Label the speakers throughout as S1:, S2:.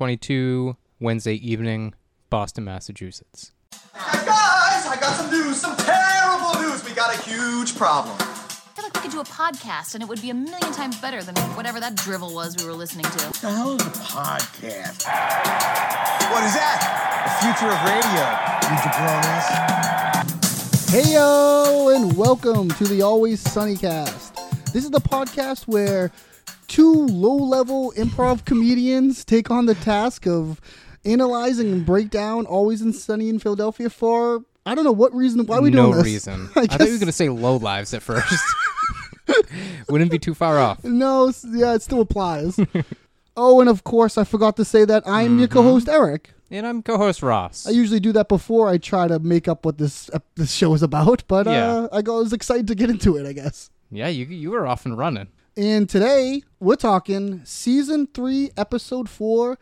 S1: 722, Wednesday evening, Boston, Massachusetts.
S2: Guys, I got some news, some terrible news. We got a huge problem.
S3: I feel like we could do a podcast and it would be a million times better than whatever that drivel was we were listening to.
S4: the hell is a podcast?
S2: What is that?
S4: You jabronis.
S5: Hey yo, and welcome to the Always Sunny Cast. This is the podcast where two low level improv comedians take on the task of analyzing and break down Always in Sunny in Philadelphia for I don't know what reason. Why are we
S1: no
S5: doing this?
S1: reason. I,
S5: I
S1: thought you were
S5: guess-
S1: going to say low lives at first. Wouldn't be too far off.
S5: No, s- yeah, it still applies. oh, and of course, I forgot to say that I'm
S1: Mm-hmm.
S5: your co host, Eric.
S1: And I'm co-host Ross.
S5: I usually do that before I try to make up what this uh, this show is about, but
S1: Yeah.
S5: uh, I go- I was excited to get into it, I guess.
S1: yeah, you you were off and running.
S5: And today we're talking season three, episode four.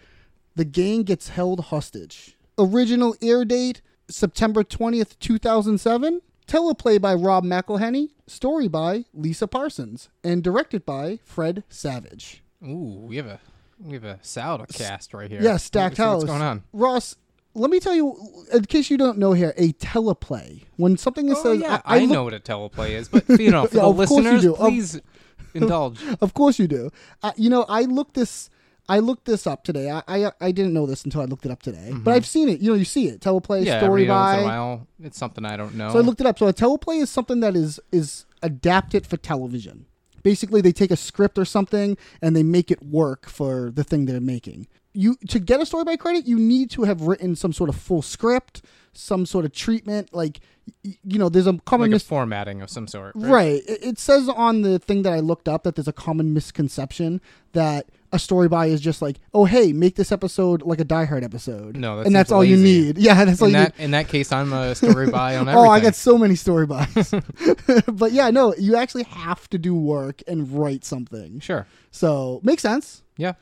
S5: The gang gets held hostage. Original air date September 20th, 2007. Teleplay by Rob McElhenney. Story by Lisa Parsons. And directed by Fred Savage.
S1: Ooh, we have a we have a salad cast right here.
S5: Yeah, stacked
S1: So
S5: house.
S1: What's going on?
S5: Ross, let me tell you, in case you don't know here, a teleplay. When something is
S1: oh
S5: says,
S1: yeah, I,
S5: look-
S1: know what a teleplay is, but you know, for
S5: Yeah,
S1: the
S5: of course you
S1: listeners,
S5: do. Of-
S1: please indulge.
S5: Of course you do. Uh, you know, I looked this. I looked this up today. I, I I didn't know this until I looked it up today. But I've seen it. You know, you see it. Teleplay,
S1: Mm-hmm. Yeah,
S5: story
S1: every once in a
S5: by.
S1: while, it's something I don't know.
S5: So I looked it up. So a teleplay is something that is is adapted for television. Basically, they take a script or something and they make it work for the thing they're making. You to get a story by credit, you need to have written some sort of full script, some sort of treatment. Like, y- y- you know, there's a
S1: like
S5: common
S1: a
S5: mis-
S1: formatting of some sort. Right.
S5: Right. It it says on the thing that I looked up that there's a common misconception that a story by is just like, oh hey, make this episode like a Die Hard episode.
S1: No, that
S5: and that's
S1: seems
S5: all you
S1: lazy.
S5: need. Yeah, that's all
S1: In
S5: you
S1: that
S5: need.
S1: in that case, I'm a story by on everything.
S5: Oh, I got so many story buys. but yeah, no, you actually have to do work and write something.
S1: sure.
S5: So makes sense.
S1: Yeah.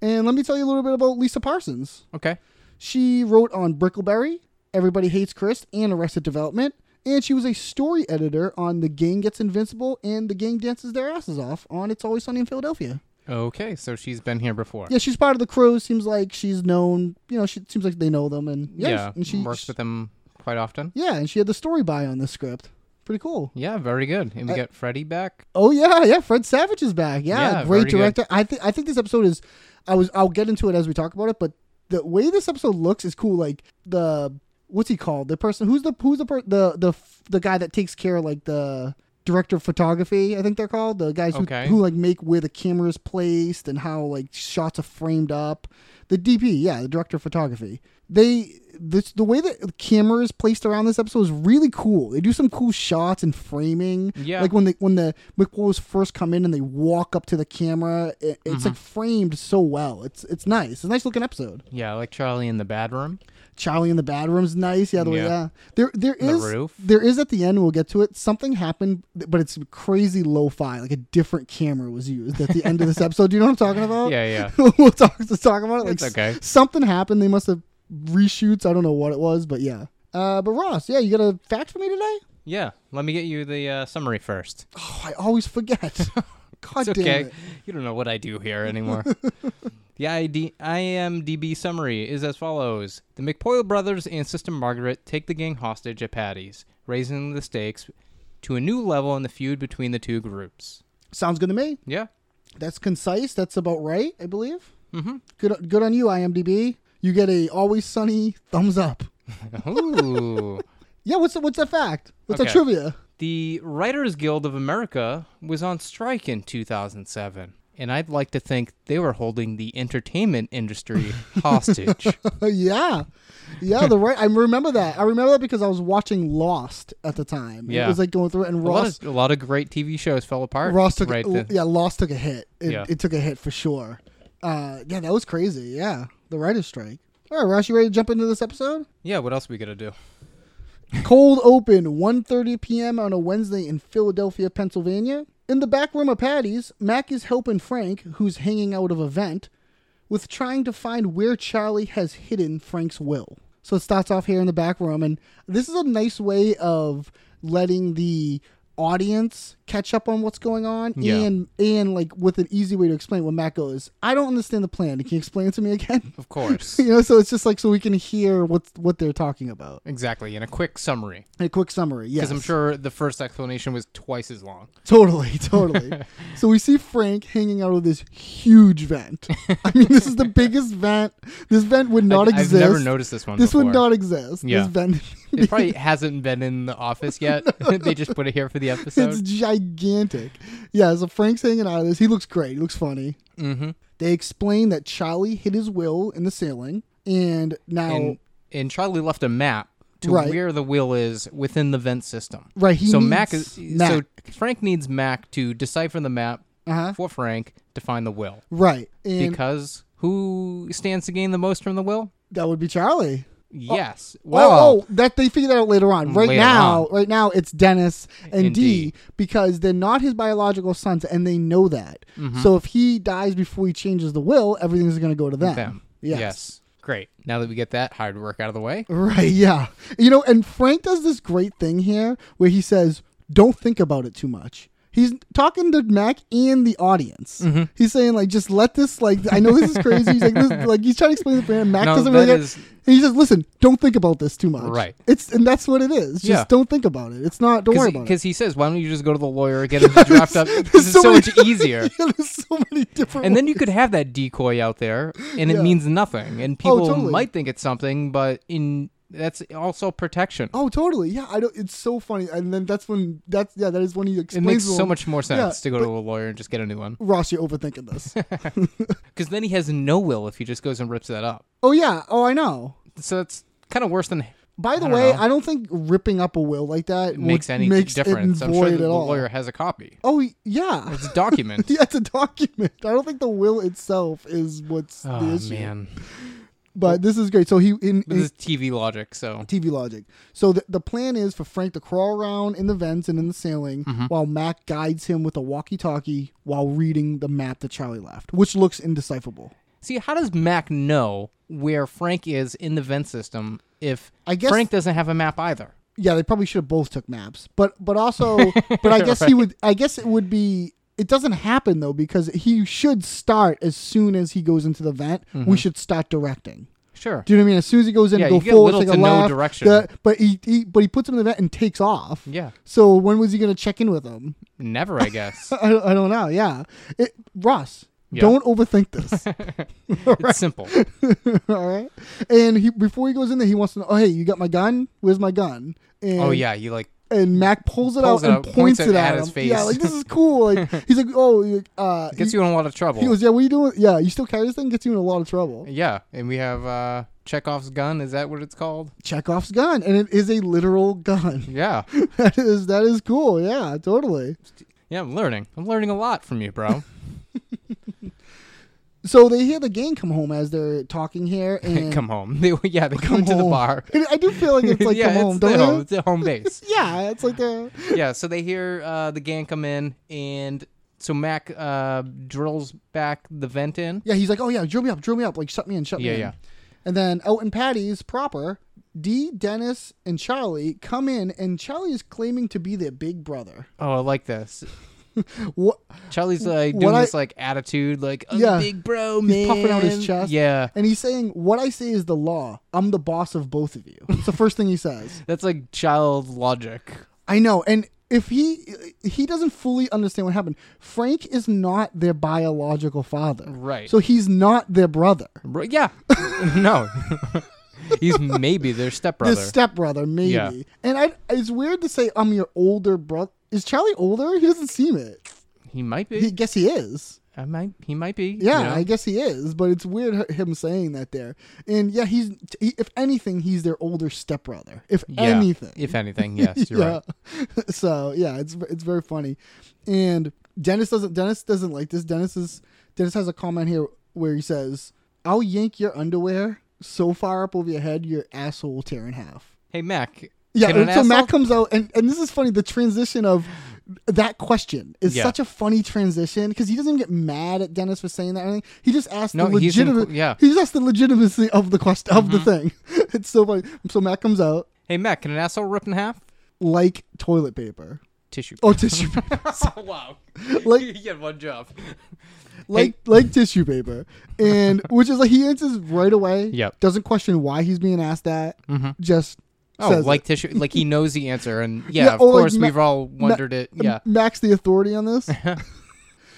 S5: And let me tell you a little bit about Lisa Parsons.
S1: Okay.
S5: She wrote on Brickleberry, Everybody Hates Chris, and Arrested Development. And she was a story editor on The Gang Gets Invincible and The Gang Dances Their Asses Off on It's Always Sunny in Philadelphia.
S1: Okay. So she's been here before.
S5: Yeah, she's part of the crew. Seems like she's known. You know, she seems like they know them. And yeah,
S1: yeah.
S5: and she
S1: works with them quite often.
S5: Yeah, and she had the story by on the script. Pretty cool.
S1: Yeah, very good. And we got Freddie back.
S5: Oh yeah, yeah. Fred Savage is back. Yeah,
S1: Yeah,
S5: great
S1: very good.
S5: director. I think I think this episode is. I was. I'll get into it as we talk about it. But the way this episode looks is cool. Like the what's he called? The person who's the who's the per, the the f- the guy that takes care of, like the director of photography. I think they're called the guys who,
S1: Okay.
S5: who like make where the camera is placed and how like shots are framed up. The DP, yeah, the director of photography. They this the way that the camera is placed around this episode is really cool. They do some cool shots and framing.
S1: Yeah.
S5: Like when the when the McWolves first come in and they walk up to the camera, it, it's like framed so well. It's it's nice. It's a nice looking episode.
S1: Yeah, like Charlie in the bad room.
S5: Charlie in the bad room's nice. Yeah, the way
S1: Yeah.
S5: yeah. There there
S1: the
S5: is
S1: roof.
S5: there is at the end we'll get to it. Something happened, but it's crazy lo-fi. Like a different camera was used at the end of this episode. Do you know what I'm talking about?
S1: Yeah, yeah.
S5: we'll talk to talk about it. Like
S1: It's okay.
S5: s- something happened. They must have reshoots. I don't know what it was, but yeah. Uh, but Ross, yeah, you got a fact for me today?
S1: Yeah. Let me get you the uh, summary first.
S5: Oh, I always forget. God
S1: It's
S5: damn
S1: okay.
S5: it.
S1: You don't know what I do here anymore. the ID- IMDb summary is as follows The McPoyle brothers and Sister Margaret take the gang hostage at Patty's, raising the stakes to a new level in the feud between the two groups.
S5: Sounds good to me.
S1: Yeah.
S5: That's concise. That's about right, I believe. Mm-hmm. Good, good on you, IMDb. You get a always sunny thumbs up.
S1: Ooh.
S5: Yeah, what's the, what's that fact? What's that
S1: Okay.
S5: trivia?
S1: The Writers Guild of America was on strike in 2007, and I'd like to think they were holding the entertainment industry hostage.
S5: yeah, yeah. The right. I remember that. I remember that because I was watching Lost at the time.
S1: Yeah.
S5: it was like going through it, and
S1: a, lot
S5: Ross
S1: of, a lot of great TV shows fell apart.
S5: Ross took
S1: right
S5: l-
S1: then.
S5: yeah, Lost took a hit. It,
S1: Yeah.
S5: it took a hit for sure. Uh, yeah, that was crazy. Yeah, the writer's strike. All right, Ross, you ready to jump into this episode?
S1: Yeah, what else we gonna do?
S5: Cold open, 1.30 p.m. on a Wednesday in Philadelphia, Pennsylvania. In the back room of Patty's, Mac is helping Frank, who's hanging out of a vent, with trying to find where Charlie has hidden Frank's will. So it starts off here in the back room, and this is a nice way of letting the audience catch up on what's going on
S1: Yeah.
S5: and and like with an easy way to explain what Matt goes, I don't understand the plan. Can you explain it to me again?
S1: Of course.
S5: you know, so it's just like so we can hear what's what they're talking about.
S1: exactly. In a quick summary.
S5: A quick summary, yes.
S1: Because I'm sure the first explanation was twice as long.
S5: Totally, totally. so we see Frank hanging out of this huge vent. I mean, this is the biggest vent. This vent would not
S1: I- I've
S5: exist.
S1: never noticed this one
S5: This would
S1: before.
S5: not exist.
S1: Yeah.
S5: This vent.
S1: It probably hasn't been in the office yet. they just put it here for the
S5: it's
S1: episode.
S5: gigantic. Yeah, so Frank's hanging out of this. He looks great. He looks funny. Mm-hmm. They explain that Charlie hid his will in the ceiling, and now
S1: And, and Charlie left a map to
S5: Right.
S1: where the wheel is within the vent system.
S5: Right, he
S1: so Mac
S5: needs
S1: is
S5: Mac.
S1: so Frank needs Mac to decipher the map
S5: Uh-huh.
S1: for Frank to find the will.
S5: right, and
S1: Because who stands to gain the most from the will?
S5: that would be Charlie.
S1: Yes.
S5: Oh,
S1: Well, Mm,
S5: oh, that they figure that out later on. Right
S1: Later
S5: now,
S1: on.
S5: right now it's Dennis and,
S1: And
S5: D
S1: Dee.
S5: because they're not his biological sons, and they know that.
S1: Mm-hmm.
S5: So if he dies before he changes the will, everything's going to go to them.
S1: them.
S5: Yes.
S1: yes. Great. Now that we get that hard work out of the way.
S5: Right. Yeah. You know, and Frank does this great thing here where he says, "Don't think about it too much." He's talking to Mac and the audience.
S1: Mm-hmm.
S5: He's saying like, "Just let this like." I know this is crazy. He's like, this, like he's trying to explain the plan. Mac
S1: No,
S5: doesn't really.
S1: that
S5: Get,
S1: is-
S5: and he says, "Listen, don't think about this too much."
S1: Right.
S5: It's and that's what it is. Just
S1: Yeah.
S5: don't think about it. It's not. Don't worry about it.
S1: Because he says, why don't you just go to the lawyer, get him to draft up? This is so,
S5: many-
S1: much easier.
S5: yeah, there's so many different.
S1: And then you could have that decoy out there, and
S5: Yeah. Oh,
S1: it means nothing, and people
S5: totally.
S1: might think it's something, but in that's also protection.
S5: Oh, totally. Yeah, I don't. It's so funny. And then that's when that's yeah. That is when he
S1: it
S5: explains.
S1: makes
S5: to
S1: so
S5: him,
S1: much more
S5: yeah,
S1: sense to go to a lawyer and just get a new one.
S5: Ross, you're overthinking this.
S1: Because then he has no will if he just goes and rips that up.
S5: oh yeah. Oh, I know.
S1: So that's kind of worse than
S5: By the
S1: I don't
S5: way,
S1: know.
S5: I don't think ripping up a will like that
S1: makes
S5: would-
S1: any
S5: makes
S1: difference.
S5: It
S1: I'm sure
S5: void
S1: that the
S5: at all.
S1: lawyer has a copy.
S5: Oh yeah,
S1: It's a document.
S5: yeah, it's a document. I don't think the will itself is what's the
S1: oh
S5: issue.
S1: man,
S5: But this is great. So he in,
S1: this
S5: in
S1: is TV logic. So
S5: TV logic. So the, the plan is for Frank to crawl around in the vents and in the ceiling
S1: Mm-hmm.
S5: while Mac guides him with a walkie-talkie while reading the map that Charlie left, which looks indecipherable.
S1: See, how does Mac know where Frank is in the vent system if
S5: I guess-
S1: Frank doesn't have a map either?
S5: Yeah, they probably should have both took maps, but but also, but I guess he would. I guess it would be. It doesn't happen though because he should start as soon as he goes into the vent. We should start directing.
S1: Sure.
S5: Do you know what I mean? As soon as he goes in,
S1: Mm-hmm. Yeah,
S5: go
S1: you get
S5: forward,
S1: little
S5: take a
S1: to no
S5: left.
S1: direction.
S5: the- but he, he but he puts him in the vent and takes off.
S1: Yeah.
S5: So when was he going to check in with him?
S1: Never, I guess.
S5: I, I don't know. Yeah, it, Ross,
S1: Yeah.
S5: don't overthink this.
S1: it's simple.
S5: All right. And he before he goes in there, he wants to know. Oh hey, you got my gun? Where's my gun? And
S1: Oh yeah, you like
S5: and Mac pulls it
S1: Pulls
S5: out
S1: it
S5: and
S1: out,
S5: points,
S1: points
S5: it, at,
S1: his
S5: him. Yeah,
S1: face.
S5: like this is cool. Like he's like, oh, uh,
S1: gets
S5: he,
S1: you in a lot of trouble.
S5: he goes, yeah, what are you doing? Yeah, you still carry this thing? Gets you in a lot of trouble.
S1: yeah, and we have uh Chekhov's gun. Is that what it's called?
S5: Chekhov's gun, and it is a literal gun.
S1: Yeah.
S5: that is that is cool. Yeah, totally.
S1: Yeah, I'm learning. I'm learning a lot from you, bro.
S5: So they hear the gang come home as they're talking here, and
S1: come home. They, yeah, they come, to the
S5: home.
S1: bar.
S5: And I do feel like it's like
S1: yeah,
S5: come home,
S1: it's, their
S5: don't
S1: home,
S5: you?
S1: it's their home base.
S5: Yeah, it's like uh, they're
S1: yeah, so they hear uh, the gang come in, and so Mac uh, drills back the vent in.
S5: yeah. He's like, oh yeah, drill me up, drill me up, like shut me in, shut me
S1: Yeah,
S5: in.
S1: yeah.
S5: And then out in Patty's proper, D, Dennis, and Charlie come in, and Charlie is claiming to be their big brother.
S1: Oh, I like this.
S5: What?
S1: Charlie's like
S5: What
S1: doing
S5: I-
S1: this like attitude, like I'm
S5: Yeah.
S1: big bro, man.
S5: He's puffing out his chest.
S1: Yeah,
S5: And he's saying, What I say is the law. I'm the boss of both of you. It's the first thing he says.
S1: that's like child logic.
S5: I know. And if he he doesn't fully understand what happened, Frank is not their biological father.
S1: Right.
S5: So he's not their brother.
S1: Bro- yeah, no, he's maybe their stepbrother.
S5: Their stepbrother, maybe.
S1: Yeah.
S5: And I it's weird to say I'm your older brother. Is Charlie older? He doesn't seem it.
S1: he might be.
S5: He guess he is.
S1: I might. He might be.
S5: Yeah,
S1: you know?
S5: I guess he is, but it's weird h- him saying that there. And yeah, he's he, if anything, he's their older stepbrother. If
S1: Yeah,
S5: anything,
S1: If anything, yes, you're right.
S5: so yeah, it's it's very funny. And Dennis doesn't Dennis doesn't like this. Dennis is Dennis has a comment here where he says, "I'll yank your underwear so far up over your head, your asshole will tear in half."
S1: Hey Mac.
S5: Yeah,
S1: can an
S5: and so Matt
S1: asshole-
S5: comes out, and, and this is funny. The transition of that question is
S1: Yeah.
S5: such a funny transition because he doesn't even get mad at Dennis for saying that. Or anything. He just asks
S1: No,
S5: the
S1: he's in-
S5: legitimate.
S1: yeah. Mm-hmm.
S5: he just asks the legitimacy of the quest of the thing. It's so funny. So Matt comes out
S1: Hey Mac, can an asshole rip in half?
S5: like toilet paper.
S1: tissue.
S5: Oh, tissue paper.
S1: wow.
S5: Like-
S1: you get one job.
S5: like like tissue paper, and which is like he answers right away.
S1: Yep. Mm-hmm.
S5: Doesn't question why he's being asked that. Just
S1: Oh,
S5: says
S1: like
S5: it.
S1: tissue. Like he knows the answer, and yeah, of
S5: or, like,
S1: course
S5: Ma-
S1: we've all
S5: Ma- um,
S1: wondered it. Yeah.
S5: Mac's the authority on this.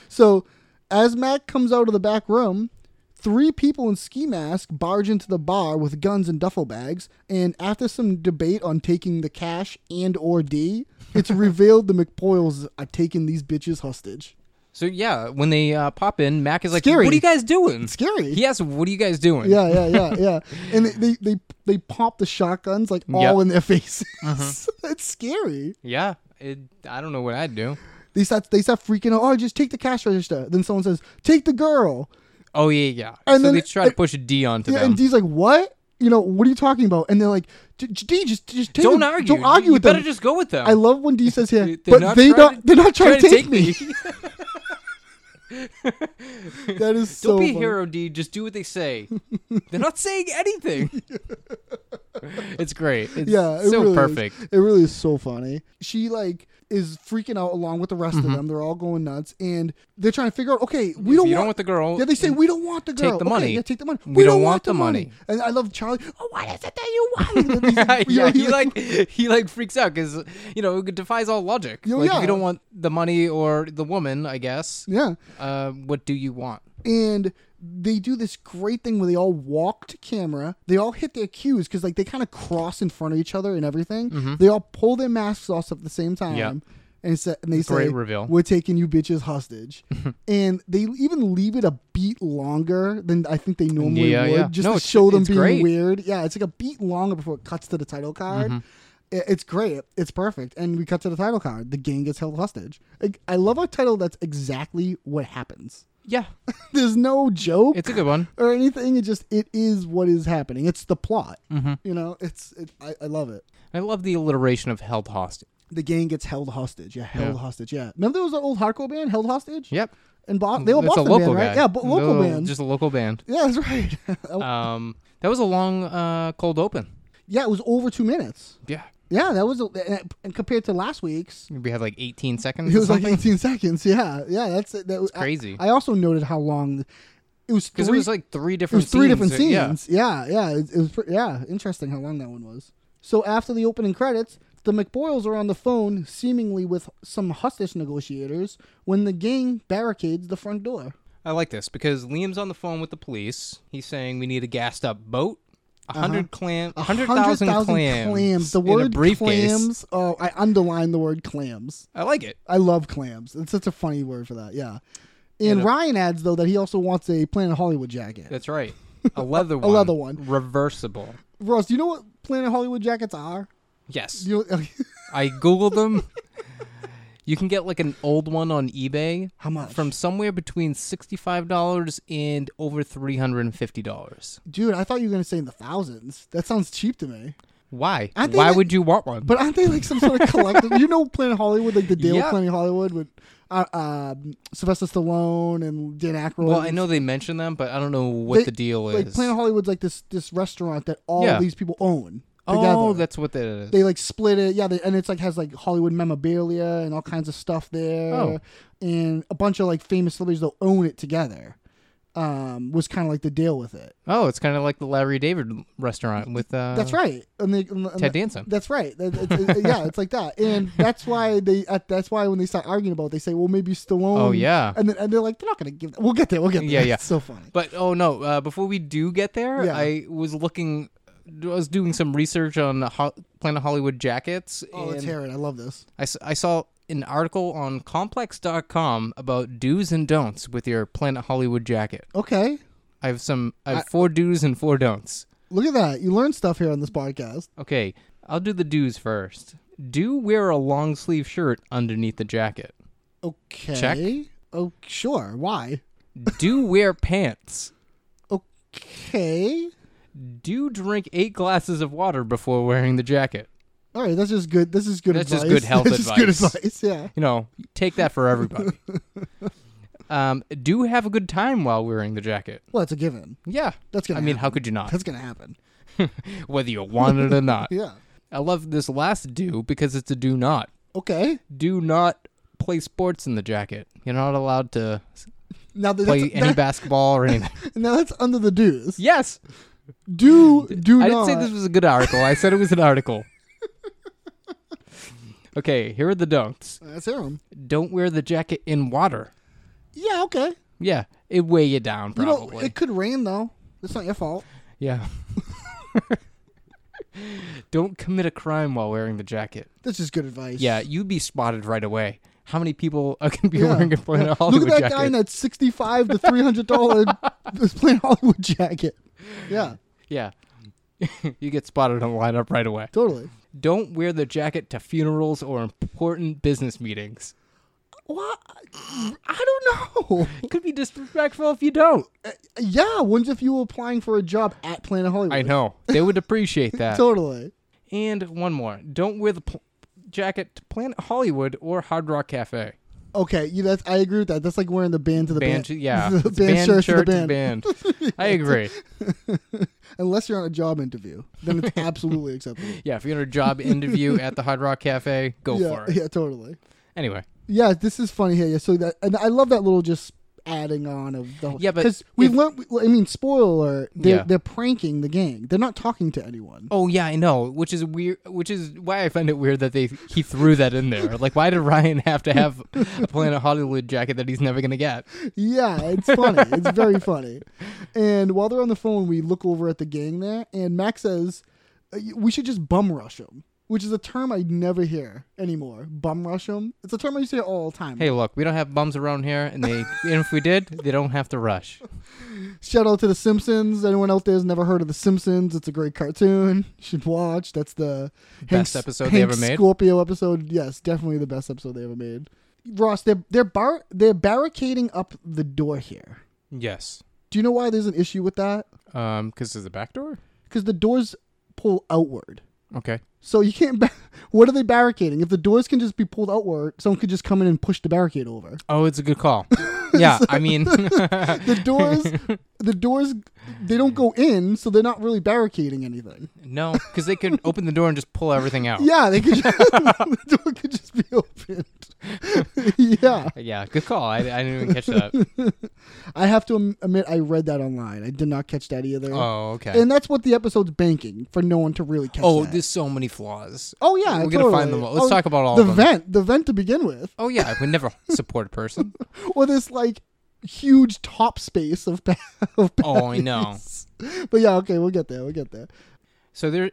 S5: so, as Mac comes out of the back room, three people in ski masks barge into the bar with guns and duffel bags, and after some debate on taking the cash and or D, it's revealed the McPoyles are taking these bitches hostage.
S1: So yeah, when they uh, pop in, Mac is like,
S5: Scary.
S1: "What are you guys doing?"
S5: Scary.
S1: He asks, "What are you guys doing?"
S5: Yeah, yeah, yeah, yeah. And they they they, they pop the shotguns like all
S1: Yep. Mm-hmm.
S5: in their faces. it's scary.
S1: Yeah. It, I don't know what I'd do.
S5: They start they start freaking out. Oh, just take the cash register. Then someone says, "Take the girl."
S1: Oh yeah, yeah.
S5: And
S1: so
S5: then-
S1: they try to
S5: and-
S1: push D onto
S5: Yeah,
S1: them.
S5: and D's like, "What? You know, what are you talking about?" And they're like, "D- "D, just just take
S1: don't
S5: the-
S1: argue.
S5: Don't argue
S1: You
S5: with
S1: better
S5: them."
S1: just go with them.
S5: I love when D says here,
S1: They're
S5: but
S1: not
S5: they
S1: trying
S5: don't. They're not trying to take me. That is so.
S1: Don't be a
S5: funny.
S1: hero, D. Just do what they say. They're not saying anything. it's great. It's
S5: Yeah, it
S1: so
S5: really is.
S1: perfect.
S5: It really is so funny. She like is freaking out along with the rest of them. They're all going nuts, and they're trying to figure out. Okay, we don't
S1: Mm-hmm. you don't
S5: want
S1: want the girl,
S5: Yeah, they say
S1: then
S5: we don't want the
S1: take
S5: girl.
S1: the
S5: Okay,
S1: money.
S5: yeah, take the money.
S1: We don't want the money."
S5: And I love Charlie. Oh, what is it that you want? He's
S1: yeah,
S5: like- you know,
S1: he
S5: he's
S1: like he like freaks out because you know it defies all logic.
S5: Yeah,
S1: like if
S5: yeah.
S1: you don't want the money or the woman, I guess.
S5: yeah.
S1: Uh, what do you want?
S5: and they do this great thing where they all walk to camera. They all hit their cues because like they kind of cross in front of each other and everything. They all pull their masks off at the same time.
S1: Mm-hmm. Yeah.
S5: And, it's, and they
S1: Great
S5: say,
S1: reveal.
S5: "We're taking you bitches hostage," and they even leave it a beat longer than I think they normally
S1: Yeah,
S5: would,
S1: yeah.
S5: just
S1: No,
S5: to
S1: it's-
S5: show them
S1: it's
S5: being
S1: great.
S5: weird. Yeah, it's like a beat longer before it cuts to the title card.
S1: Mm-hmm.
S5: I- It's great. It's perfect. And we cut to the title card. The gang gets held hostage. Like, I love a title that's exactly what happens.
S1: Yeah,
S5: There's no joke
S1: it's a good one.
S5: or anything. It just it is what is happening. It's the plot.
S1: Mm-hmm.
S5: You know, it's it, I, I love it.
S1: I love the alliteration of held hostage.
S5: The gang gets held hostage. Yeah, held
S1: Yeah.
S5: hostage. Yeah. Remember there was an old hardcore band, held hostage.
S1: Yep, Mm,
S5: And Bo- they were
S1: it's a
S5: Boston
S1: local
S5: band,
S1: guy.
S5: right? Yeah, but local
S1: Little-
S5: band.
S1: Just a local band.
S5: yeah, that's right.
S1: Um, that was a long uh, cold open.
S5: yeah, it was over two minutes.
S1: Yeah,
S5: Yeah, that was a, and- and compared to last week's.
S1: we had like 18 seconds.
S5: It was
S1: or
S5: like
S1: something.
S5: 18 seconds. Yeah, yeah, that's it. That was I-
S1: crazy.
S5: I, also noted how long it was.
S1: Because
S5: three-
S1: it was like three
S5: It
S1: different.
S5: was three
S1: scenes,
S5: different
S1: uh, yeah.
S5: scenes. Yeah, yeah. It, it was pre- yeah, interesting how long that one was. So after the opening credits, the McBoyles are on the phone, seemingly with some hostage negotiators, when the gang barricades the front door.
S1: I like this because Liam's on the phone with the police. He's saying we need a gassed up boat, a
S5: Uh-huh.
S1: 100 clam, a hundred thousand clams,
S5: The
S1: in a
S5: word
S1: briefcase.
S5: clams. Oh, I underlined the word clams.
S1: I like it.
S5: I love clams. It's such a funny word for that. Yeah. And
S1: a-
S5: Ryan adds though that he also wants a Planet Hollywood jacket.
S1: That's right. A leather one.
S5: leather one.
S1: Reversible.
S5: Ross, do you know what Planet Hollywood jackets are?
S1: Yes.
S5: Do you,
S1: I googled them. You can get like an old one on eBay.
S5: How much?
S1: From somewhere between sixty-five dollars and over three hundred and fifty dollars.
S5: dude, I thought you were gonna say in the thousands. That sounds cheap to me.
S1: Why?
S5: Aren't they
S1: Why
S5: like-
S1: would you want one?
S5: But aren't they like some sort of collective? you know, Planet Hollywood, like the deal
S1: Yeah.
S5: with Planet Hollywood with uh, um Sylvester Stallone and Dan Aykroyd.
S1: well, I know they mentioned them, but I don't know what
S5: They-
S1: the deal
S5: Like
S1: is.
S5: Planet Hollywood's like this this restaurant that all
S1: Yeah.
S5: these people own together.
S1: oh, that's what that is.
S5: they like split it, yeah, they, and it's like has like Hollywood memorabilia and all kinds of stuff there,
S1: Oh.
S5: and a bunch of like famous celebrities they'll own it together. Um, was kind of like the deal with it.
S1: Oh, it's kind of like the Larry David restaurant with. Uh,
S5: That's right. And they, and the- and
S1: Ted
S5: the-
S1: Danson.
S5: That's right. That- it's- it- yeah, it's like that, and that's why they. uh, That's why when they start arguing about, it, they say, "Well, maybe Stallone."
S1: Oh, yeah.
S5: and then and they're like, "They're not gonna give." That. We'll get there. We'll get there.
S1: Yeah, yeah.
S5: It's so funny.
S1: But oh no! Uh, before we do get there,
S5: Yeah.
S1: I was looking. I was doing some research on Ho- Planet Hollywood jackets.
S5: oh, let's
S1: and
S5: hear it. I love this.
S1: I, s- I saw an article on Complex.com about do's and don'ts with your Planet Hollywood jacket.
S5: Okay,
S1: I have some. I have four do's and four don'ts.
S5: look at that. You learn stuff here on this podcast.
S1: Okay, I'll do the do's first. Do wear a long sleeve shirt underneath the jacket.
S5: Okay.
S1: Check.
S5: Oh, sure. Why?
S1: Do wear pants.
S5: Okay.
S1: Do drink eight glasses of water before wearing the jacket.
S5: All right. That's just good. This is good.
S1: That's just
S5: advice.
S1: good health
S5: That's Just
S1: advice.
S5: good advice. Yeah.
S1: you know, take that for everybody. um, do have a good time while wearing the jacket.
S5: Well, it's a given.
S1: Yeah,
S5: That's gonna
S1: I mean,
S5: happen.
S1: how could you not?
S5: That's gonna happen.
S1: Whether you want it or not.
S5: Yeah.
S1: I love this last do because it's a do not.
S5: Okay.
S1: do not play sports in the jacket. You're not allowed to s-
S5: Now that-
S1: play
S5: that's,
S1: any
S5: that-
S1: basketball or anything.
S5: now that's under the dues.
S1: yes.
S5: Do do
S1: I
S5: not.
S1: didn't say this was a good article. I said it was an article. Okay, here are the don'ts.
S5: Let's hear 'em.
S1: Don't wear the jacket in water.
S5: Yeah. Okay.
S1: Yeah, it weigh you down
S5: You
S1: probably.
S5: know, it could rain though. It's not your fault.
S1: yeah. Don't commit a crime while wearing the jacket.
S5: That's just good advice.
S1: Yeah, you'd be spotted right away. How many people are going to be
S5: Yeah.
S1: wearing a plain
S5: Yeah. Look
S1: Hollywood
S5: at that
S1: jacket?
S5: guy in that sixty-five to three hundred dollar plain Hollywood jacket. Yeah,
S1: yeah. you get spotted and lined up right away.
S5: totally.
S1: Don't wear the jacket to funerals or important business meetings.
S5: What? I don't know.
S1: It could be disrespectful if you don't.
S5: Yeah, when's if you were applying for a job at Planet Hollywood?
S1: I know. They would appreciate that.
S5: Totally.
S1: and one more. Don't wear the pl- jacket to Planet Hollywood or Hard Rock Cafe.
S5: Okay, you. That's I agree with that. That's like wearing the band to the
S1: Band,
S5: band.
S1: yeah.
S5: the
S1: It's
S5: band, shirt to the
S1: to
S5: band.
S1: band. I agree.
S5: Unless you're on a job interview, then it's absolutely acceptable.
S1: Yeah, if you're in a job interview at the Hard Rock Cafe, go
S5: yeah,
S1: for it.
S5: yeah, totally.
S1: Anyway,
S5: Yeah, this is funny here. Yeah, so that and I love that little just adding on of the whole,
S1: Yeah, but
S5: because we
S1: if-
S5: learned. I mean, spoiler alert, they're
S1: Yeah.
S5: they're pranking the gang. They're not talking to anyone.
S1: oh yeah, I know, which is weird. Which is why I find it weird that they he threw that in there. Like, why did Ryan have to have a Planet Hollywood jacket that he's never gonna get?
S5: Yeah, it's funny. it's very funny. And while they're on the phone, we look over at the gang there, and Max says, uh, y- "We should just bum rush them," which is a term I never hear anymore. Bum rush them. It's a term I used to hear all the time.
S1: Hey, look, we don't have bums around here, and they and if we did, they don't have to rush.
S5: Shout out to The Simpsons. Anyone out there has never heard of The Simpsons? It's a great cartoon. You should watch. That's the
S1: Best episode they
S5: Hank
S1: ever made?
S5: Scorpio episode. Yes, definitely the best episode they ever made. Ross, they're they're bar they're barricading up the door here.
S1: Yes,
S5: Do you know why there's an issue with that?
S1: um, because there's a back door.
S5: Because the doors pull outward.
S1: Okay.
S5: So you can't. Ba- what are they barricading? If the doors can just be pulled outward, someone could just come in and push the barricade over.
S1: Oh, it's a good call. Yeah, I mean,
S5: The doors, the doors, they don't go in, so they're not really barricading anything.
S1: no, because they could open the door and just pull everything out.
S5: Yeah, they could. Just, the door could just be opened. yeah,
S1: Yeah, good call. I, I didn't even catch that.
S5: I have to am- admit, I read that online. I did not catch that either.
S1: Oh, okay.
S5: And that's what the episode's banking for no one to really catch.
S1: Oh,
S5: that.
S1: there's so many flaws.
S5: Oh yeah,
S1: we're
S5: totally.
S1: gonna find them all. Let's
S5: Oh,
S1: talk about all
S5: the
S1: of them.
S5: vent, the vent to begin with,
S1: Oh yeah, I would never support a person.
S5: or this like huge top space of. pa- of pa-
S1: Oh, I know.
S5: But yeah, okay, we'll get there. We'll get there.
S1: So there,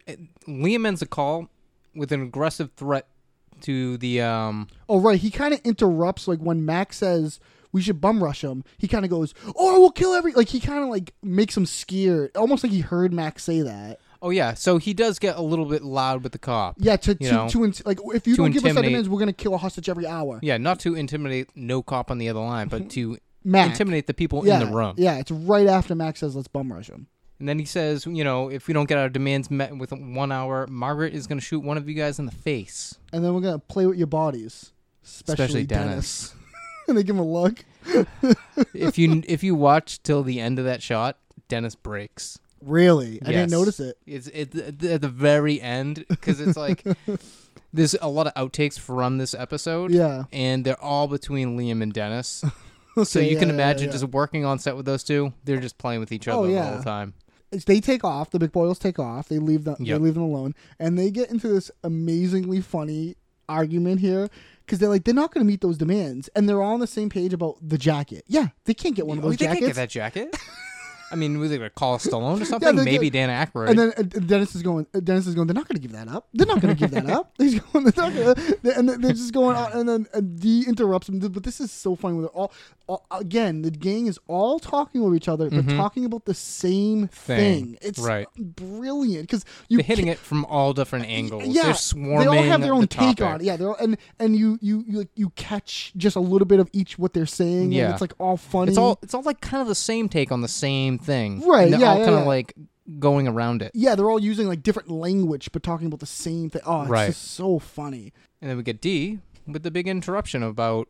S1: Liam ends a call with an aggressive threat to the um.
S5: Oh right, he kind of interrupts like when Max says we should bum rush him. He kind of goes, "Oh, we'll kill every." Like he kind of like makes him scared, almost like he heard Max say that.
S1: Oh yeah, so he does get a little bit loud with the cop.
S5: Yeah, to
S1: You
S5: to,
S1: know.
S5: to int- like if you
S1: To
S5: don't give us seven
S1: intimidate-
S5: minutes, we're gonna kill a hostage every hour.
S1: Yeah, not to intimidate no cop on the other line, but to
S5: Mac.
S1: intimidate the people
S5: yeah,
S1: in the room.
S5: yeah. It's right after Max says, "Let's bum rush him."
S1: And then he says, you know, if we don't get our demands met with one hour, Margaret is going to shoot one of you guys in the face.
S5: and then we're gonna play with your bodies, especially,
S1: Especially
S5: Dennis. and they give him a look.
S1: if you if you watch till the end of that shot, Dennis breaks.
S5: Really, I didn't
S1: Yes.
S5: notice it.
S1: It's it, at the- at the very end because it's like there's a lot of outtakes from this episode.
S5: Yeah.
S1: and they're all between Liam and Dennis. so you
S5: yeah,
S1: can
S5: yeah,
S1: imagine
S5: yeah.
S1: just working on set with those two. They're just playing with each other
S5: Oh,
S1: the
S5: yeah.
S1: whole time.
S5: It's- They take off. The big boils take off. They leave them.
S1: Yep.
S5: They leave them alone, and they get into this amazingly funny argument here because they're like they're not gonna meet those demands, and they're all on the same page about the jacket. Yeah, they can't get one of
S1: Oh,
S5: those
S1: they can't
S5: jackets.
S1: get that jacket. I mean, was they gonna call Stallone or something?
S5: they-
S1: Maybe Dan Aykroyd.
S5: And then uh, Dennis is going. uh, Dennis is going. They're not going to give that up. They're not going to give that up. He's going. They're not gonna, they- and then they're just going on. And then uh, D interrupts him. But this is so funny. With all, all again, the gang is all talking over each other, but talking about the same
S1: Mm-hmm. Thing.
S5: thing. It's
S1: Right.
S5: brilliant because you
S1: they're hitting
S5: ca-
S1: it from all different angles.
S5: Yeah,
S1: they're swarming.
S5: They all have their own
S1: the
S5: take
S1: topic.
S5: on it. Yeah, they're all, and and you you you, like, you catch just a little bit of each what they're saying.
S1: Yeah.
S5: and it's like all funny.
S1: It's all it's all like kind of the same take on the same thing.
S5: Right,
S1: And they're
S5: yeah,
S1: all
S5: yeah,
S1: kind of
S5: yeah.
S1: like going around it.
S5: yeah, they're all using like different language, but talking about the same thing. Oh, it's
S1: Right.
S5: just so funny.
S1: And then we get D with the big interruption about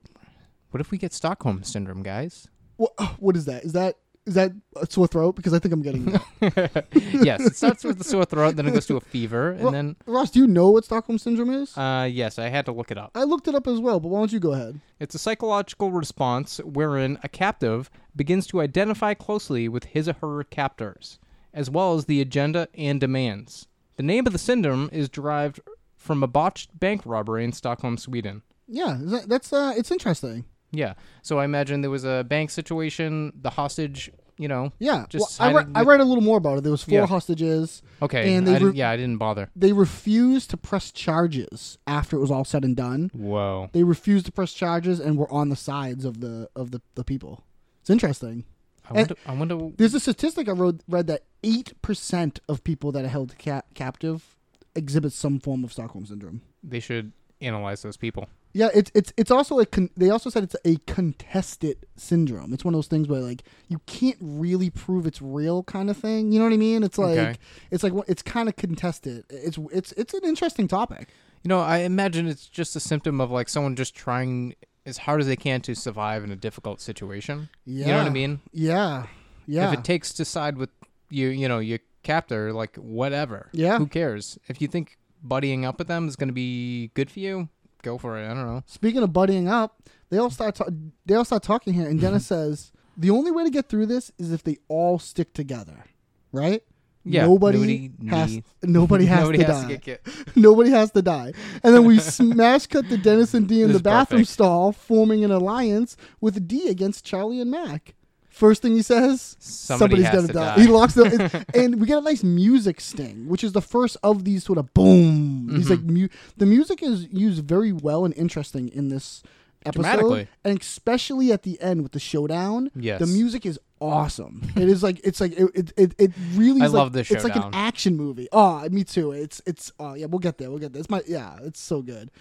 S1: what if we get Stockholm syndrome, guys?
S5: uh, What, what is that? Is that Is that uh, a sore throat? Because I think I'm getting. that.
S1: yes, it starts with the sore throat, then it goes to a fever, and then
S5: Ross, do you know what Stockholm syndrome is?
S1: uh, yes, I had to look it up.
S5: I looked it up as well, but why don't you go ahead?
S1: It's a psychological response wherein a captive begins to identify closely with his or her captors, as well as the agenda and demands. The name of the syndrome is derived from a botched bank robbery in Stockholm, Sweden.
S5: Yeah, is that, that's uh, it's interesting.
S1: Yeah, so I imagine there was a bank situation, the hostage, you know.
S5: Yeah,
S1: Just
S5: well, I, re-
S1: sided
S5: I
S1: with-
S5: read a little more about it. There was four
S1: Yeah.
S5: hostages.
S1: Okay,
S5: and
S1: I
S5: they
S1: didn't-
S5: re-
S1: yeah, I didn't bother.
S5: they refused to press charges after it was all said and done.
S1: Whoa.
S5: They refused to press charges and were on the sides of the of the, the people. It's interesting.
S1: I wonder, I wonder
S5: There's a statistic I wrote, read that eight percent of people that are held ca- captive exhibit some form of Stockholm syndrome.
S1: they should analyze those people.
S5: Yeah, it's it's it's also a con- they also said it's a contested syndrome. It's one of those things where like you can't really prove it's real kind of thing. You know what I mean? It's like
S1: Okay.
S5: it's like it's kind of contested. It's it's it's an interesting topic.
S1: You know, I imagine it's just a symptom of like someone just trying as hard as they can to survive in a difficult situation. You know what I
S5: Yeah.
S1: mean?
S5: Yeah, yeah.
S1: If it takes to side with you, you know, your captor, like whatever.
S5: Yeah.
S1: Who cares? If you think buddying up with them is going to be good for you, go for it. I don't know.
S5: Speaking of buddying up, they all start ta- they all start talking here, and Dennis says the only way to get through this is if they all stick together, right?
S1: Yeah,
S5: Nobody,
S1: nobody
S5: has
S1: needs-
S5: nobody has
S1: Nobody
S5: to
S1: has
S5: die.
S1: to get ki-
S5: nobody has to die. And then we smash cut to Dennis and D in
S1: This
S5: the
S1: is
S5: bathroom
S1: perfect.
S5: stall, forming an alliance with D against Charlie and Mac. First thing he says,
S1: Somebody
S5: somebody's
S1: has
S5: gonna
S1: to
S5: die.
S1: die.
S5: He locks the, it's- and we get a nice music sting, which is the first of these sort of boom. These like
S1: Mm-hmm.
S5: mu- the music is used very well and interesting in this episode,
S1: Dramatically.
S5: and especially at the end with the showdown.
S1: Yes.
S5: the music is awesome. it is like it's like it it, it, it really.
S1: I
S5: is like-
S1: love the
S5: It's like an
S1: showdown.
S5: action movie. Oh, me too. It's it's oh yeah, we'll get there. We'll get there. It's my yeah, it's so good.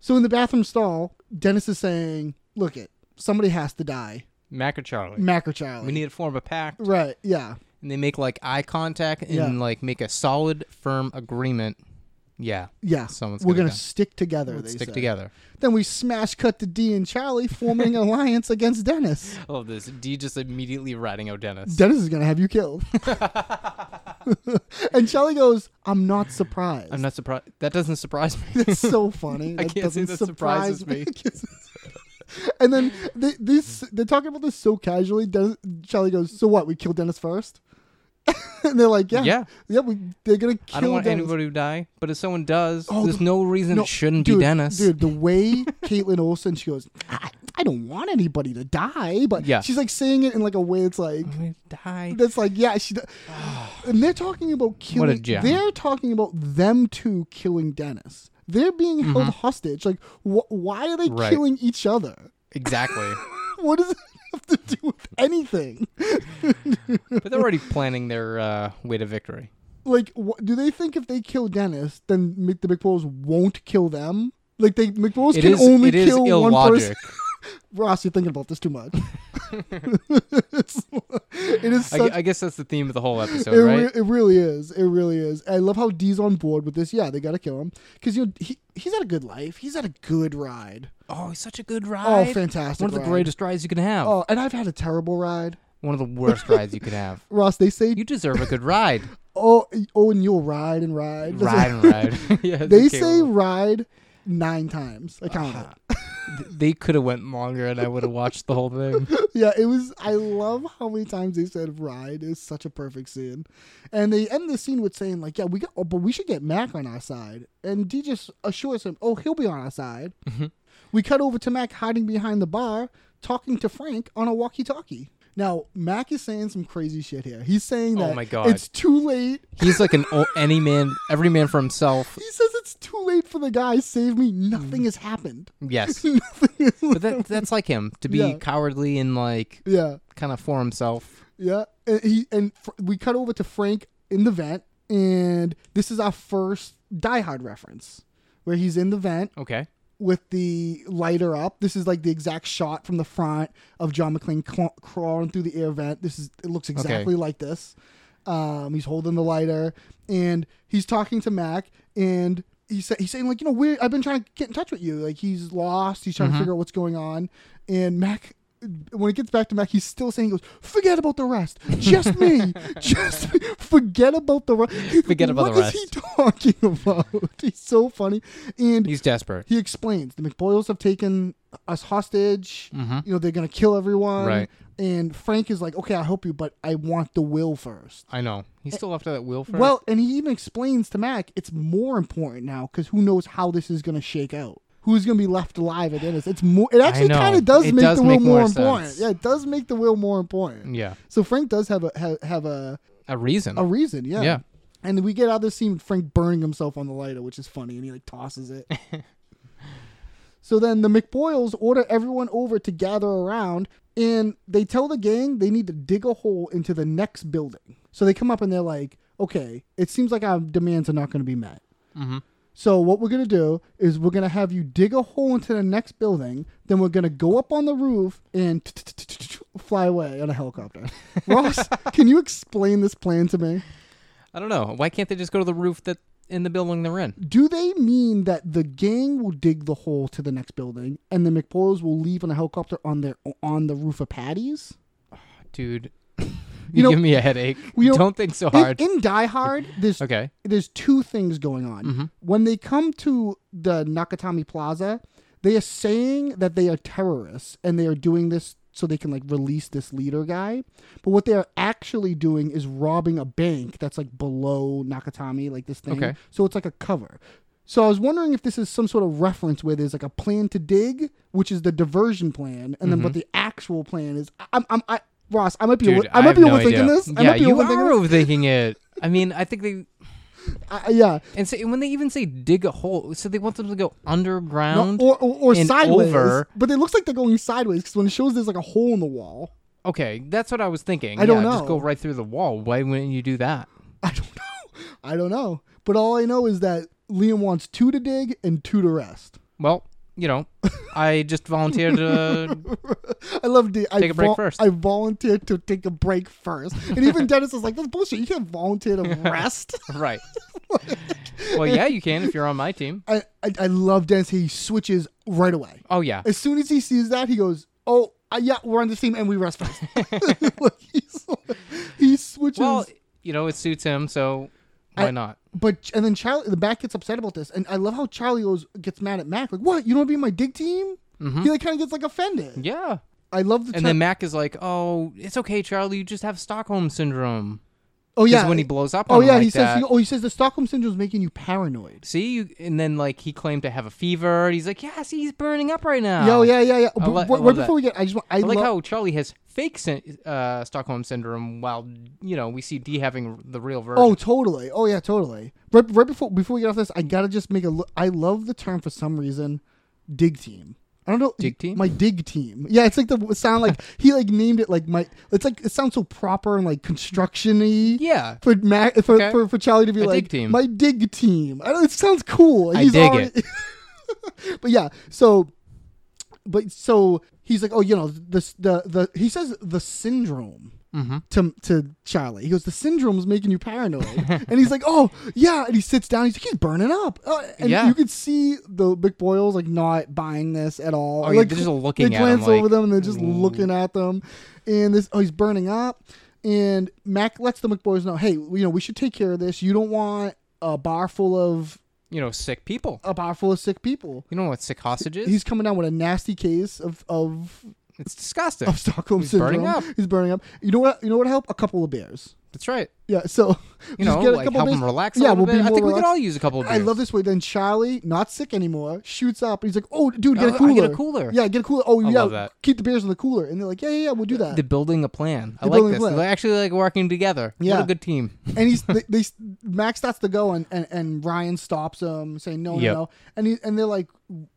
S5: So in the bathroom stall, Dennis is saying, "Look it, somebody has to die,
S1: Mac or Charlie.
S5: Mac or Charlie."
S1: we need to form a pact,
S5: right? Yeah,
S1: and they make like eye contact and
S5: Yeah.
S1: like make a solid, firm agreement. Yeah,
S5: yeah.
S1: Someone's
S5: We're
S1: gonna
S5: gonna
S1: die.
S5: stick together.
S1: let's
S5: they
S1: stick
S5: say.
S1: together.
S5: Then we smash cut to D and Charlie forming an alliance against Dennis.
S1: I love this. D just immediately ratting out Dennis.
S5: Dennis is gonna have you killed. and Charlie goes, "I'm not surprised."
S1: I'm not surprised. That doesn't surprise me.
S5: It's so funny. That
S1: I can't say
S5: doesn't
S1: that
S5: surprise
S1: surprises me.
S5: and then they, this they're talking about this so casually. Dennis, Charlie goes, "So what? We kill Dennis first? and they're like, "Yeah,
S1: Yeah.
S5: yeah, we, they're gonna kill
S1: I don't want
S5: Dennis."
S1: anybody to die, but if someone does,
S5: Oh,
S1: there's
S5: the-
S1: no reason
S5: No,
S1: it shouldn't
S5: dude,
S1: be Dennis.
S5: dude. The way Caitlin Olsen, she goes, I, "I don't want anybody to die," but
S1: Yeah.
S5: she's like saying it in like a way. It's like
S1: We die.
S5: that's like, yeah, she. d- and they're talking about killing.
S1: gem.
S5: They're talking about them two killing Dennis. They're being held hostage. Like, wh- why are they
S1: Mm-hmm. Right.
S5: killing each other?
S1: Exactly.
S5: What does it have to do with anything?
S1: but they're already planning their uh, way to victory.
S5: Like, wh- do they think if they kill Dennis, then Mc- the McBoys won't kill them? Like, they McBoys
S1: It
S5: can
S1: is-
S5: only
S1: it is
S5: kill
S1: ill
S5: one person.
S1: logic.
S5: Ross, you're thinking about this too much. it's, it is
S1: I,
S5: such
S1: gu- I guess that's the theme of the whole episode,
S5: It, re-
S1: right?
S5: it really is. It really is. I love how D's on board with this. Yeah, they gotta kill him because you know he he's had a good life. He's had a good ride.
S1: oh, he's such a good ride.
S5: fantastic
S1: One of the
S5: ride.
S1: greatest rides you can have.
S5: Oh, and I've had a terrible ride,
S1: One of the worst rides you could have.
S5: Ross. They say
S1: You deserve a good ride.
S5: oh oh, and you'll ride and ride. That's
S1: ride
S5: it.
S1: and ride. yeah, it's
S5: They
S1: okay, well,
S5: say
S1: Uh-huh.
S5: ride nine times. I counted.
S1: th- they could have went longer, and I would have watched the whole thing.
S5: yeah, it was. I love how many times they said ride. It's such a perfect scene, and they end the scene with saying like, "Yeah, we got, oh, but we should get Mac on our side." And D just assures him, "Oh, he'll be on our side."
S1: Mm-hmm.
S5: We cut over to Mac hiding behind the bar, talking to Frank on a walkie-talkie. Now, Mac is saying some crazy shit here. He's saying
S1: Oh
S5: that
S1: my God.
S5: it's too late.
S1: He's like an o- any man, every man for himself.
S5: He says it's too late for the guy. Save me. Nothing has happened.
S1: Mm. Yes,
S5: Nothing. has-
S1: but that, that's like him to be
S5: Yeah.
S1: cowardly and like
S5: yeah.
S1: kind of for himself.
S5: Yeah, and he and fr- we cut over to Frank in the vent, and this is our first Die Hard reference, where he's in the vent
S1: Okay.
S5: with the lighter up. This is like the exact shot from the front of John McClane cla- crawling through the air vent. This is it looks exactly like this. Um, he's holding the lighter, and he's talking to Mac, and he sa- he's saying like, you
S1: Mm-hmm.
S5: know, we I've been trying to get in touch with you. Like he's lost. He's trying to figure out what's going on, and Mac when it gets back to Mac, he's still saying, he goes, forget about the rest. Just me. Just me. Forget about the rest.
S1: Forget about the
S5: What is he talking about? He's so funny. And
S1: He's desperate.
S5: he explains the McBoyles have taken us hostage. You know, they're going to kill everyone.
S1: Mm-hmm. Right.
S5: And Frank is like, okay, I'll help you, but I want the will first.
S1: I know. He's still after that will for
S5: Well, and he even explains to Mac it's more important now because who knows how this is going to shake out. Who's going to be left alive at the end? of this. It's more. It actually
S1: know.
S5: kind of does
S1: It
S5: make
S1: does
S5: the will
S1: make
S5: more,
S1: more
S5: important.
S1: sense.
S5: Yeah, it does make the will more important.
S1: Yeah.
S5: So Frank does have a have, have a
S1: a reason.
S5: a reason. Yeah.
S1: Yeah.
S5: And we get out of this scene with Frank burning himself on the lighter, which is funny, and he like tosses it. so then the McBoyles order everyone over to gather around, and they tell the gang they need to dig a hole into the next building. So they come up and they're like, "Okay, it seems like our demands are not going to be met." So what we're gonna do is we're gonna have you dig a hole into the next building. Then we're gonna go up on the roof and fly away on a helicopter. Ross, can you explain this plan to me?
S1: I don't know. Why can't they just go to the roof that in the building they're in?
S5: Do they mean that the gang will dig the hole to the next building and the McBoyles will leave on a helicopter on their on the roof of Patty's?
S1: Dude,
S5: You
S1: you,
S5: know-
S1: give me a headache.
S5: We
S1: don't, think so
S5: in-
S1: hard.
S5: In, Die Hard, there's
S1: Okay. Mm-hmm.
S5: there's two things going on. When they come to the Nakatami Plaza, they are saying that they are terrorists and they are doing this so they can like release this leader guy. But what they are actually doing is robbing a bank that's like below Nakatami, like this thing.
S1: Okay.
S5: So it's like a cover. So I was wondering if this is some sort of reference where there's like a plan to dig, which is the diversion plan, and then but the actual plan is I- I'm I'm I, Ross, I might be
S1: Mm-hmm. Dude,
S5: over- I might
S1: have
S5: be
S1: no
S5: overthinking
S1: idea.
S5: this. I
S1: yeah,
S5: might be
S1: you
S5: overthinking
S1: are
S5: this.
S1: overthinking it. I mean, I think they
S5: I- yeah.
S1: and say, when they even say dig a hole, so they want them to go
S5: No,
S1: underground
S5: or or, or
S1: and
S5: sideways.
S1: over.
S5: But it looks like they're going sideways because when it shows there's like a hole in the wall.
S1: Okay, that's what I was thinking.
S5: I don't
S1: yeah, Just go
S5: know.
S1: right through the wall. Why wouldn't you do that?
S5: I don't know. I don't know. But all I know is that Liam wants two to dig and two to rest.
S1: Well, you know, I just volunteered to.
S5: I love the I
S1: Take a break
S5: vol-
S1: first.
S5: I volunteered to take a break first, and even Dennis is like, "That's bullshit. You can't volunteer to rest."
S1: right. well, yeah, you can if you're on my team.
S5: I, I I love Dennis. He switches right away.
S1: Oh yeah.
S5: As soon as he sees that, he goes, "Oh, uh, yeah, we're on the team, and we rest first." like he's, he switches.
S1: Well, you know, it suits him, so why
S5: I-
S1: not?
S5: But and then Charlie, the Mac gets upset about this, and I love how Charlie goes gets mad at Mac, like, "What? You don't want to be in my dig team?" He like kind of gets like offended.
S1: Mm-hmm. Yeah.
S5: I love the.
S1: And
S5: Char-
S1: then Mac is like, "Oh, it's okay, Charlie. You just have Stockholm syndrome."
S5: oh yeah,
S1: when he blows up
S5: Oh
S1: on him
S5: yeah,
S1: like
S5: he says. He,
S1: that.
S5: oh, he says the Stockholm syndrome is making you paranoid.
S1: See, you, and then like he claimed to have a fever. He's like, "Yeah, see, he's burning up right now."
S5: Yo, yeah, yeah, yeah. But
S1: li- I
S5: right
S1: love
S5: before
S1: that.
S5: we get, I just want. I,
S1: I like
S5: lo-
S1: how Charlie has fake syn- uh, Stockholm syndrome, while you know we see D having the real version.
S5: Oh, totally. Oh yeah, totally. Right, right before before we get off this, I gotta just make a. Lo- I love the term for some reason, dig team. I don't know
S1: Dig team?
S5: My dig team. Yeah, it's like the sound like he like named it like my. It's like it sounds so proper and like constructiony.
S1: Yeah.
S5: For Mac for,
S1: Okay.
S5: for for Charlie to be
S1: A
S5: like
S1: dig team.
S5: my dig team. I don't, it sounds cool.
S1: I dig it.
S5: but yeah, so. But so he's like, oh, you know, the the the he says the syndrome to to Charlie. He goes, the syndrome's making you paranoid, and he's like, oh yeah, and he sits down. He's like, he's burning up, uh, and
S1: Yeah.
S5: you could see the big boils like not buying this at all.
S1: Oh, yeah,
S5: Like,
S1: they're just looking
S5: They
S1: at him,
S5: glance over
S1: like, mm.
S5: them and they're just looking at them, and this oh he's burning up, and Mac lets the McBoys know, hey, you know, we should take care of this. You don't want a bar full of
S1: you know, sick people.
S5: a bar full of sick people.
S1: You know what sick hostage is?
S5: He's coming down with a nasty case of of
S1: it's disgusting.
S5: of Stockholm
S1: He's
S5: syndrome.
S1: burning up.
S5: He's burning up. You know what? You know what help? A couple of beers.
S1: That's right.
S5: Yeah. So
S1: You
S5: just
S1: know,
S5: get a
S1: like,
S5: couple
S1: help
S5: beers.
S1: him relax a
S5: Yeah,
S1: little
S5: we'll
S1: bit.
S5: be
S1: I
S5: more
S1: think we could
S5: relaxed.
S1: all use a couple of
S5: I
S1: beers.
S5: love this way. Then Charlie, not sick anymore, shoots up. He's like, "Oh, dude, get
S1: Oh,
S5: a
S1: I
S5: cooler.
S1: get a cooler.
S5: Yeah, get a cooler. Oh, yeah,
S1: love that.
S5: keep the beers in the cooler." And they're like, "Yeah, yeah, yeah we'll do that."
S1: They're building a plan. I
S5: They're
S1: like
S5: building a
S1: this.
S5: plan.
S1: They're actually like working together.
S5: Yeah.
S1: What a good team.
S5: and he's they, they Max starts to go, and, and and Ryan stops him, saying, "No,
S1: Yep.
S5: no, no." And he and they're like,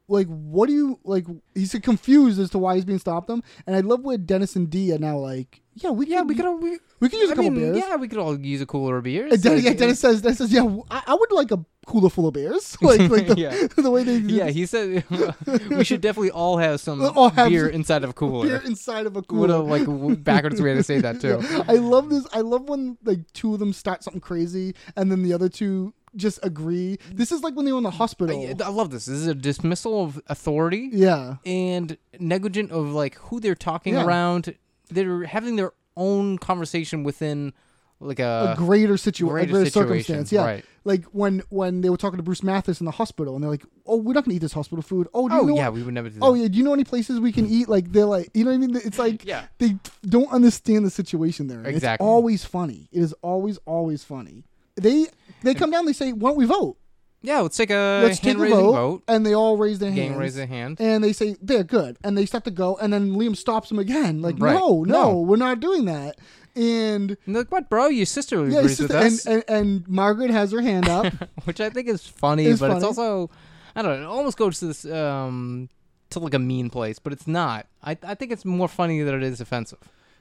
S5: "Like, what do you like?" He's confused as to why he's being stopped. Them, and I love where Dennis and D are now like, "Yeah, we
S1: Yeah,
S5: could-
S1: we could all we,
S5: we could use a
S1: I
S5: couple
S1: mean,
S5: beers."
S1: Yeah, we could all use a cooler of beers.
S5: And Dennis,
S1: Like,
S5: yeah, Dennis says, Dennis says, yeah, w- I, I would like a cooler full of beers. Like, like the,
S1: Yeah.
S5: the way they do
S1: Yeah, he said we should definitely all have some
S5: We'll all have
S1: beer
S5: some
S1: inside of a cooler.
S5: beer inside of a
S1: What a
S5: cooler.
S1: like w- backwards way to say that too.
S5: I love this. I love when like two of them start something crazy, and then the other two just agree. This is like when they were in the hospital.
S1: I, I love this. This is a dismissal of authority
S5: yeah.
S1: and negligent of like who they're talking
S5: Yeah.
S1: around. They're having their own conversation within like a,
S5: a greater, situa-
S1: Uh, greater
S5: a greater
S1: situation,
S5: circumstance. Yeah,
S1: right.
S5: like when when they were talking to Bruce Mathis in the hospital, and they're like, "Oh, we're not gonna eat this hospital food. Oh, do you
S1: Oh,
S5: know
S1: yeah, we would never do
S5: Oh
S1: that.
S5: yeah, do you know any places we can eat? Like they're like, you know what I mean? It's like
S1: Yeah.
S5: they don't understand the situation there.
S1: Exactly.
S5: It's always funny. It is always always funny. They they come down. They say, "Why don't we vote?
S1: yeah. Let's take a
S5: Let's take
S1: hand
S5: a
S1: raising
S5: vote.
S1: vote.
S5: And they all raise their
S1: Gang
S5: hands.
S1: raise their hand.
S5: And they say they're good, and they start to go, and then Liam stops them again. Like,
S1: Right.
S5: no, no,
S1: No.
S5: we're not doing that. And
S1: And they're like, what, bro? Your sister
S5: yeah,
S1: agrees
S5: so-
S1: with
S5: and,
S1: us,
S5: and and Margaret has her hand up.
S1: which I think is funny,
S5: It's
S1: but it's
S5: funny.
S1: also I don't know. It almost goes to this um to like a mean place, but it's not. I I think it's more funny than it is offensive.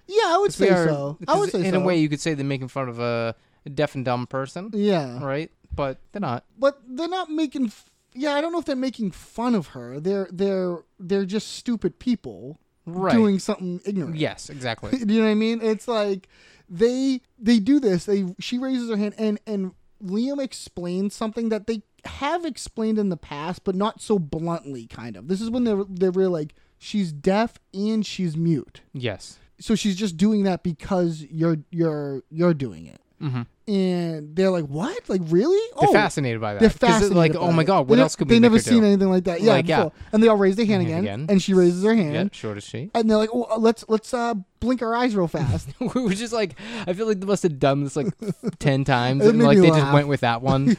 S5: Yeah, I would
S1: They
S5: say
S1: are-
S5: so. I would say
S1: in
S5: so.
S1: a way you could say they're making fun of a deaf and dumb person,
S5: yeah,
S1: right? But they're not.
S5: but they're not making. F- yeah, I don't know if they're making fun of her. They're they're they're just stupid people
S1: Right.
S5: doing something ignorant.
S1: Yes, exactly.
S5: do you know what I mean? It's like they they do this. They she raises her hand and and Liam explains something that they have explained in the past, but not so bluntly. Kind of. This is when they're they're really like she's deaf and she's mute.
S1: yes.
S5: so she's just doing that because you're you're you're doing it and they're like what like really
S1: Mm-hmm. They're
S5: oh
S1: fascinated by that.
S5: they're
S1: 'Cause it's
S5: fascinated
S1: Like,
S5: by
S1: oh my
S5: it.
S1: god, what
S5: They
S1: else
S5: don't-
S1: could we
S5: they
S1: make
S5: never
S1: her
S5: seen
S1: do?
S5: anything like that yeah,
S1: Like, yeah. Mm-hmm,
S5: before. and they all raise their hand again,
S1: again.
S5: and she raises her hand
S1: Yeah, short as she.
S5: and they're like oh, let's let's uh blink our eyes real fast
S1: we were just like, I feel like they must have done this like ten times,
S5: It
S1: and
S5: made
S1: like
S5: me
S1: they
S5: laugh.
S1: just went with that one.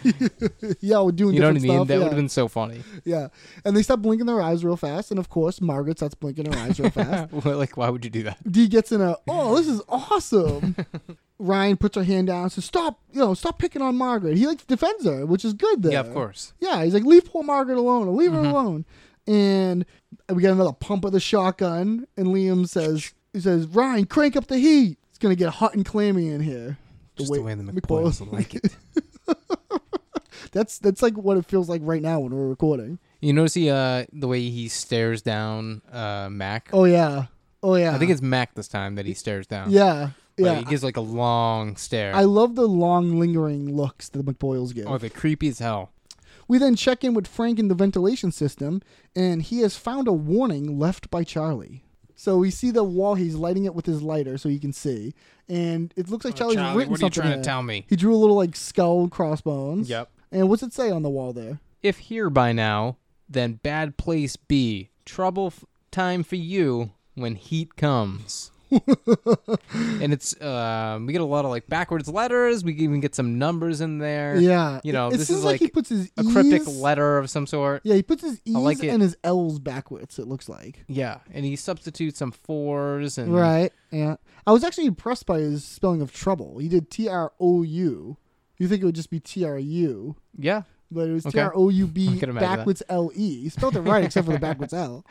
S5: yeah we're doing
S1: You know what I
S5: different
S1: mean?
S5: stuff
S1: that
S5: yeah.
S1: would have been so funny.
S5: yeah and they stop blinking their eyes real fast and of course Margaret starts blinking her eyes real fast
S1: Well, like, why would you do that?
S5: D gets in a oh this is awesome. Ryan puts her hand down and says stop you know stop picking on Margaret. He like defends her which is good there.
S1: Yeah, of course. Mm-hmm.
S5: Yeah he's like leave poor Margaret alone or leave her alone. And we get another pump of the shotgun and Liam says he says Ryan crank up the heat. It's gonna get hot and clammy in here.
S1: Just the way the McBoyles would like it.
S5: That's that's like what it feels like right now when we're recording.
S1: You notice he, uh, the way he stares down uh, Mac.
S5: Oh yeah. Oh yeah.
S1: I think it's Mac this time that he stares down.
S5: yeah.
S1: Like,
S5: Yeah.
S1: he gives like a long stare.
S5: I love the long lingering looks that the McBoyles give.
S1: oh, they're creepy as hell.
S5: We then check in with Frank in the ventilation system, and he has found a warning left by Charlie. So we see the wall. He's lighting it with his lighter, so you can see, and it looks like Charlie's
S1: Uh, Charlie,
S5: written
S1: what are you
S5: something.
S1: trying to
S5: there.
S1: tell me?
S5: He drew a little like skull crossbones.
S1: Yep.
S5: And what's it say on the wall there?
S1: If here by now, then bad place be. Trouble f- time for you when heat comes. and it's um, we get a lot of like backwards letters. We even get some numbers in there.
S5: Yeah.
S1: you know
S5: it, it
S1: this
S5: seems
S1: is
S5: like,
S1: like,
S5: he puts his
S1: a cryptic
S5: E's-
S1: letter of some sort.
S5: Yeah, he puts his E's
S1: like it.
S5: and his L's backwards. It looks like.
S1: Yeah, and he substitutes some fours and
S5: Right. Yeah. I was actually impressed by his spelling of trouble. He did T R O U. You think it would just be T R U?
S1: yeah.
S5: But it was T
S1: Okay.
S5: R O U
S1: I
S5: B
S1: can imagine that.
S5: backwards L E. You spelled it right except for the backwards L.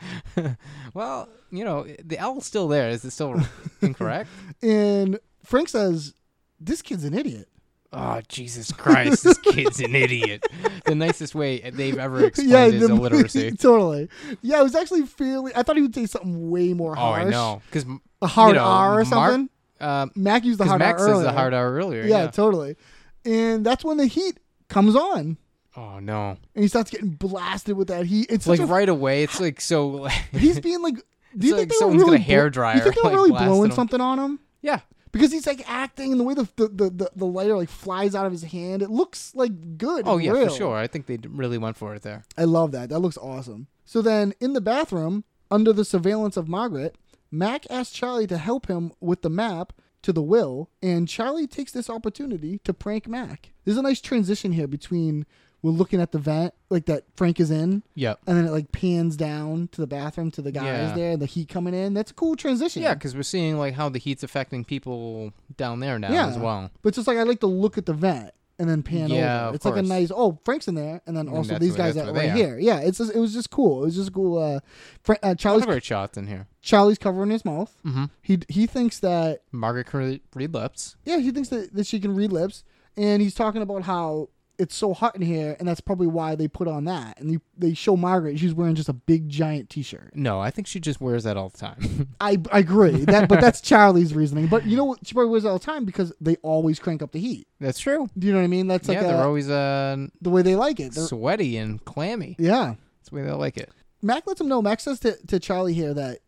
S1: Well, you know the L's still there. Is it still incorrect?
S5: And Frank says, This kid's an idiot.
S1: Oh Jesus Christ! This kid's an idiot. The nicest way they've ever explained his
S5: the-
S1: illiteracy.
S5: totally. Yeah, it was actually fairly. I thought he would say something way more
S1: Oh,
S5: harsh.
S1: I know. Because
S5: A hard R or something.
S1: Mark, um,
S5: Mac used the
S1: 'cause
S5: hard
S1: Max
S5: R
S1: says
S5: earlier.
S1: the hard R earlier.
S5: yeah,
S1: Yeah.
S5: totally. And that's when the heat comes on,
S1: oh no!
S5: and he starts getting blasted with that heat. It's
S1: Like
S5: such a
S1: right away, it's like so.
S5: He's being like, do you
S1: It's
S5: think
S1: like
S5: they
S1: someone's
S5: were really
S1: got a
S5: blo-
S1: hairdryer,
S5: You think they were
S1: like,
S5: really
S1: blasting
S5: blowing
S1: him.
S5: something on him?
S1: yeah.
S5: Because he's like acting, and the way the the, the, the the lighter like flies out of his hand, it looks like good.
S1: Oh
S5: and
S1: yeah,
S5: real.
S1: for sure. I think they d- really went for it there.
S5: I love that. That looks awesome. So then, in the bathroom, under the surveillance of Margaret, Mac asks Charlie to help him with the map to the will, and Charlie takes this opportunity to prank Mac. There's a nice transition here between we're looking at the vent like that Frank is in,
S1: Yep.
S5: and then it like pans down to the bathroom to the guys
S1: Yeah.
S5: there and the heat coming in. That's a cool transition.
S1: Yeah, because we're seeing like how the heat's affecting people down there now
S5: yeah,
S1: as well.
S5: But it's just like I like to look at the vent and then pan
S1: Yeah,
S5: over.
S1: of
S5: It's like a
S1: course.
S5: nice oh Frank's in there, and then also
S1: that's
S5: these
S1: where-
S5: guys
S1: that's
S5: that
S1: where they
S5: right
S1: are.
S5: here. Yeah, it's just, it was just cool. It was just cool. Uh, Fra-
S1: A
S5: uh
S1: lot
S5: Charlie's
S1: of great shots in here.
S5: Charlie's covering his mouth.
S1: Mm-hmm.
S5: He he thinks that
S1: Margaret can re- read lips.
S5: yeah he thinks that, that she can read lips, and he's talking about how it's so hot in here, and that's probably why they put on that. And they, they show Margaret; she's wearing just a big giant T-shirt.
S1: No, I think she just wears that all the time.
S5: I, I agree that, but that's Charlie's reasoning. But you know what? She probably wears it all the time because they always crank up the heat.
S1: That's true.
S5: Do you know what I mean? That's like
S1: yeah, they're
S5: a-
S1: always uh,
S5: the way they like it. They're-
S1: sweaty and clammy.
S5: yeah,
S1: That's the way they like it.
S5: Mac lets him know. Mac says to, to Charlie here that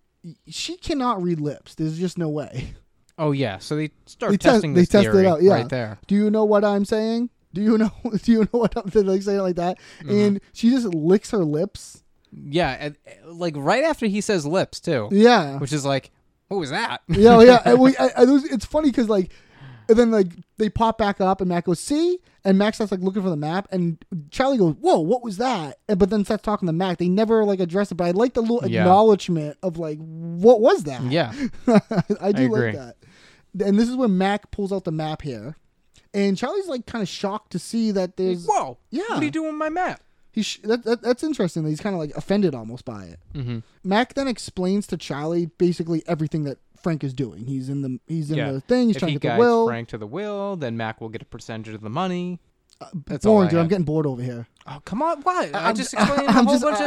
S5: she cannot read lips. There's just no way.
S1: Oh yeah, so they start
S5: They test,
S1: testing
S5: they
S1: this
S5: test
S1: theory
S5: it out. Yeah.
S1: right there.
S5: Do you know what I'm saying? Do you know? Do you know what I'm saying? Like saying it like that,
S1: Mm-hmm.
S5: and she just licks her lips.
S1: Yeah, and, uh, like right after he says lips too,
S5: Yeah.
S1: which is like, what was that?
S5: yeah, oh, yeah. And we, I, I, it was- it's funny because like, and then like they pop back up, and Mac goes see, and Mac starts like looking for the map, and Charlie goes, "Whoa, what was that?" And, but then starts talking to Mac. They never like address it, but I like the little
S1: Yeah.
S5: acknowledgement of like, "What was that?"
S1: yeah,
S5: I do
S1: agree.
S5: like that. And this is when Mac pulls out the map here, and Charlie's like kind of shocked to see that there's
S1: whoa,
S5: Yeah.
S1: what are you doing with my map?
S5: he sh- that, that, that's interesting. that He's kind of like offended almost by it. Mm-hmm. Mac then explains to Charlie basically everything that Frank is doing. He's in the he's in
S1: yeah,
S5: the thing. He's
S1: if
S5: trying
S1: he
S5: to get
S1: guides
S5: the will.
S1: Frank to the will, then Mac will get a percentage of the money. That's all I
S5: Boring, dude. I'm
S1: had.
S5: getting bored over here.
S1: Oh come on! What? I
S5: I'm-
S1: just explained a
S5: I'm
S1: whole
S5: just-
S1: bunch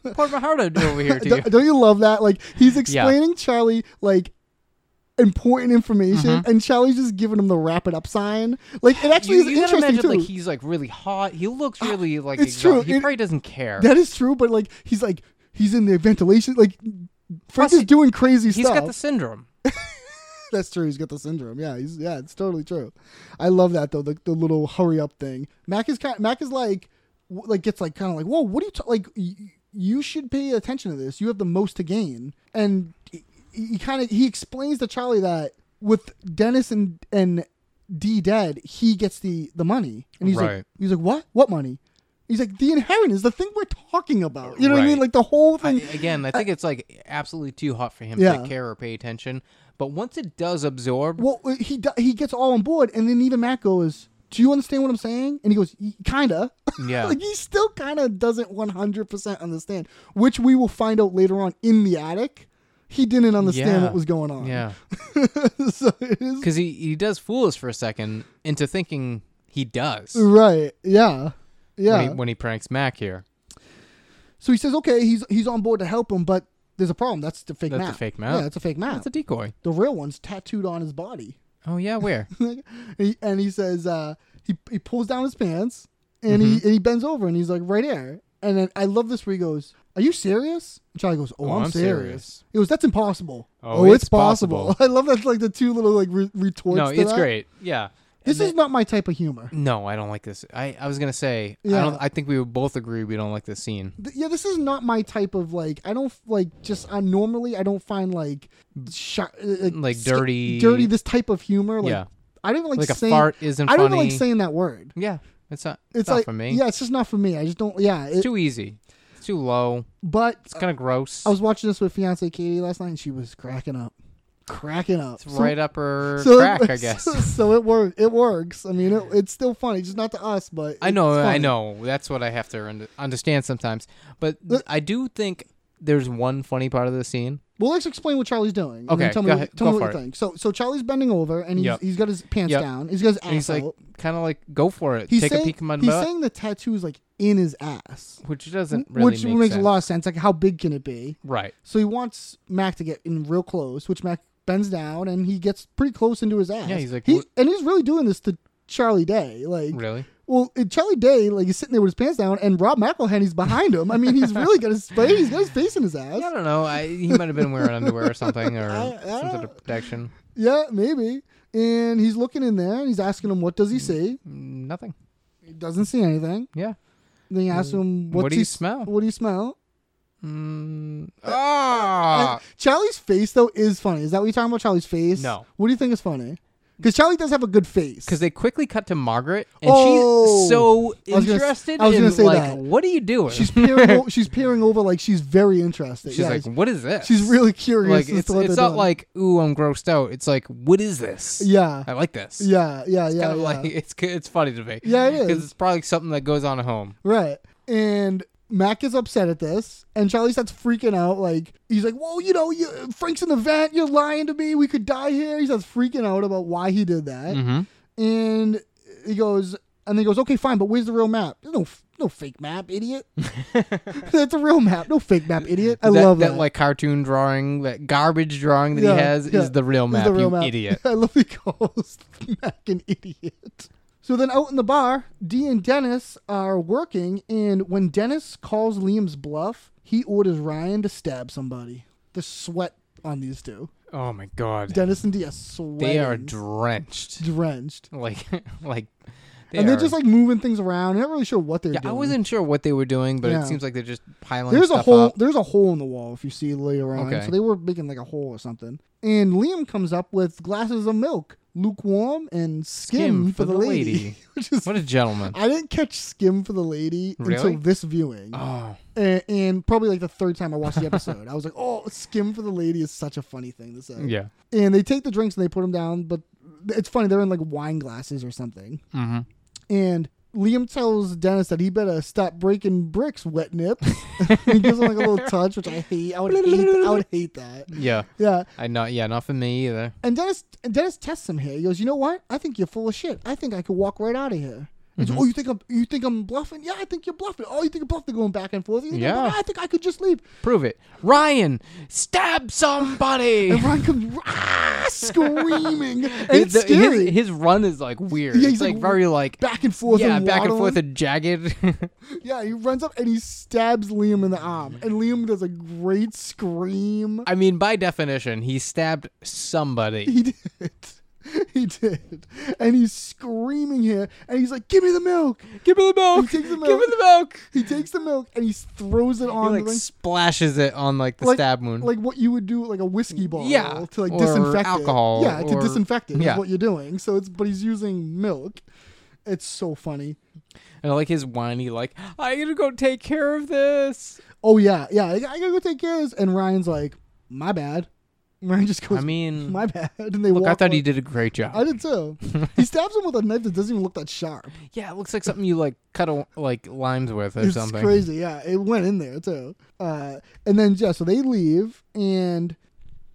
S1: of poured my heart out over here to you.
S5: Don't, don't you love that? Like he's explaining Charlie like important information, and Charlie's just giving him the wrap it up sign. Like it actually
S1: Mm-hmm. You,
S5: is
S1: you gotta
S5: interesting
S1: imagine
S5: too. Uh,
S1: like he's like really hot. He looks really like
S5: It's
S1: exha-
S5: true.
S1: He
S5: It-
S1: probably doesn't care.
S5: that is true, but like he's like he's in the ventilation. Like Frank
S1: Plus,
S5: is
S1: he-
S5: doing crazy
S1: He's
S5: stuff.
S1: got the syndrome.
S5: That's true. He's got the syndrome. Yeah, he's yeah. It's totally true. I love that though. The, the little hurry up thing. Mac is kind. Mac is like, w- like gets like kind of like, whoa, what are you ta- like? Y- you should pay attention to this. You have the most to gain. And he, he kind of he explains to Charlie that with Dennis and and D dead, he gets the the money. And he's
S1: Right.
S5: like, he's like, what? What money? He's like, the inheritance, the thing we're talking about. You know what I mean?
S1: Right.
S5: Like the whole
S1: I,
S5: thing.
S1: again, I think it's like absolutely too hot for him
S5: Yeah.
S1: to care or pay attention. But once it does absorb,
S5: well he do- he gets all on board and then even matt goes do you understand what i'm saying and he goes "Y- kinda
S1: Yeah.
S5: like he still kinda doesn't 100% understand which we will find out later on in the attic he didn't understand
S1: Yeah.
S5: what was going on
S1: yeah,
S5: so it is
S1: because he he does fool us for a second into thinking he does
S5: right yeah yeah
S1: when, he, when he pranks Mac here.
S5: so he says okay he's he's on board to help him but there's a problem that's the fake
S1: That's
S5: map
S1: a fake map.
S5: yeah that's a fake map
S1: That's a decoy.
S5: the real one's tattooed on his body
S1: Oh yeah, where?
S5: Like, he- and he says uh, he he pulls down his pants and he
S1: Mm-hmm.
S5: and he bends over and he's like right there. And then I love this where he goes, "Are you serious?" And Charlie goes, "Oh, I'm, serious. He goes, "That's impossible."
S1: Oh, it's possible.
S5: I love that's like the two little like re- retorts.
S1: no,
S5: to
S1: it's
S5: that.
S1: great. Yeah.
S5: This is not my type of humor.
S1: No, I don't like this. I, I was gonna say
S5: Yeah.
S1: I don't. I think we would both agree we don't like this scene.
S5: Th- Yeah, this is not my type of like. I don't f- like just. I normally I don't find like, sh- uh,
S1: Like
S5: sca-
S1: dirty-
S5: dirty. This type of humor. Like,
S1: Yeah.
S5: I don't even like,
S1: Like a
S5: saying,
S1: fart isn't
S5: I don't even
S1: funny.
S5: like saying that word.
S1: Yeah, it's not. It's,
S5: It's
S1: not
S5: like
S1: for me.
S5: Yeah, it's just not for me. I just don't. Yeah, it,
S1: it's too easy. It's too low.
S5: but
S1: It's kind of gross.
S5: I was watching this with fiance Katie last night, and she was cracking up, cracking up.
S1: it's right up her
S5: so-
S1: crack, I guess.
S5: So, so it works. It works. I mean, it, it's still funny, just not to us, but
S1: I know,
S5: it's
S1: I
S5: funny.
S1: know. That's what I have to un- understand sometimes. But I do think there's one funny part of the scene.
S5: Well, let's explain what Charlie's doing. and
S1: Okay,
S5: then tell me,
S1: go
S5: what-
S1: ahead.
S5: tell
S1: Go
S5: me what
S1: for
S5: you
S1: it.
S5: think. So, so Charlie's bending over, and he's,
S1: Yep.
S5: he's got his pants
S1: Yep.
S5: down. He's got his ass
S1: And he's like,
S5: out.
S1: kind of like, go for it.
S5: He's
S1: Take
S5: saying,
S1: a peek at my
S5: he's
S1: butt,
S5: saying the tattoo is like in his ass,
S1: which doesn't really
S5: which
S1: make
S5: makes
S1: sense.
S5: a lot of sense. Like, how big can it be?
S1: Right.
S5: So he wants Mac to get in real close, which Mac bends down and he gets pretty close into his ass.
S1: Yeah, he's like,
S5: he,
S1: "What-"
S5: and he's really doing this to Charlie Day. Like,
S1: Really?
S5: Well, and Charlie Day, like, he's sitting there with his pants down, and Rob McElhenney's behind him. I mean, he's really got his face. He's got his face in his ass.
S1: I
S5: Yeah,
S1: don't know. I, he might have been wearing underwear or something, or
S5: I- I
S1: some
S5: don't-
S1: sort of protection.
S5: maybe. And he's looking in there, and he's asking him, "What does he see?"
S1: Nothing.
S5: He doesn't see anything.
S1: Yeah.
S5: Then he asks him, What's
S1: Mm. do
S5: he
S1: you
S5: s-
S1: smell?"
S5: What do you smell?"
S1: Mm. Ah.
S5: Uh, And Charlie's face though is funny. Is that what you're talking about? Charlie's face?
S1: No.
S5: What do you think is funny? Because Charlie does have a good face.
S1: because they quickly cut to Margaret, and
S5: Oh.
S1: she's so
S5: I was gonna s-
S1: interested.
S5: I was gonna
S1: in,
S5: say
S1: like,
S5: that.
S1: What are you doing?
S5: She's peering. o- she's peering over like she's very interested.
S1: She's
S5: yeah,
S1: like, what is this?
S5: she's really curious.
S1: like
S5: as to
S1: it's,
S5: what
S1: it's
S5: they're
S1: not
S5: doing.
S1: like ooh I'm grossed out. It's like what is this?
S5: Yeah.
S1: I like this.
S5: yeah, yeah, yeah,
S1: kind of
S5: yeah.
S1: like it's it's funny to me.
S5: Yeah, it is.
S1: because it's probably something that goes on at home.
S5: right. And Mac is upset at this, and Charlie starts freaking out. Like he's like, "Well, you know, you, Frank's in the vent. You're lying to me. We
S1: Mm-hmm.
S5: could die here." He starts freaking out about why he did that, and he goes, And then he goes, okay, fine, but where's the real map? There's no, f- no fake map, idiot. That's a real map, no fake map, idiot. I
S1: that,
S5: love
S1: that,
S5: that.
S1: like cartoon drawing, that garbage drawing that he
S5: Yeah,
S1: has
S5: yeah,
S1: is the real
S5: is
S1: map,
S5: real
S1: you idiot.
S5: I love he calls Mac an idiot. So then out in the bar, Dee and Dennis are working, and when Dennis calls Liam's bluff, he orders Ryan to stab somebody. The sweat on these two.
S1: Oh my god.
S5: Dennis and Dee are sweating.
S1: they are drenched.
S5: drenched.
S1: Like like they
S5: and they're
S1: are-
S5: just like moving things around. They're not really sure what they're
S1: Yeah,
S5: doing.
S1: I wasn't sure what they were doing, but
S5: Yeah.
S1: it seems like they're just piling
S5: there's
S1: stuff
S5: a hole
S1: up.
S5: there's a hole in the wall if you see later on.
S1: Okay.
S5: So they were making like a hole or something. And Liam comes up with glasses of milk, lukewarm and skim, for, the, lady. Which is
S1: What a gentleman.
S5: I didn't catch skim for the lady
S1: Really?
S5: until this viewing.
S1: oh.
S5: And, and probably like the third time I watched the episode. I was like, "Oh, skim for the lady is such a funny thing to say."
S1: Yeah.
S5: And they take the drinks and they put them down, but it's funny they're in like wine glasses or something.
S1: Mhm.
S5: And Liam tells Dennis that he better stop breaking bricks, wet nip. he gives him like a little touch, which I hate. I would hate. I would hate that.
S1: Yeah.
S5: Yeah.
S1: I not yeah, not for me either.
S5: And Dennis and Dennis tests him here. He goes, "You know what? I think you're full of shit. I think I could walk right out of here." He's,
S1: Mm-hmm.
S5: oh, you think I'm you think I'm bluffing? Yeah, I think you're bluffing. Oh, you think I'm bluffing? They're going back and forth. You think I'm
S1: Yeah.
S5: bluffing? I think I could just leave.
S1: Prove it. Ryan, stab
S5: And
S1: somebody.
S5: Ron comes ah, screaming. And
S1: His-
S5: it's
S1: the- his,
S5: scary.
S1: his run is like weird.
S5: Yeah,
S1: it's
S5: he's,
S1: like,
S5: like,
S1: very like
S5: back and forth.
S1: yeah,
S5: and
S1: back and
S5: waddling.
S1: forth and jagged.
S5: Yeah, he runs up and he stabs Liam in the arm, and Liam does a great scream.
S1: I mean, by definition, he stabbed somebody.
S5: He did. He did. And he's screaming here, and he's like, "Give me the milk!"
S1: Give me the milk.
S5: He takes the
S1: Give
S5: milk.
S1: me the milk.
S5: He takes the milk and he throws it
S1: He
S5: on
S1: like
S5: the
S1: splashes it on like the
S5: like,
S1: stab wound.
S5: like what you would do like a whiskey bottle
S1: Yeah,
S5: to like
S1: or
S5: disinfect
S1: alcohol,
S5: it. Yeah, to
S1: or-
S5: disinfect it is
S1: yeah.
S5: what you're doing. So it's but he's using milk. It's so funny.
S1: and like his whiny, like I gotta go take care of this.
S5: Oh yeah, yeah. I, I gotta go take care of this. And Ryan's like, my bad. Ryan just goes,
S1: I mean,
S5: my bad. And they
S1: look,
S5: walk.
S1: I thought he
S5: away.
S1: did a great job.
S5: I did too. he stabs him with a knife that doesn't even look that sharp.
S1: yeah, it looks like something you like cut a, like limes with or
S5: It's
S1: something.
S5: crazy. Yeah, it went in there too. Uh, and then yeah, so they leave, and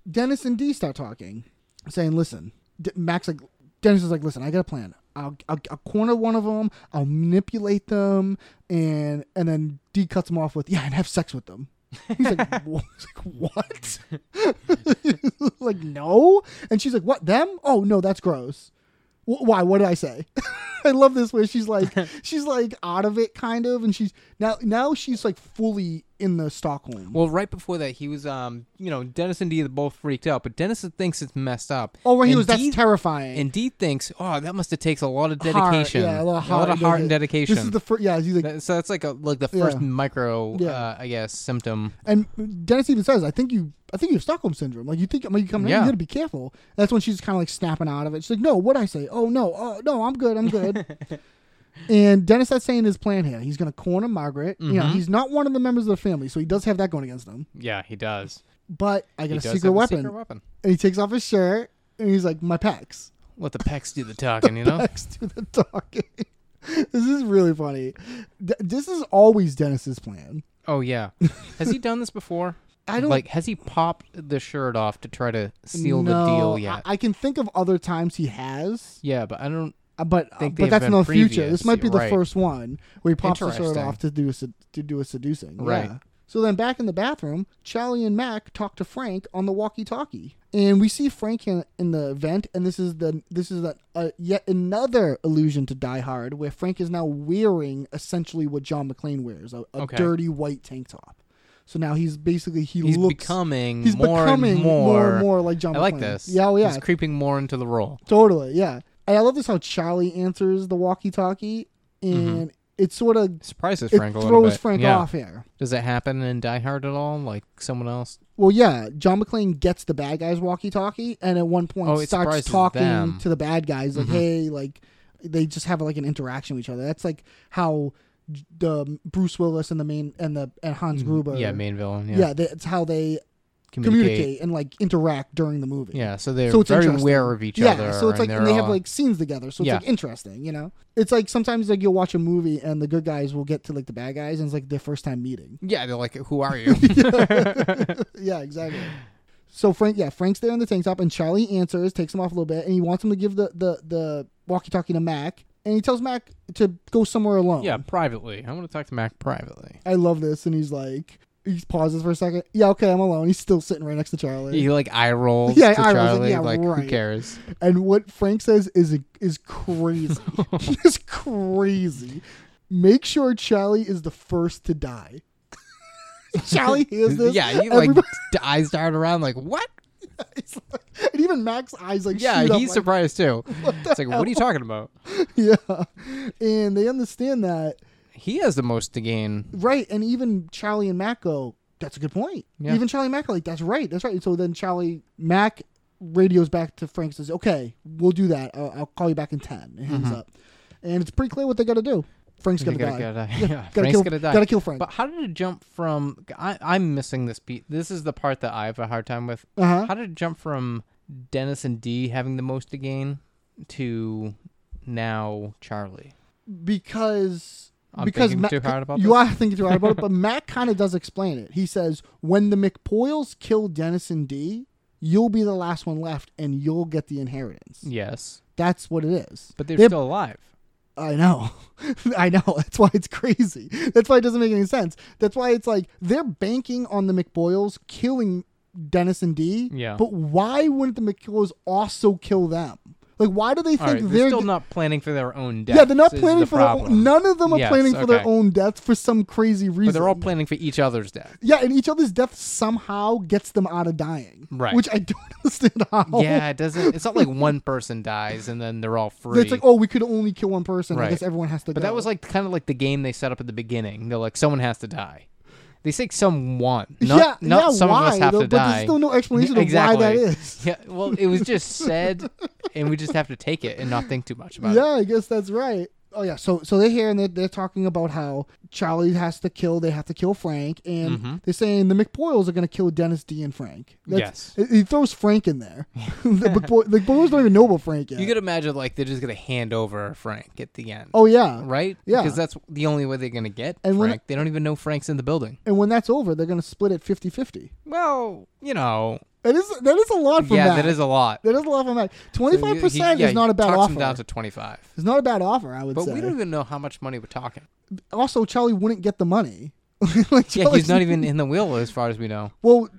S5: Dennis and Dee start talking, saying, "Listen, D- Max like Dennis is like, listen, I got a plan. I'll, I'll I'll corner one of them. I'll manipulate them, and and then Dee cuts him off with, yeah, and have sex with them." He's like, "Wha- he's like what? like no, and she's like, what them? Oh no, that's gross. Wh- why? What did I say? I love this where she's like, she's like out of it kind of, and she's now now she's like fully in the Stockholm.
S1: Well, right before that, he was, um, you know, Dennis and Dee are both freaked out, but Dennis thinks it's messed up.
S5: oh, where he
S1: And
S5: was, that's
S1: Dee-
S5: terrifying.
S1: And Dee thinks, oh, that must have takes a lot of
S5: Heart,
S1: dedication,
S5: yeah, a lot of heart,
S1: of heart and dedication.
S5: This is the first, yeah. He's like,
S1: That- so that's like a like the first
S5: Yeah.
S1: micro,
S5: Yeah.
S1: uh, I guess, symptom.
S5: and Dennis even says, I think you, I think you have Stockholm syndrome. Like you think, like you come, in,
S1: Yeah.
S5: you gotta be careful. That's when she's kind of like snapping out of it. She's like, no, what I say? Oh no, oh no, I'm good, I'm good. and Dennis that's saying his plan here. He's gonna corner Margaret. You
S1: Mm-hmm.
S5: know, he's not one of the members of the family, so he does have that going against him.
S1: Yeah, he does.
S5: But I got
S1: He
S5: a
S1: does
S5: secret
S1: have
S5: weapon.
S1: A secret weapon.
S5: and he takes off his shirt and he's like, "My pecs."
S1: Let the pecs do the talking, you know.
S5: Next to the talking. this is really funny. Th- this is always Dennis's plan.
S1: Oh yeah. Has he done this before?
S5: I don't-
S1: like. Has he popped the shirt off to try to seal
S5: No,
S1: the deal
S5: I-
S1: yet?
S5: I, can think of other times he has,
S1: yeah, but I don't.
S5: uh, but uh,
S1: Think
S5: but
S1: they've
S5: that's in
S1: been
S5: the future.
S1: previous,
S5: This might be the
S1: right.
S5: first one where he pops the shirt
S1: Interesting.
S5: off to do a sed- to do a seducing. Yeah.
S1: Right.
S5: So then back in the bathroom, Charlie and Mac talk to Frank on the walkie-talkie, and we see Frank in, in the vent. And this is the this is the, uh, yet another allusion to Die Hard, where Frank is now wearing essentially what John McClane wears, a, a
S1: Okay.
S5: dirty white tank top. So now he's basically he
S1: He's
S5: looks
S1: becoming
S5: he's
S1: more
S5: becoming
S1: and more,
S5: and more like John.
S1: I like
S5: McClane.
S1: this.
S5: Yeah, oh, yeah,
S1: He's creeping more into the role.
S5: totally, yeah. And I love this how Charlie answers the walkie-talkie,
S1: Mm-hmm.
S5: and it sort of
S1: Surprises
S5: it
S1: Frank a little
S5: throws
S1: bit.
S5: Frank
S1: Yeah.
S5: off here.
S1: Does it happen in Die Hard at all? Like someone else?
S5: Well, yeah, John McClane gets the bad guys walkie-talkie, and at one point
S1: Oh, it
S5: starts
S1: surprises
S5: talking
S1: them. Mm-hmm.
S5: to the bad guys, like, "Hey, like." They just have like an interaction with each other. That's like how j- the Bruce Willis and the main and the and Hans Gruber.
S1: Mm-hmm. Yeah, main villain. Yeah,
S5: yeah. that's how they
S1: Communicate.
S5: communicate. and like interact during the movie.
S1: Yeah, so they're
S5: So it's
S1: very
S5: interesting.
S1: aware of each
S5: yeah,
S1: other.
S5: so it's like and
S1: they're
S5: they have
S1: all-
S5: like scenes together, so it's
S1: Yeah.
S5: like interesting, you know. It's like sometimes like you'll watch a movie and the good guys will get to like the bad guys and it's like their first time meeting.
S1: yeah, they're like, who are you?
S5: yeah, exactly. So Frank, yeah, Frank's there in the tank top, and Charlie answers, takes him off a little bit, and he wants him to give the the the walkie-talkie to Mac, and he tells Mac to go somewhere alone.
S1: Yeah, privately. I want to talk to Mac privately.
S5: I love this. And he's like, he pauses for a second. Yeah, okay, I'm alone. He's still sitting right next to Charlie.
S1: He like eye rolls
S5: Yeah,
S1: to
S5: eye rolls, like,
S1: Charlie.
S5: yeah,
S1: like who
S5: right.
S1: cares?
S5: And what Frank says is is crazy. it's crazy. Make sure Charlie is the first to die. Charlie hears this.
S1: yeah, you like
S5: Everybody-
S1: d- eyes dart around like what?
S5: it's like- and even Mac's eyes like
S1: Yeah,
S5: shoot up,
S1: he's
S5: like,
S1: surprised too. It's like, what are you talking about?
S5: yeah, and they understand that
S1: He has the most to gain.
S5: right. And even Charlie and Mac go, "That's a good point."
S1: Yeah.
S5: Even Charlie and Mac are like, "That's right, that's right." So then Charlie Mac radios back to Frank says, "Okay, we'll do that. I'll, I'll call you back in 10. And hangs up, and it's pretty clear what they got to do. Frank's
S1: He's
S5: gonna,
S1: gonna
S5: die.
S1: Mm-hmm. gotta die.
S5: Yeah,
S1: Yeah,
S5: gotta
S1: Frank's
S5: kill,
S1: gonna die.
S5: Gotta kill Frank.
S1: But how did it jump from? I, I'm missing this beat. This is the part that I have a hard time with.
S5: Uh-huh.
S1: How did it jump from Dennis and D having the most to gain to now Charlie?
S5: because
S1: I'm
S5: because
S1: thinking too hard about
S5: you
S1: this?
S5: are thinking too hard about it, but Matt kind of does explain it. He says when the McPoyles kill Dennis and D, you'll be the last one left, and you'll get the inheritance.
S1: Yes,
S5: That's what it is.
S1: but they're
S5: They're-
S1: still alive.
S5: I know, I know. That's why it's crazy. That's why it doesn't make any sense. That's why it's like they're banking on the McBoyles killing Dennis and D.
S1: Yeah.
S5: But why wouldn't the McBoyles also kill them? Like, why do they think
S1: All right,
S5: they're,
S1: they're, still not planning for their own death.
S5: Yeah, they're not planning for their own, none of them are
S1: Yes,
S5: planning for their
S1: okay.
S5: own death for some crazy reason.
S1: But they're all planning for each other's death.
S5: yeah, and each other's death somehow gets them out of dying.
S1: Right.
S5: Which I don't understand how.
S1: Yeah, it doesn't. It's not like one person dies and then they're all free.
S5: Oh. It's like, oh, we could only kill one person.
S1: Right.
S5: I guess everyone has to
S1: But
S5: go.
S1: that was like kind of like the game they set up at the beginning. They're like, someone has to die. They say someone, not
S5: yeah,
S1: not
S5: yeah,
S1: some
S5: why?
S1: of us have
S5: though?
S1: to
S5: but
S1: die.
S5: there's still no explanation
S1: Yeah,
S5: of why that is.
S1: Yeah, well, it was just said, and we just have to take it and not think too much about
S5: Yeah, I guess that's right. Oh yeah, so so they're here and they're, they're talking about how Charlie has to kill. They have to kill Frank, and
S1: Mm-hmm.
S5: they're saying the McBoyles are going to kill Dennis D and Frank.
S1: Yes.
S5: he throws Frank in there. the McBoy, the McBoyles don't even know about Frank yet.
S1: it. You could imagine like they're just gonna hand over Frank at the end.
S5: oh yeah,
S1: right?
S5: Yeah.
S1: because that's the only way they're gonna get
S5: And when-
S1: Frank. they don't even know Frank's in the building.
S5: And when that's over, they're going to split it 50-50.
S1: Well, you know,
S5: That is that is a lot for
S1: yeah,
S5: Mac.
S1: that is a lot.
S5: that is a lot for Mac. Twenty five percent
S1: He- yeah,
S5: is not a bad
S1: talks
S5: offer.
S1: him down to twenty five.
S5: it's not a bad offer, I would
S1: But
S5: say.
S1: we don't even know how much money we're talking.
S5: also, Charlie wouldn't get the money.
S1: Yeah, he's
S5: like, Charlie's-
S1: not even in the wheel as far as we know.
S5: Well,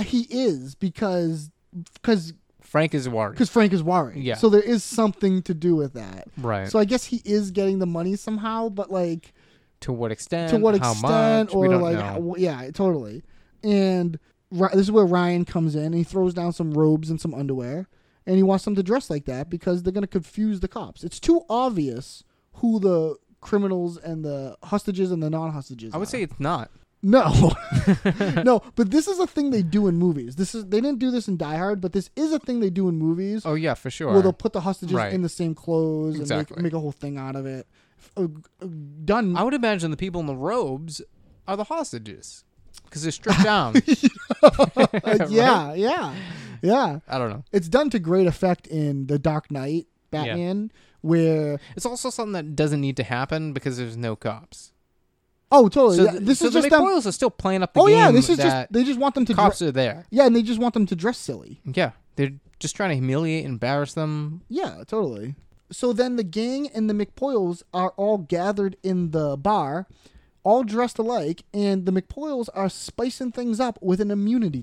S5: he is because because
S1: Frank is worried.
S5: because Frank is worried.
S1: Yeah.
S5: So there is something to do with that.
S1: Right.
S5: So I guess he is getting the money somehow, but like
S1: to what extent?
S5: to what
S1: how
S5: extent
S1: much?
S5: or
S1: we don't
S5: like
S1: know.
S5: how- yeah, totally. And Ri- this is where Ryan comes in and he throws down some robes and some underwear and he wants them to dress like that because they're going to confuse the cops. It's too obvious who the criminals and the hostages and the non-hostages
S1: I would
S5: are.
S1: say it's not.
S5: No, no. But this is a thing they do in movies. This is they didn't do this in Die Hard, but this is a thing they do in movies.
S1: Oh yeah, for sure.
S5: Where they'll put the hostages
S1: Right.
S5: in the same clothes and
S1: Exactly.
S5: make, make a whole thing out of it. F- uh, uh, done.
S1: I would imagine the people in the robes are the hostages because they're stripped down.
S5: Uh, yeah, yeah, yeah.
S1: I don't know.
S5: It's done to great effect in the Dark Knight Batman, where
S1: It's also something that doesn't need to happen because there's no cops.
S5: oh totally.
S1: So
S5: yeah,
S1: th-
S5: this
S1: so
S5: is
S1: the
S5: just them.
S1: McFoyles are still playing up the
S5: Oh
S1: game.
S5: yeah, this is
S1: that
S5: just they just want them to
S1: cops
S5: dre-
S1: are there.
S5: yeah, and they just want them to dress silly.
S1: Yeah, they're just trying to humiliate, embarrass them.
S5: Yeah, totally. So then the gang and the McPoyles are all gathered in the bar, all dressed alike, and the McPoyles are spicing things up with an immunity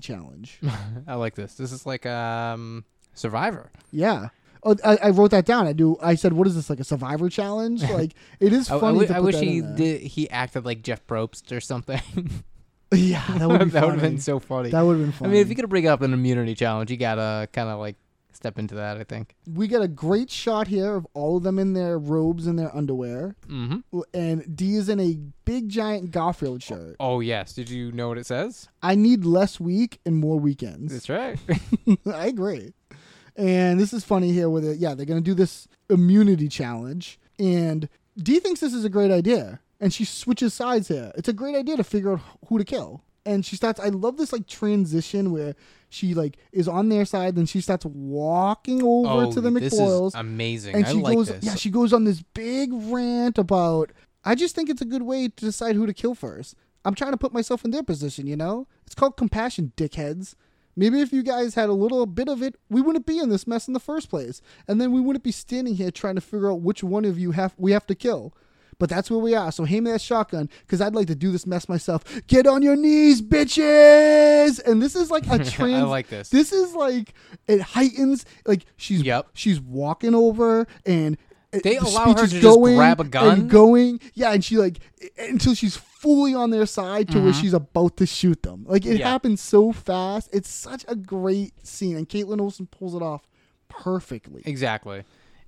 S5: challenge.
S1: I like this. This is like um Survivor.
S5: yeah. Oh, I, I wrote that down. I do. I said, "What is this like a survivor challenge?" Like it is
S1: I, I
S5: funny.
S1: wi-
S5: to
S1: I
S5: put
S1: wish
S5: that
S1: he
S5: in there.
S1: did, he acted like Jeff Probst or something.
S5: Yeah, that would be
S1: that would have
S5: funny.
S1: been so funny.
S5: That would've been
S1: I mean, if
S5: funny.
S1: you could bring up an immunity challenge, you gotta kind of like step into that. I think.
S5: we get a great shot here of all of them in their robes and their underwear, mm-hmm. and D is in a big giant Garfield shirt.
S1: Oh yes. Did you know what it says?
S5: I need less week and more weekends.
S1: That's right.
S5: I agree. And this is funny here with it. Yeah, they're going to do this immunity challenge. And Dee thinks this is a great idea. And she switches sides here. It's a great idea to figure out who to kill. And she starts, I love this like transition where she like is on their side, then she starts walking over
S1: oh,
S5: to the
S1: this
S5: McFoils.
S1: is amazing.
S5: and
S1: I
S5: she
S1: like
S5: goes,
S1: this.
S5: yeah, she goes on this big rant about, I just think it's a good way to decide who to kill first. I'm trying to put myself in their position, you know? It's called compassion, dickheads. Maybe if you guys had a little bit of it, we wouldn't be in this mess in the first place, and then we wouldn't be standing here trying to figure out which one of you have we have to kill. But that's where we are. So hand me that shotgun, because I'd like to do this mess myself. Get on your knees, bitches! And this is like a trans.
S1: like this.
S5: This is like it heightens. Like she's
S1: Yep.
S5: she's walking over and uh,
S1: They
S5: the
S1: allow
S5: speech
S1: her
S5: is
S1: to just
S5: going
S1: grab a gun?
S5: and going. Yeah, and she like until she's fully on their side to where she's about to shoot them. Like it
S1: Mm-hmm. Yeah.
S5: happens so fast. It's such a great scene, and Caitlin Olsen pulls it off perfectly.
S1: Exactly.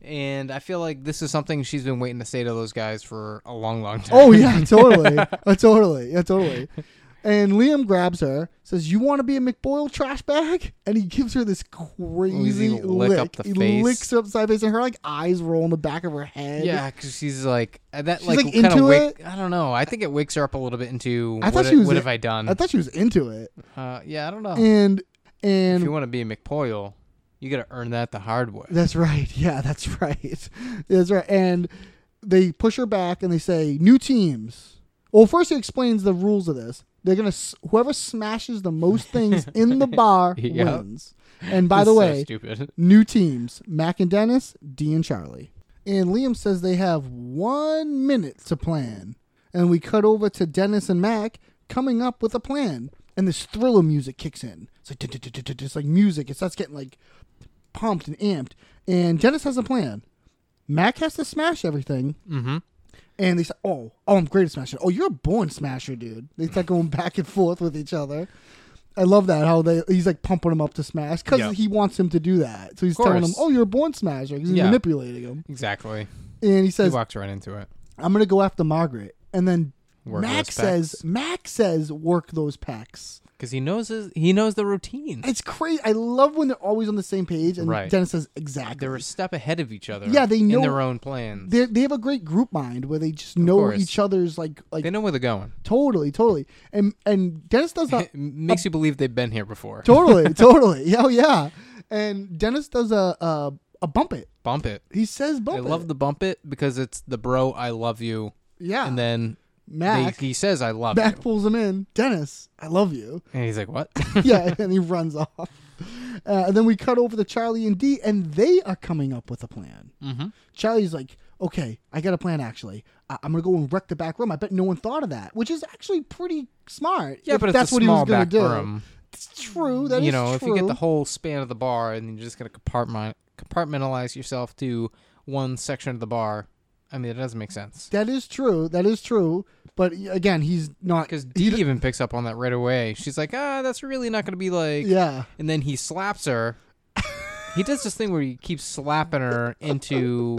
S1: And I feel like this is something she's been waiting to say to those guys for a long, long time.
S5: Oh yeah, totally, uh, totally, yeah, totally. And Liam grabs her, says, "You want to be a McBoyle trash bag?" And he gives her this crazy
S1: lick
S5: lick.
S1: up the
S5: he
S1: face.
S5: licks her upside the face, and her like eyes roll in the back of her head.
S1: Yeah, because she's like uh, that,
S5: She's,
S1: like,
S5: like,
S1: kind of
S5: into
S1: wake. I don't know. I think it wakes her up a little bit into
S5: I
S1: what,
S5: thought she was.
S1: what have I done?
S5: I thought she was into it,
S1: uh, yeah, I don't know.
S5: and
S1: if
S5: and
S1: you want to be a McPoyle, you got to earn that the hard way.
S5: That's right. Yeah, that's right. That's right. And they push her back and they say, new teams. Well, first he explains the rules of this. They're gonna s- whoever smashes the most things in the bar
S1: Yeah.
S5: wins. And by the
S1: It's so
S5: way,
S1: stupid.
S5: new teams: Mac and Dennis, D and Charlie. And Liam says they have one minute to plan. And we cut over to Dennis and Mac coming up with a plan. And this thriller music kicks in. It's like, "Du-du-du-du-du-du." it's like music. It starts getting like pumped and amped. And Dennis has a plan. Mac has to smash everything. Mm-hmm. And they say, "Oh, oh, I'm great at smashing. Oh, you're a born smasher, dude." They start going back and forth with each other. I love that how they he's like pumping him up to smash because
S1: Yeah.
S5: he wants him to do that. So he's telling him,
S1: course.
S5: "Oh, you're a born smasher." 'cause He's
S1: Yeah.
S5: manipulating him,
S1: Exactly.
S5: and he
S1: He
S5: says,
S1: walks right into it.
S5: "I'm gonna go after Margaret." And then
S1: Work
S5: Mac
S1: those
S5: says,
S1: pecs.
S5: "Mac says, work those packs."
S1: Because he knows his, he knows the routine.
S5: It's crazy. I love when they're always on the same page, and
S1: Right.
S5: Dennis says, "Exactly."
S1: They're a step ahead of each other.
S5: Yeah, they know-
S1: in their own plans. They,
S5: they they have a great group mind where they just know
S1: course.
S5: each other's like like
S1: know where they're going.
S5: totally totally and and Dennis does a
S1: It makes you believe they've been here before.
S5: totally totally yeah oh, yeah and Dennis does a a, a bump it
S1: Bump it.
S5: he says bump
S1: I
S5: it
S1: love the bump it because it's the bro. I love you.
S5: yeah
S1: And then
S5: Mac
S1: they, he says, "I love
S5: Mac
S1: you,"
S5: pulls him in Dennis I love you
S1: and he's like, "What?"
S5: yeah and he runs off uh, and then we cut over to Charlie and D and they are coming up with a plan mm-hmm. Charlie's like. Okay, I got a plan. Actually, I- I'm gonna go and wreck the back room. I bet no one thought of that, which is actually pretty smart.
S1: yeah,
S5: if
S1: but it's
S5: that's
S1: a
S5: what
S1: small
S5: he was gonna
S1: back
S5: do.
S1: room.
S5: It's true. That is
S1: you know, if you get
S5: true.
S1: the whole span of the bar and you're just gonna compartment compartmentalize yourself to one section of the bar, I mean, it doesn't make sense.
S5: That is true. That is true. But y- again, he's not.
S1: Because
S5: he
S1: Dee
S5: d-
S1: even picks up on that right away. She's like, "Ah, that's really not gonna be like."
S5: yeah.
S1: And then he slaps her. he does this thing where he keeps slapping her into,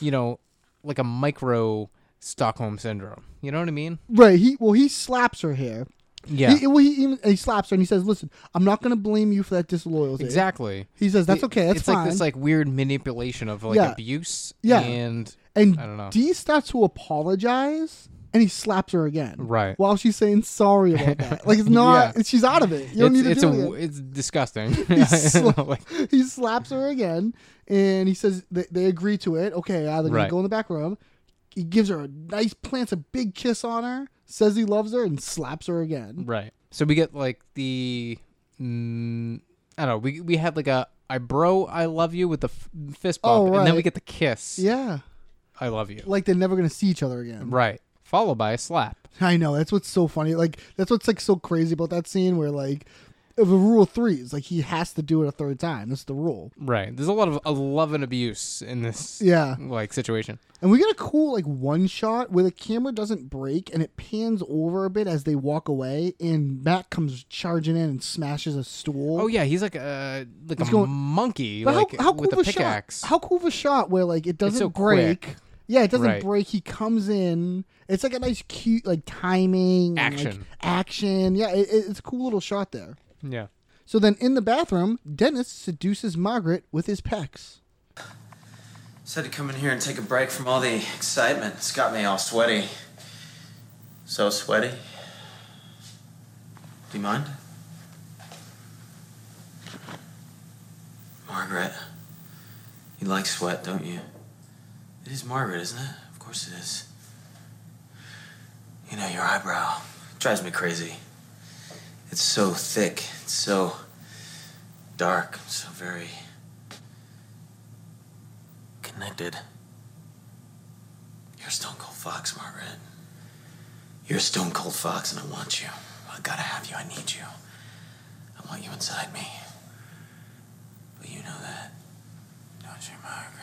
S1: you know, like a micro Stockholm syndrome. You know what I mean?
S5: Right. He well, he slaps her hair.
S1: Yeah.
S5: He, well, he even he slaps her and he says, "Listen, I'm not going to blame you for that disloyalty."
S1: Exactly.
S5: He says, "That's
S1: It-
S5: okay. That's
S1: it's
S5: fine."
S1: like this like weird manipulation of like
S5: Yeah.
S1: abuse
S5: Yeah.
S1: and
S5: and
S1: I don't know.
S5: D starts to apologize, and he slaps her again.
S1: Right.
S5: While she's saying sorry about that, like it's not.
S1: Yeah.
S5: She's out of it. You don't
S1: it's
S5: need to
S1: it's
S5: do
S1: a
S5: it.
S1: w- it's disgusting.
S5: he, sla-
S1: Like,
S5: he slaps her again, and he says they, they agree to it. Okay, uh, they're gonna
S1: Right.
S5: go in the back room. He gives her a nice, plants a big kiss on her, says he loves her, and slaps her again.
S1: right. So we get like the mm, I don't know. We we had like a I bro I love you with the f- fist bump
S5: Oh,
S1: and then we
S5: right.
S1: get the kiss.
S5: Yeah,
S1: I love you.
S5: like they're never gonna see each other again.
S1: Right. Followed by a slap.
S5: I know that's what's so funny. Like that's what's like so crazy about that scene where like the rule of three is like he has to do it a third time. That's the rule.
S1: Right. There's a lot of uh, love and abuse in this
S5: Yeah.
S1: like situation.
S5: And we get a cool like one shot where the camera doesn't break and it pans over a bit as they walk away, and Matt comes charging in and smashes a stool.
S1: Oh yeah, he's like a like a
S5: going-
S1: monkey
S5: But
S1: like
S5: how, how cool
S1: with
S5: of
S1: a pickaxe.
S5: shot! How cool of a shot where like it doesn't
S1: so
S5: break.
S1: quick.
S5: Yeah, it doesn't
S1: Right.
S5: break. He comes in. It's like a nice, cute like timing, and, like,
S1: Action.
S5: action. Yeah, it, it- it's a cool little shot there.
S1: yeah.
S5: So then in the bathroom, Dennis seduces Margaret with his pecs.
S6: Said to come in here and take a break from all the excitement. It's got me all sweaty. So sweaty. Do you mind? Margaret. You like sweat, don't you? It is Margaret, isn't it? Of course it is. You know, your eyebrow drives me crazy. It's so thick. It's so dark, so very connected. You're Stone Cold Fox, Margaret. You're Stone Cold Fox, and I want you. I gotta have you. I need you. I want you inside me. But you know that, don't you, Margaret?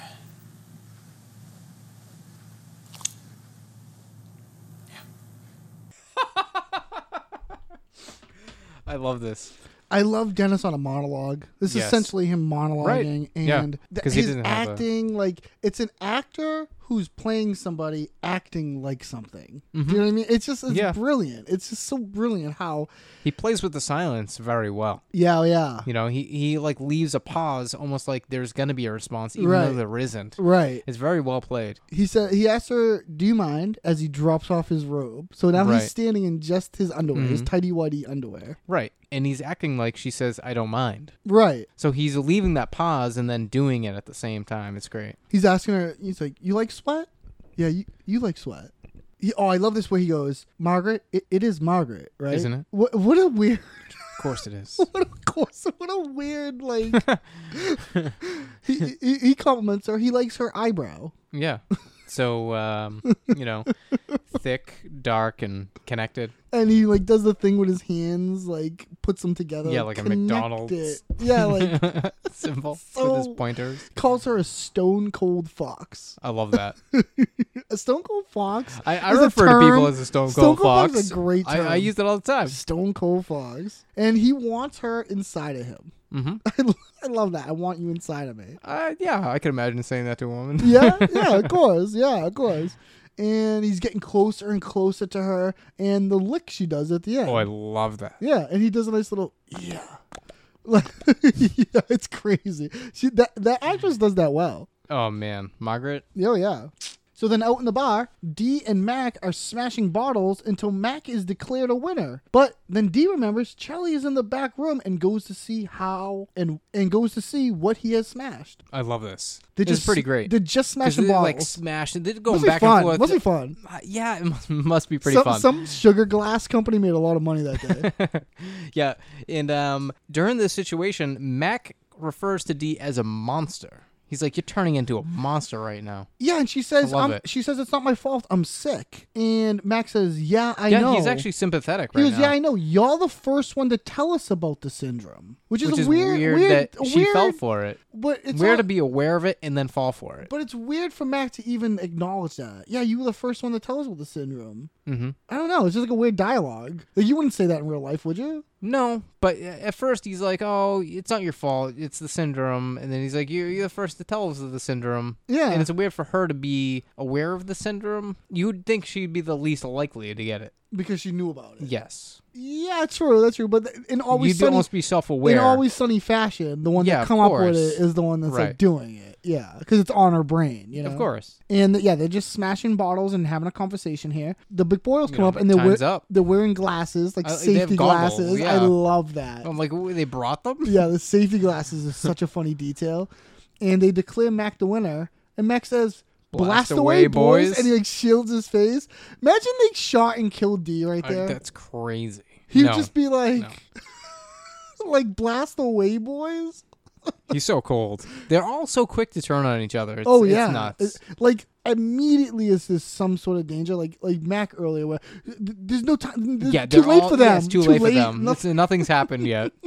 S1: I love this.
S5: I love Dennis on a monologue. This is
S1: Yes.
S5: essentially him monologuing
S1: Right. Yeah,
S5: and th-
S1: 'cause he
S5: his
S1: didn't have a-
S5: acting like it's an actor who's playing somebody acting like something. Do you know what I mean? It's just it's
S1: Mm-hmm. Yeah.
S5: brilliant. It's just so brilliant how
S1: He plays with the silence very well.
S5: yeah, yeah.
S1: You know, he, he like leaves a pause almost like there's gonna be a response, even
S5: Right.
S1: though there isn't.
S5: Right.
S1: It's very well played.
S5: He said he asks her, "Do you mind?" as he drops off his robe. So now
S1: Right. Mm-hmm.
S5: he's standing in just his underwear, his tidy whitey underwear.
S1: Right. And he's acting like she says, I don't mind.
S5: Right.
S1: So he's leaving that pause and then doing it at the same time. It's great.
S5: He's asking her. He's like, "You like sweat? Yeah, you you like sweat." He, oh, I love this where he goes, Margaret. It, it is Margaret, right?
S1: Isn't it?
S5: What what a weird,
S1: Of course it is.
S5: what a course, what a weird like. he, he he compliments her. He likes her eyebrow.
S1: yeah. So um, you know, thick, dark and connected.
S5: and he like does the thing with his hands, like puts them together.
S1: Yeah, like a
S5: connect
S1: McDonald's.
S5: it. Yeah, like
S1: Simple with
S5: So-
S1: his pointers.
S5: calls her a stone cold fox.
S1: I love that.
S5: A stone cold fox.
S1: I, I
S5: is a
S1: refer to
S5: term-
S1: people as a Stone Cold, Fox.
S5: is a great
S1: I,
S5: term.
S1: I use it all the time.
S5: stone cold fox, and he wants her inside of him. Mm-hmm. I, love that. I want you inside of me.
S1: Uh, yeah, I can imagine saying that to a woman.
S5: Yeah, yeah, of course. Yeah, of course. And he's getting closer and closer to her, and the lick she does at the end.
S1: Oh, I love that.
S5: Yeah, and he does a nice little yeah. Like yeah, it's crazy. She that that actress does that well.
S1: Oh man, Margaret.
S5: Oh yeah. So then out in the bar, Dee and Mac are smashing bottles until Mac is declared a winner. But then Dee remembers Charlie is in the back room and goes to see how and and goes to see what he has smashed.
S1: I love this.
S5: They're
S1: This is
S5: just
S1: pretty great.
S5: They're just
S1: 'Cause
S5: smashing
S1: they're,
S5: bottles.
S1: like smashing. They're going
S5: must be
S1: back
S5: fun.
S1: and forth.
S5: Must be fun.
S1: Uh, yeah, it must, must be pretty
S5: some,
S1: fun.
S5: some sugar glass company made a lot of money that day.
S1: Yeah, and um, during this situation, Mac refers to D as a monster. He's like, "You're turning into a monster right now."
S5: Yeah, and she says,
S1: I love
S5: I'm,
S1: it.
S5: she says it's not my fault. I'm sick. And Max says, Yeah, I
S1: yeah,
S5: know.
S1: he's actually sympathetic
S5: He
S1: right
S5: goes,
S1: now.
S5: Yeah, I know. Y'all the first one to tell us about the syndrome, which is,
S1: which
S5: a
S1: is
S5: weird,
S1: weird, that
S5: a
S1: she
S5: weird-
S1: fell for it.
S5: But it's
S1: weird
S5: all-
S1: to be aware of it and then fall for it.
S5: But it's weird for Mac to even acknowledge that. Yeah, you were the first one to tell us about the syndrome. Mm-hmm. I don't know. It's just like a weird dialogue. Like you wouldn't say that in real life, would you?
S1: No, but uh, at first he's like, "Oh, it's not your fault. It's the syndrome." And then he's like, "You're, you're the first to tell us of the syndrome."
S5: Yeah.
S1: and it's weird for her to be aware of the syndrome. You'd think she'd be the least likely to get it.
S5: Because she knew about it.
S1: Yes,
S5: Yeah, true. That's true. But th- in always
S1: you'd
S5: sunny,
S1: almost be self-aware.
S5: in always sunny fashion, the one
S1: Yeah,
S5: that
S1: of
S5: come up with
S1: course.
S5: it is the one that's like
S1: Right.
S5: doing it. Yeah, because it's on her brain. You know,
S1: of course.
S5: And yeah, they're just smashing bottles and having a conversation here. The big boys come
S1: know,
S5: up and they're
S1: time's
S5: wear-
S1: up.
S5: they're wearing glasses, like
S1: Uh, they have
S5: safety
S1: goggles,
S5: glasses. I
S1: yeah. Oh
S5: love that.
S1: I'm like, "Ooh, they brought them.
S5: yeah, the safety glasses is such a funny detail. And they declare Mac the winner, and Mac says, "Blast, away, boys. And he like shields his face. Imagine they shot and killed D right
S1: Uh,
S5: there.
S1: that's crazy.
S5: He'd
S1: no,
S5: just be like, like blast away, boys.
S1: he's so cold. They're all so quick to turn on each other. It's,
S5: Oh
S1: it's
S5: yeah,
S1: nuts.
S5: It- like immediately is this some sort of danger? Like like Mac earlier, where th- there's no time.
S1: yeah,
S5: Yeah, too
S1: they're
S5: late
S1: all-
S5: for
S1: yeah,
S5: them.
S1: it's too, late, for them.
S5: no-
S1: It's- nothing's happened yet.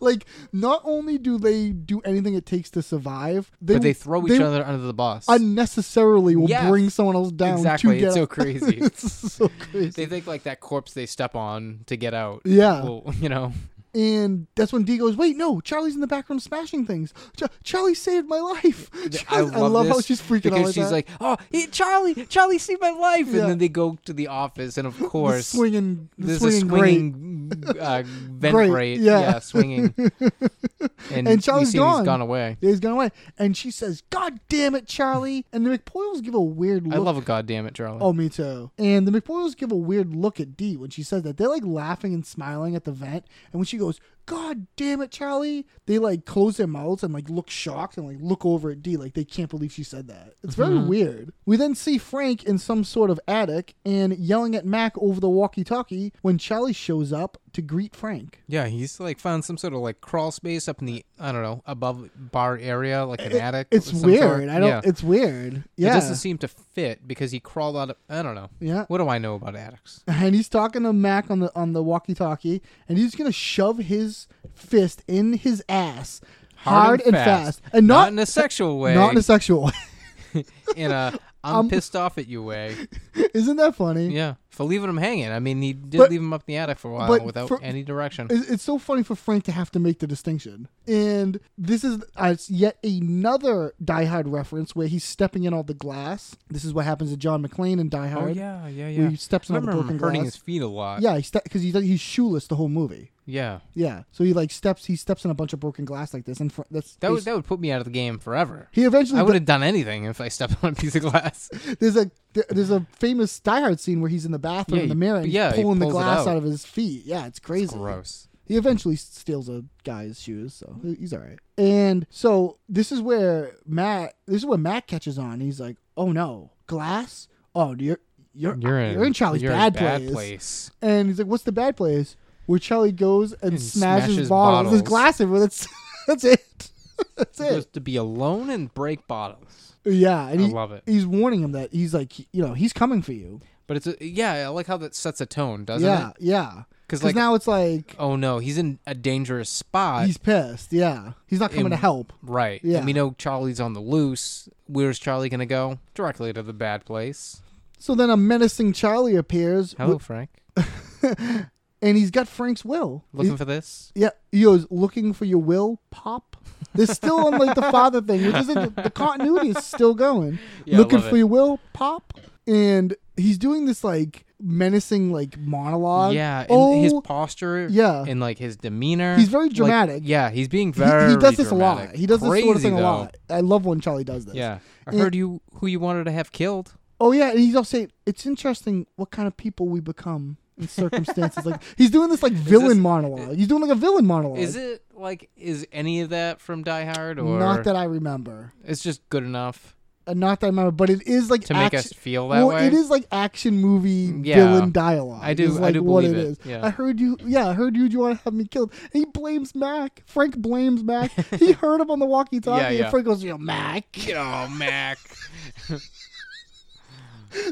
S5: like not only do they do anything it takes to survive,
S1: But they throw each
S5: they
S1: other under the bus.
S5: unnecessarily will
S1: Yes.
S5: bring someone else down.
S1: Exactly,
S5: to get
S1: it's so
S5: up.
S1: crazy.
S5: it's so crazy.
S1: they think like that corpse they step on to get out.
S5: Yeah.
S1: Well, you know.
S5: and that's when D goes, "Wait, no, Charlie's in the background smashing things. Ch- Charlie saved my life.
S1: I
S5: Charlie-
S1: love,
S5: how
S1: this
S5: she's freaking
S1: because
S5: out like
S1: she's
S5: that.
S1: like, "Oh, he, Charlie, Charlie saved my life," and
S5: Yeah.
S1: then they go to the office, and of
S5: The
S1: course,
S5: swinging, the
S1: there's
S5: swinging
S1: a
S5: grate.
S1: swinging uh, vent
S5: Grate,
S1: grate,
S5: yeah.
S1: yeah. swinging, and,
S5: and
S1: we
S5: Charlie's
S1: see
S5: gone.
S1: He's gone away.
S5: Yeah, he's gone away. And she says, "God damn it, Charlie!" And the McPoyles give a weird look.
S1: I love a goddamn it, Charlie.
S5: Oh, me too. And the McPoyles give a weird look at Dee when she says that. They're like laughing and smiling at the vent. And when she goes, God damn it, Charlie. They like close their mouths and like look shocked and like look over at Dee like they can't believe she said that. It's very
S1: Mm-hmm.
S5: weird. We then see Frank in some sort of attic and yelling at Mac over the walkie talkie when Charlie shows up to greet Frank.
S1: Yeah, he's like found some sort of like crawl space up in the I don't know above bar area, like an attic.
S5: It's
S1: of some
S5: weird.
S1: sort.
S5: I don't
S1: Yeah.
S5: it's weird. Yeah.
S1: It doesn't seem to fit because he crawled out of. I don't know.
S5: Yeah.
S1: What do I know about addicts?
S5: and he's talking to Mac on the on the walkie-talkie, and he's gonna shove his fist in his ass hard, and, fast. and not,
S1: in a sexual way.
S5: not in a Um, sexual. way.
S1: in a I'm pissed off at you way.
S5: Isn't that funny?
S1: Yeah, for leaving him hanging. I mean, he did
S5: But-
S1: leave him up in the attic for a while
S5: but
S1: without
S5: for-
S1: any direction.
S5: It's, it's so funny for Frank to have to make the distinction. And this is uh, yet another Die Hard reference where he's stepping in all the glass. This is what happens to John McClane in Die Hard.
S1: Oh yeah, yeah, yeah.
S5: Where he steps
S1: I
S5: on all the
S1: remember
S5: broken
S1: him hurting
S5: glass.
S1: his feet a lot.
S5: Yeah, because he he's, he's shoeless the whole movie.
S1: yeah.
S5: Yeah, so he like steps he steps on a bunch of broken glass like this, and fr- that's
S1: That would that would put me out of the game forever.
S5: He eventually
S1: I
S5: do-
S1: would have done anything if I stepped on a piece of glass.
S5: there's a there- there's a famous Die Hard scene where he's in the bathroom
S1: Yeah,
S5: in the
S1: he-
S5: mirror and
S1: yeah,
S5: he's
S1: he
S5: pulling the
S1: pulls it
S5: glass out.
S1: out.
S5: of his feet. Yeah, it's crazy.
S1: Gross.
S5: He eventually steals a guy's shoes, so he's all right. And so this is where Matt this is where Matt catches on. He's like, "Oh no, glass! Oh, you're you're you're in, Charlie's
S1: you're in
S5: bad,
S1: bad
S5: place.
S1: place.
S5: And he's like, "What's the bad place?" Where Charlie goes
S1: And
S5: and, smashes,
S1: smashes
S5: bottles.
S1: bottles.
S5: There's glass everywhere. That's that's it. That's
S1: He
S5: it.
S1: goes to be alone and break bottles.
S5: yeah, and
S1: I
S5: he-
S1: love it.
S5: He's warning him that he's like, you know, he's coming for you.
S1: But it's a, yeah, I like how that sets a tone, doesn't
S5: yeah,
S1: it?
S5: yeah.
S1: 'Cause,
S5: Because
S1: like-
S5: now it's like
S1: Oh no, he's in a dangerous spot.
S5: he's pissed. Yeah, he's not coming
S1: And-
S5: to help.
S1: right.
S5: Yeah.
S1: And we know Charlie's on the loose. Where's Charlie gonna go? Directly to the bad place.
S5: So then a menacing Charlie appears,
S1: Hello,
S5: wi-
S1: Frank.
S5: and he's got Frank's will.
S1: Looking
S5: He-
S1: for this?
S5: yeah, he goes looking for your will, pop. They're still on like the father thing, which is like, the, the continuity is still going.
S1: Yeah, I
S5: looking
S1: love
S5: for
S1: it.
S5: your will, pop, and he's doing this like menacing like monologue.
S1: Yeah, and
S5: oh,
S1: his posture.
S5: yeah.
S1: and like his demeanor.
S5: He's very
S1: Like,
S5: dramatic.
S1: yeah, he's being
S5: he, he
S1: very.
S5: does this a lot.
S1: dramatic.
S5: He does this sort of
S1: Crazy,
S5: thing
S1: though.
S5: a lot. I love when Charlie does this.
S1: Yeah, I
S5: And-
S1: heard you who you wanted to have killed.
S5: Oh yeah, and he's also saying it's interesting what kind of people we become in circumstances like he's doing this like villain
S1: this-
S5: monologue. He's doing like a villain monologue.
S1: Is it like is any of that from Die Hard or
S5: not that I remember?
S1: it's just good enough?
S5: Uh, not that I remember, but it is like
S1: To make
S5: action-
S1: us feel that
S5: well,
S1: way? Mm,
S5: It is like action movie
S1: Yeah.
S5: villain dialogue.
S1: I do-
S5: is,
S1: I
S5: like
S1: do
S5: what
S1: believe
S5: it
S1: it,
S5: is.
S1: yeah.
S5: I heard you. Yeah, I heard you. Do you want to have me killed? And he blames Mac. Frank blames Mac. he heard him on the walkie-talkie.
S1: Yeah,
S5: And
S1: yeah.
S5: Frank goes, "You know, Mac."
S1: Oh, Mac.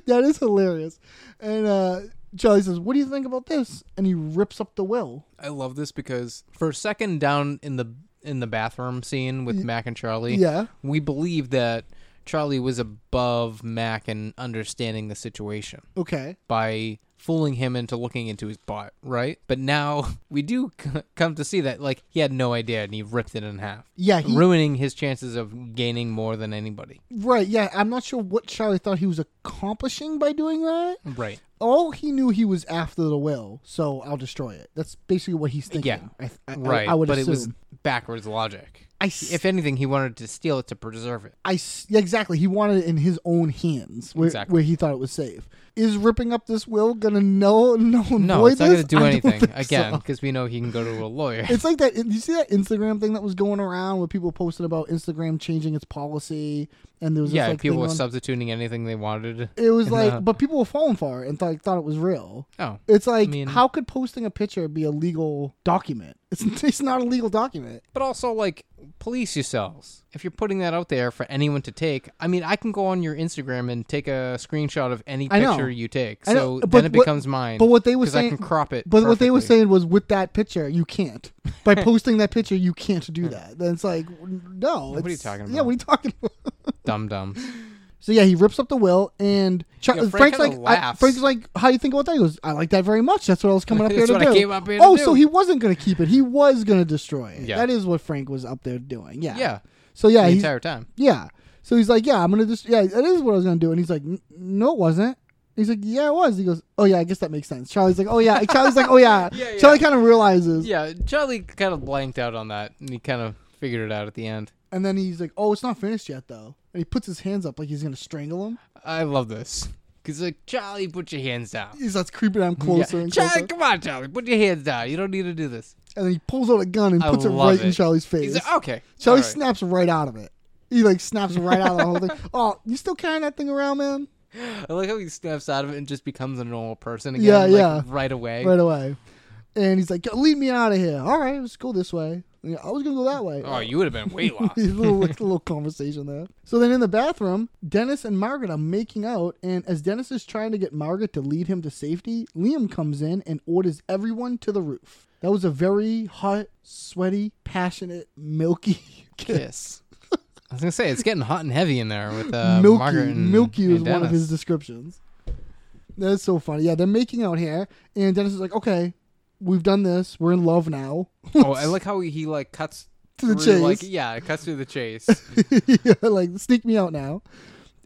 S5: That is hilarious. And uh, Charlie says, "What do you think about this?" And he rips up the will.
S1: I love this because for a second down in the in the bathroom scene with Mac and Charlie,
S5: yeah.
S1: we believe that Charlie was above Mac and understanding the situation.
S5: Okay.
S1: by fooling him into looking into his butt, right? But now we do c- come to see that like he had no idea and he ripped it in half.
S5: Yeah, he-
S1: ruining his chances of gaining more than anybody.
S5: Right, yeah. I'm not sure what Charlie thought he was accomplishing by doing that.
S1: Right.
S5: All he knew he was after the will, so I'll destroy it. That's basically what he's thinking.
S1: Yeah.
S5: I, I,
S1: right.
S5: I, I would
S1: but
S5: assume.
S1: it was backwards logic.
S5: I s-
S1: if anything, he wanted to steal it to preserve it.
S5: I s- yeah, exactly. He wanted it in his own hands, where,
S1: Exactly.
S5: where he thought it was safe. Is ripping up this will gonna no no
S1: No,
S5: avoid
S1: it's not going
S5: this?
S1: to do
S5: I don't
S1: anything
S5: think
S1: again
S5: so.
S1: because we know he can go to a lawyer.
S5: It's like that. You see that Instagram thing that was going around where people posted about Instagram changing its policy, and there was
S1: yeah,
S5: this, like,
S1: people
S5: thing
S1: were
S5: on-
S1: substituting anything they wanted.
S5: It was
S1: in
S5: like,
S1: the-
S5: but people were falling for it and thought thought it was real.
S1: Oh.
S5: It's like,
S1: mean-
S5: how could posting a picture be a legal document? It's, it's not a legal document.
S1: But also, like, police yourselves. If you're putting that out there for anyone to take, I mean, I can go on your Instagram and take a screenshot of any
S5: I know.
S1: picture you take.
S5: I
S1: So
S5: know,
S1: then it
S5: what-
S1: becomes mine.
S5: But what they were
S1: 'cause
S5: saying,
S1: I can crop it.
S5: But what they were
S1: perfectly.
S5: saying was, with that picture, you can't. By posting that picture, you can't do that. Then it's like, no.
S1: What are you
S5: it's-
S1: talking
S5: Yeah,
S1: about?
S5: what are you talking about?
S1: Dum dum.
S5: So yeah, he rips up the will, and Char-
S1: Yeah, Frank
S5: Frank's
S1: kinda
S5: like, I,
S1: laughs.
S5: Frank's like, "How do you think about that?" He goes, "I like that very much. That's what I was coming up here
S1: That's
S5: to
S1: what I
S5: do."
S1: came up here to
S5: oh,
S1: do.
S5: so he wasn't going to keep it; he was going to destroy it.
S1: Yeah.
S5: That is what Frank was up there doing. Yeah.
S1: Yeah.
S5: So yeah,
S1: the
S5: he's,
S1: entire time.
S5: yeah. So he's like, "Yeah, I'm going to just yeah, that is what I was going to do," and he's like, "N- "No, it wasn't." He's like, "Yeah, it was." He goes, "Oh yeah, I guess that makes sense." Charlie's like, "Oh yeah." And Charlie's like, "Oh yeah."
S1: Yeah,
S5: Charlie
S1: yeah.
S5: kind of realizes,
S1: Yeah, Charlie kind of blanked out on that and he kind of figured it out at the end.
S5: and then he's like, "Oh, it's not finished yet, though." And he puts his hands up like he's going to strangle him.
S1: I love this. Because, like, Charlie, put your hands down.
S5: He starts creeping down
S1: Yeah.
S5: closer and closer.
S1: Charlie, come on, Charlie, put your hands down. You don't need to do this.
S5: and then he pulls out a gun and
S1: I
S5: puts it
S1: love
S5: right in
S1: it.
S5: Charlie's face.
S1: He's like, "Oh, okay.
S5: Charlie
S1: all right.
S5: snaps right out of it. He like snaps right out of the whole thing. Oh, you still carrying that thing around, man?
S1: I like how he snaps out of it and just becomes a normal person again.
S5: Yeah,
S1: like,
S5: yeah.
S1: Right away.
S5: Right away. And he's like, "Yo, "Lead me out of here." All right, let's go this way. Yeah, I was gonna go that way.
S1: Oh, you would have been way lost.
S5: There's a little, like, little conversation there. So then in the bathroom, Dennis and Margaret are making out, and as Dennis is trying to get Margaret to lead him to safety, Liam comes in and orders everyone to the roof. That was a very hot, sweaty, passionate, milky kiss.
S1: I was gonna say it's getting hot and heavy in there with uh,
S5: milky,
S1: Margaret and
S5: milky
S1: and
S5: was one of
S1: Dennis.
S5: his descriptions. That's so funny. Yeah, they're making out here, and Dennis is like, "Okay, we've done this. We're in love now."
S1: Oh, I like how he like cuts
S5: To the
S1: through, Like,
S5: chase.
S1: yeah, it cuts through the chase.
S5: yeah, like sneak me out now.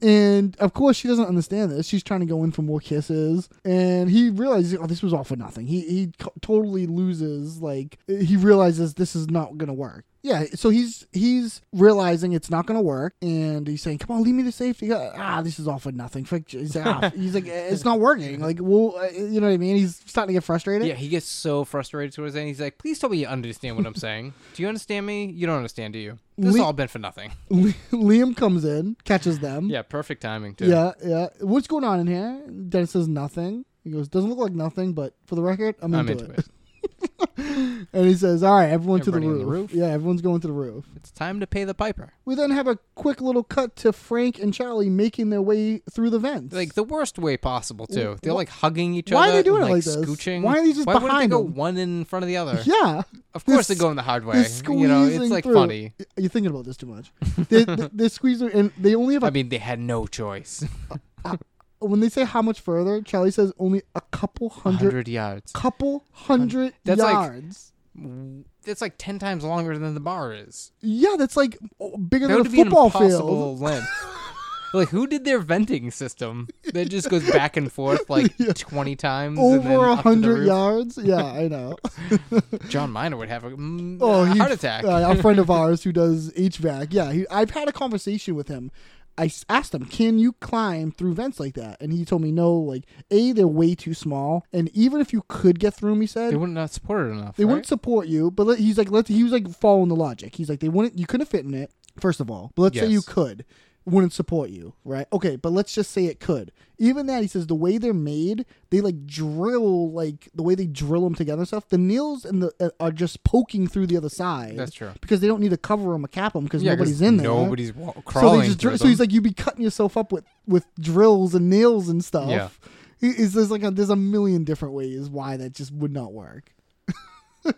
S5: And of course, she doesn't understand this. She's trying to go in for more kisses, and he realizes, oh, this was all for nothing. He he co- totally loses. Like he realizes this is not gonna work. Yeah, so he's he's realizing it's not gonna work, and he's saying, "Come on, lead me to safety." Ah, this is all for nothing. Frick- He's like, ah. he's like, it's not working. Like, well, uh, you know what I mean? He's starting to get frustrated.
S1: yeah, he gets so frustrated towards the end. He's like, "Please tell me you understand what I'm saying. Do you understand me? You don't understand, do you? This has
S5: Le-
S1: all been for nothing."
S5: Liam comes in, catches them.
S1: Yeah, perfect timing too.
S5: Yeah, yeah. What's going on in here? Dennis says nothing. He goes, doesn't look like nothing, but for the record, I'm into,
S1: I'm into
S5: it.
S1: it.
S5: And he says, all right, everyone to the
S1: Everybody on
S5: roof.
S1: the roof?
S5: Yeah, everyone's going to the roof.
S1: It's time to pay the piper.
S5: We then have a quick little cut to Frank and Charlie making their way through the vents.
S1: Like the worst way possible too. They're like hugging each
S5: Why are
S1: other.
S5: they doing
S1: and,
S5: it like this?
S1: Scooching.
S5: Why are they just
S1: Why wouldn't
S5: behind
S1: they go
S5: them?
S1: one in front of the other?
S5: yeah.
S1: Of course
S5: They're
S1: they're going the hard way.
S5: They're squeezing
S1: You know, it's like
S5: through.
S1: funny.
S5: You're thinking about this too much. They, they, they're squeezing, and they only have a
S1: I mean, they had no choice.
S5: when they say how much further, Charlie says only a couple hundred,
S1: Hundred yards.
S5: couple hundred
S1: That's like-
S5: yards.
S1: That's like ten times longer than the bar is.
S5: yeah, that's like oh, bigger
S1: That
S5: than a
S1: would be an
S5: football field.
S1: impossible length. like, who did their venting system that just goes back and forth like twenty times? and then
S5: over a
S1: up to the
S5: hundred
S1: roof?
S5: yards. Yeah, I know.
S1: John Miner would have a, mm,
S5: Oh,
S1: a
S5: he-
S1: heart attack.
S5: uh, a friend of ours who does HVAC. Yeah, he, I've had a conversation with him. I s- asked him, "Can you climb through vents like that?" And he told me, "No. Like, a, they're way too small, and even if you could get through 'em," he said
S1: they wouldn't not support it enough.
S5: they
S1: right?
S5: wouldn't support you." But let, he's like, "Let's." He was like following the logic. He's like, "They wouldn't. You couldn't fit in it. First of all, but let's say you
S1: Yes.
S5: could." Wouldn't support you, right? Okay, but let's just say it could. Even that, he says the way they're made, they like drill, like the way they drill them together and stuff. The nails and the uh, are just poking through the other side.
S1: That's true.
S5: Because they don't need to cover them or cap them because
S1: Yeah, 'cause
S5: nobody's in there.
S1: Nobody's wa-
S5: So
S1: crawling.
S5: they just
S1: through
S5: dr- so he's
S1: them.
S5: like you'd be cutting yourself up with with drills and nails and stuff.
S1: Yeah.
S5: He- Is there's like a, there's a million different ways why that just would not work.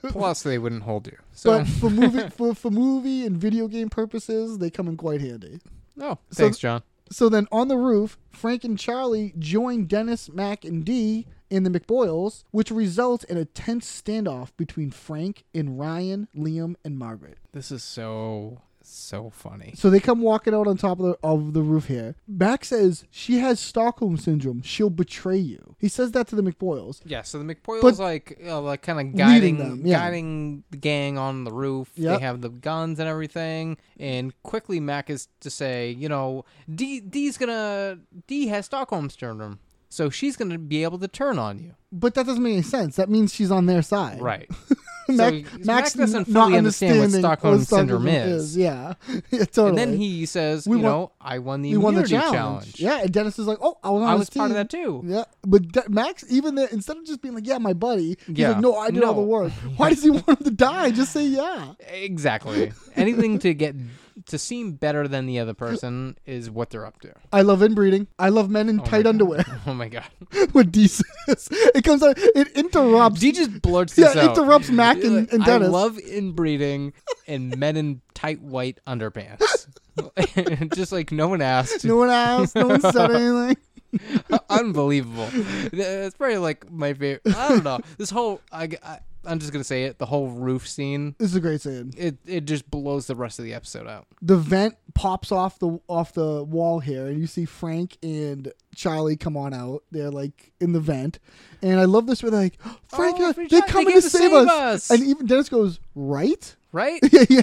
S1: plus they wouldn't hold you. So
S5: But for movie for, for movie and video game purposes, they come in quite handy.
S1: oh, thanks, John.
S5: So then on the roof, Frank and Charlie join Dennis, Mac, and Dee in the McBoyles, which results in a tense standoff between Frank and Ryan, Liam, and Margaret.
S1: This is so so funny.
S5: So they come walking out on top of the, of the roof here. Mac says she has Stockholm syndrome. She'll betray you. He says that to the McBoyles.
S1: Yeah, so the McPoyles
S5: But-
S1: like uh, like kind of guiding
S5: them, yeah.
S1: guiding the gang on the roof.
S5: Yep.
S1: They have the guns and everything, and quickly Mac is to say, you know, D D's gonna D has Stockholm syndrome, so she's gonna be able to turn on you.
S5: But that doesn't make any sense. That means she's on their side.
S1: Right. So
S5: Mac,
S1: Mac
S5: Mac's
S1: doesn't
S5: n- not
S1: fully understand what
S5: understanding
S1: Stockholm syndrome is.
S5: Yeah. yeah totally.
S1: and then he says,
S5: We
S1: you
S5: won-
S1: know, I won the
S5: We won the
S1: immunity
S5: challenge.
S1: challenge.
S5: Yeah, and Dennis is like, "Oh, I was on
S1: I
S5: his
S1: was part of
S5: team."
S1: that too.
S5: Yeah, but De- Max, even there, instead of just being like, "Yeah, my buddy," he's
S1: Yeah.
S5: like, "No, I did all the
S1: No.
S5: work." Why does he want him to die? Just say, "Yeah."
S1: Exactly. Anything to get to seem better than the other person is what they're up to.
S5: I love inbreeding. I love men in
S1: Oh my
S5: tight
S1: God.
S5: underwear.
S1: Oh my god.
S5: what D says. It comes out. It interrupts.
S1: D just blurts
S5: Yeah,
S1: this out.
S5: interrupts Mac and- and Dennis.
S1: I love inbreeding and men in tight white underpants. just like no one asked.
S5: no one asked. No one said anything.
S1: Unbelievable. That's probably like my favorite. I don't know. This whole I, I I'm just gonna say it. The whole roof scene.
S5: This is a great scene.
S1: It it just blows the rest of the episode out.
S5: The vent pops off the off the wall here, and you see Frank and Charlie come on out. They're like in the vent, and I love this. Where they're like, Frank,
S1: Oh,
S5: uh,
S1: Frank,
S5: they're
S1: they
S5: coming
S1: came
S5: to save, us. and even Dennis goes, "Right."
S1: Right?
S5: yeah, yeah.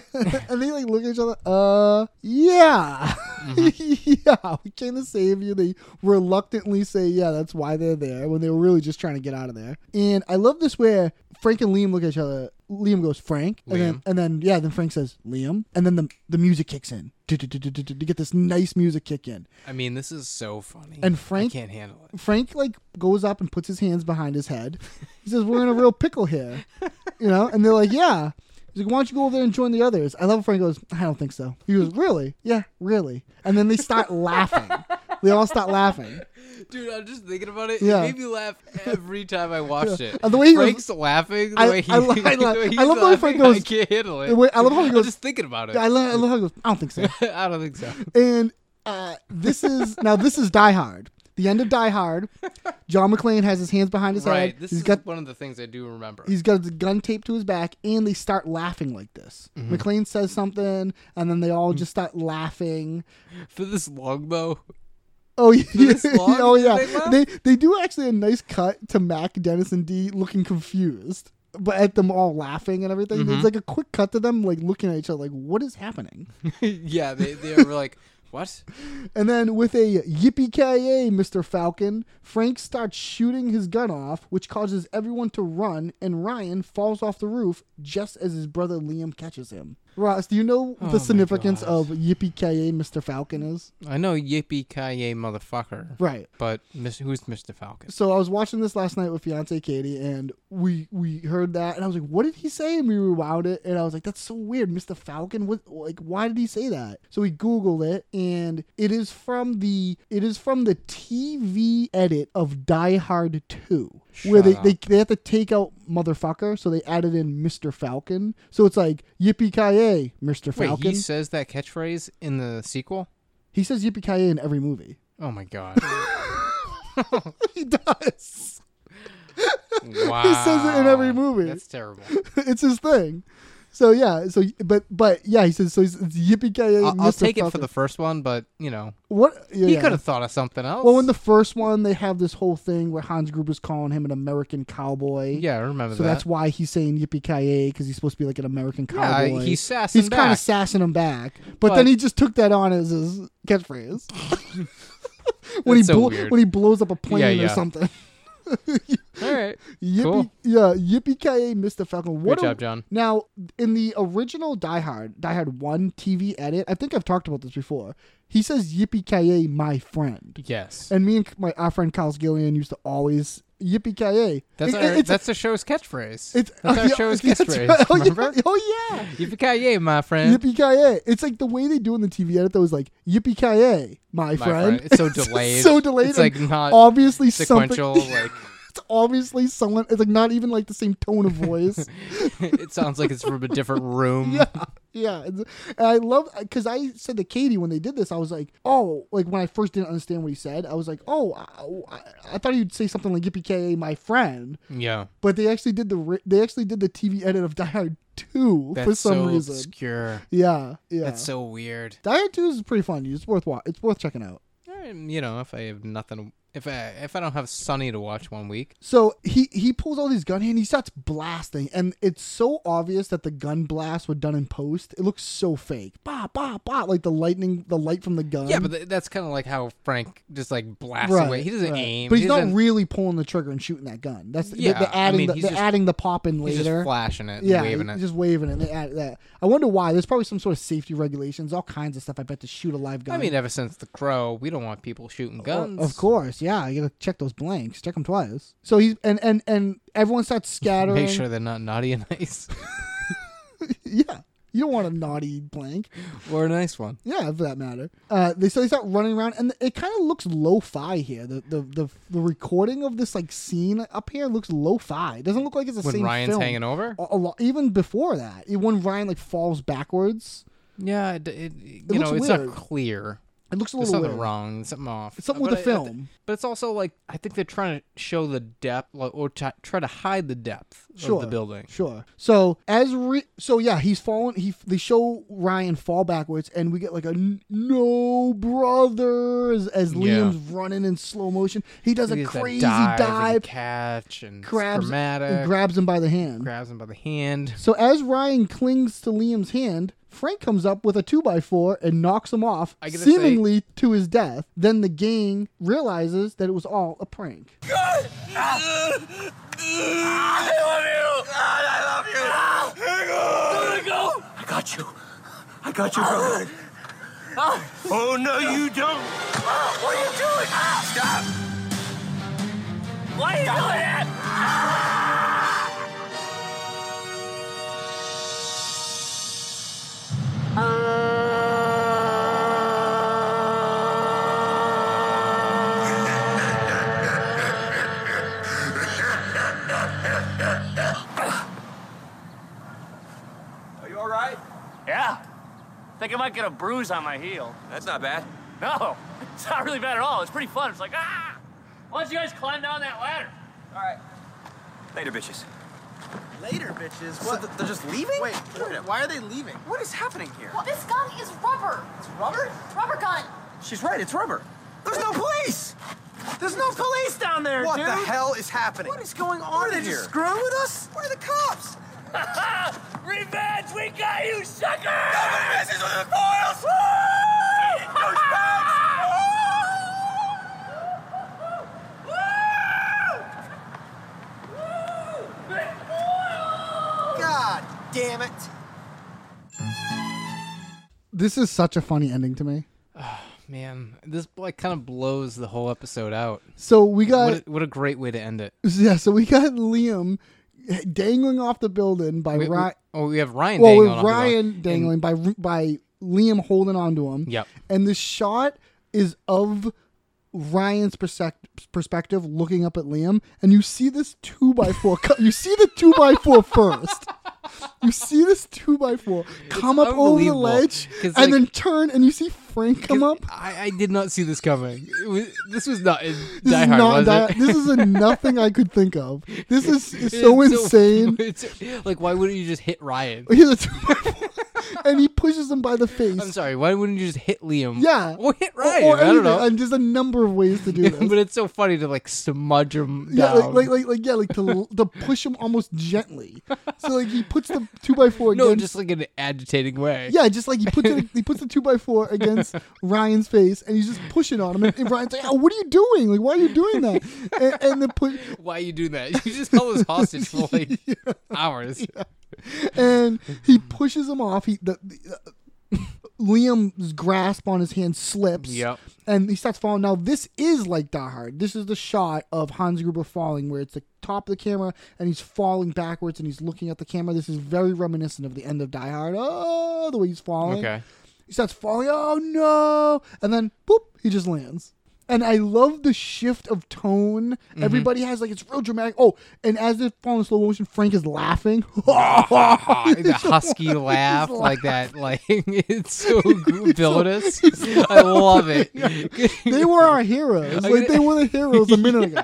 S5: and they like look at each other. Uh, yeah, yeah. We came to save you. They reluctantly say, "Yeah, that's why they're there," when they were really just trying to get out of there. And I love this where Frank and Liam look at each other. Liam goes Frank, and then
S1: Liam.
S5: and then yeah, then Frank says Liam, and then the the music kicks in to get this nice music kick in.
S1: I mean, this is so funny.
S5: And Frank-
S1: I can't handle it.
S5: Frank like goes up and puts his hands behind his head. He says, "We're in a real pickle here," you know. And they're like, "Yeah." He's like, "Why don't you go over there and join the others?" I love when Frank goes, "I don't think so." He goes, "Really? Yeah, really." And then they start laughing. They all start laughing.
S1: Dude, I'm just thinking about it.
S5: Yeah.
S1: It made me laugh every time I watched it.
S5: And the way he was-
S1: Frank's laughing, the
S5: I-
S1: way he,
S5: I lo- I lo-
S1: the way he's
S5: I love the way Frank
S1: laughing, I
S5: goes-
S1: can't handle it.
S5: the way- I love how he
S1: I'm
S5: goes-
S1: just thinking about it.
S5: I love, I love how he goes, "I don't think so."
S1: I don't think so.
S5: And uh, this is now this is Die Hard. The end of Die Hard. John McClane has his hands behind his
S1: Right.
S5: head.
S1: This
S5: he's
S1: is
S5: got
S1: one of the things I do remember.
S5: he's got the gun taped to his back, and they start laughing like this.
S1: Mm-hmm.
S5: McLean says something, and then they all just start laughing.
S1: For this longbow,
S5: Oh yeah,
S1: this long
S5: oh
S1: did
S5: yeah.
S1: they laugh?
S5: They they do actually a nice cut to Mac, Dennis, and D looking confused, but at them all laughing and everything.
S1: Mm-hmm.
S5: There's like a quick cut to them like looking at each other, like what is happening?
S1: yeah, they they were like, what?
S5: And then with a yippee ki Mr. Falcon, Frank starts shooting his gun off, which causes everyone to run, and Ryan falls off the roof just as his brother Liam catches him. Ross, do you know the significance of yippee ki Mr. Falcon is?
S1: I know yippee ki yay motherfucker.
S5: Right.
S1: But Mis- who's Mr. Falcon?
S5: So I was watching this last night with fiance Katie, and we we heard that, and I was like, "What did he say?" And we rewound it, and I was like, "That's so weird, Mr. Falcon. What like why did he say that?" So we googled it, and it is from the it is from the TV edit of Die Hard Two, where they,
S1: Shut
S5: they they have to take out motherfucker, so they added in Mr. Falcon. So it's like yippee ki yay, Mr.
S1: Wait,
S5: Falcon.
S1: he says that catchphrase in the sequel?
S5: he says yippee ki yay in every movie.
S1: Oh my god.
S5: he does.
S1: Wow.
S5: says it in every movie.
S1: That's terrible.
S5: it's his thing. So yeah, so but but yeah, he says so. He's, it's yippee ki yay.
S1: I'll, I'll take it for the first one, but you know,
S5: what yeah,
S1: he
S5: yeah.
S1: could have thought of something else.
S5: Well, in the first one, they have this whole thing where Hans Gruber's calling him an American cowboy.
S1: yeah, I remember
S5: So
S1: that.
S5: that's why he's saying yippee ki yay because he's supposed to be like an American
S1: Yeah,
S5: cowboy.
S1: he's sassing
S5: He's kind
S1: back.
S5: of sassing him back, but, then
S1: But-
S5: he just took that on as his catchphrase. when he
S1: That's so
S5: blow-
S1: weird.
S5: when he blows up a plane
S1: Yeah,
S5: or
S1: yeah.
S5: something.
S1: all right.
S5: Yippee,
S1: Cool.
S5: Yeah, yippee ki Mr. Falcon. What
S1: Great
S5: a-
S1: job, John.
S5: Now, in the original Die Hard, Die Hard 1 TV edit, I think I've talked about this before. He says yippee ki my friend.
S1: Yes,
S5: And me and my our friend Kyle's Gillian used to always yippee ki
S1: that's our, that's the show's catchphrase.
S5: it's, oh,
S1: that's our
S5: yeah,
S1: show's
S5: that's
S1: catchphrase.
S5: right. Oh,
S1: remember?
S5: yeah. Oh, yeah.
S1: Yippee ki yay, my friend.
S5: Yippee ki It's like the way they do in the TV edit, though, is like yippee ki my,
S1: my friend.
S5: friend.
S1: It's so delayed.
S5: so delayed.
S1: It's like
S5: and
S1: not
S5: obviously something-
S1: sequential. like
S5: it's obviously someone. It's like not even like the same tone of voice.
S1: it sounds like it's from a different room.
S5: yeah, it's- and I love because I said to Katie when they did this, I was like, oh, like when I first didn't understand what he said, I was like, oh, I, I- I thought he'd say something like "Yippee ki my friend,"
S1: Yeah.
S5: but they actually did the re- they actually did the TV edit of Die Hard Two
S1: That's
S5: for some
S1: so
S5: reason.
S1: obscure.
S5: Yeah, yeah.
S1: That's so weird.
S5: Die Hard Two is pretty fun. It's worth wa- It's worth checking out.
S1: Um, You know, if I have nothing, if I if I don't have Sunny to watch one week,
S5: So he he pulls all these gun and he starts blasting, and it's so obvious that the gun blasts were done in post. It looks so fake. Bah bah bah! Like the lightning, the light from the gun.
S1: Yeah, but th- that's kind of like how Frank just like blasts away. He doesn't
S5: Um, right.
S1: aim,
S5: but he's
S1: he
S5: not
S1: doesn't-
S5: really pulling the trigger and shooting that gun. That's the,
S1: Yeah,
S5: the,
S1: I
S5: adding
S1: mean,
S5: the,
S1: he's
S5: the
S1: just-
S5: adding the pop in
S1: He's
S5: later.
S1: just flashing it, and
S5: yeah,
S1: waving
S5: he-
S1: it.
S5: just waving it. They add that. I wonder why. There's probably some sort of safety regulations, all kinds of stuff. I bet to shoot a live gun.
S1: I mean, ever since the Crow, we don't want people shooting guns.
S5: Uh, Of course, yeah. You gotta check those blanks. Check them twice. So he's and and and everyone starts scattering.
S1: Make sure they're not naughty and nice,
S5: Yeah, you don't want a naughty blank.
S1: or a nice one.
S5: Yeah, for that matter. Uh, they so they start running around, and it kind of looks lo-fi here. The, the the the recording of this like scene up here looks lo-fi. It doesn't look like it's the
S1: When
S5: same
S1: Ryan's
S5: film.
S1: hanging over?
S5: A, a lot, even before that, It- when Ryan like falls backwards,
S1: Yeah, it, it, you
S5: looks
S1: know, it's
S5: weird.
S1: not clear.
S5: it looks a
S1: There's
S5: little
S1: something
S5: weird.
S1: wrong. Something off.
S5: It's something with
S1: But
S5: the
S1: I- I thi-
S5: film.
S1: but it's also like I think they're trying to show the depth, like, or t- try to hide the depth
S5: Sure.
S1: of the building.
S5: Sure. So as re- so yeah, he's falling. He they show Ryan fall backwards, and we get like a n- no brother as, as
S1: Yeah.
S5: Liam's running in slow motion. He does
S1: He
S5: a
S1: does that
S5: crazy
S1: dive, and
S5: dive,
S1: catch, and it's
S5: grabs
S1: dramatic,
S5: and grabs him by the hand.
S1: grabs him by the hand.
S5: So as Ryan clings to Liam's hand, Frank comes up with a 2x4 and knocks him off,
S1: I gotta
S5: seemingly to his death. Then the gang realizes that it was all a prank.
S2: God, I love you. God, I love you.
S6: I got you. I got you, brother. Oh, no, you don't. What are you doing? Stop. What are you doing?
S2: Are you all right?
S7: Yeah. Think I might get a bruise on my heel.
S6: That's not bad.
S7: No, it's not really bad at all. It's pretty fun. It's like, ah! Why don't you guys climb down that ladder?
S2: All right.
S6: Later, bitches.
S8: Later, bitches.
S6: So
S8: What?
S6: th- they're just leaving?
S8: Wait, why are they leaving?
S6: what is happening here?
S3: Well, this gun is rubber.
S8: It's rubber?
S3: Rubber gun.
S8: She's right, it's rubber.
S6: There's no police!
S8: There's no police down there,
S6: What
S8: dude.
S6: the hell is happening?
S8: What is going on
S6: Are they
S8: here?
S6: just screwing with us? Where are the cops?
S7: Revenge! We got you, sucker!
S6: Nobody messes with the foils! Douchebags!
S8: God damn it.
S5: This is such a funny ending to me.
S1: Man, this like kind of blows the whole episode out.
S5: So we got
S1: What a, what a great way to end it.
S5: yeah. So we got Liam dangling off the building by
S1: We, we-
S5: Ryan.
S1: oh, we have Ryan.
S5: Well,
S1: dangling
S5: with
S1: off the rock.
S5: Ryan
S1: And-
S5: dangling by by Liam holding onto him.
S1: Yep.
S5: And the shot is of Ryan's perspective, perspective looking up at Liam, and you see this two by four. co- you see the two by four first. You see this two by four come up over the
S1: unbelievable.
S5: ledge,
S1: 'Cause, like-
S5: and then turn, and you see Frank come up.
S1: I, I did not see this coming. It was, this was not in
S5: This
S1: Die
S5: is
S1: Hard,
S5: not
S1: was
S5: Die-
S1: it?
S5: This is a nothing I could think of. This is, is so
S1: It's
S5: insane.
S1: it's- like, why wouldn't you just hit Ryan?
S5: He's a two by four, and he pushes him by the face.
S1: I'm sorry. Why wouldn't you just hit Liam?
S5: Yeah.
S1: Or hit
S5: Or-
S1: Ryan.
S5: Or,
S1: I don't
S5: anything.
S1: know.
S5: And there's a number of ways to do this.
S1: but it's so funny to like smudge him
S5: yeah,
S1: down.
S5: like, like, like, like, yeah, like to, to push him almost gently. So like he puts the two by four
S1: no,
S5: against.
S1: just like in an agitating way.
S5: yeah, just like he puts it, he puts the two by four against Ryan's face, and he's just pushing on him. And, and Ryan's like, oh, "What are you doing? Like, why are you doing that?" And, and the put
S1: Why you do that? You just held us hostage for like hours.
S5: and he pushes him off. He the, the- Liam's grasp on his hand slips.
S1: Yep.
S5: And he starts falling. Now this is like Die Hard. This is the shot of Hans Gruber falling, where it's the top of the camera and he's falling backwards and he's looking at the camera. This is very reminiscent of the end of Die Hard. Oh, the way he's falling.
S1: Okay.
S5: He starts falling. Oh no! And then boop, he just lands. And I love the shift of tone.
S1: Mm-hmm.
S5: Everybody has like it's real dramatic. Oh, and as they're falling in slow motion, Frank is laughing.
S1: the husky laugh like that. Like it's so villainous. I love it.
S5: they were our heroes. Like they were the heroes a minute ago.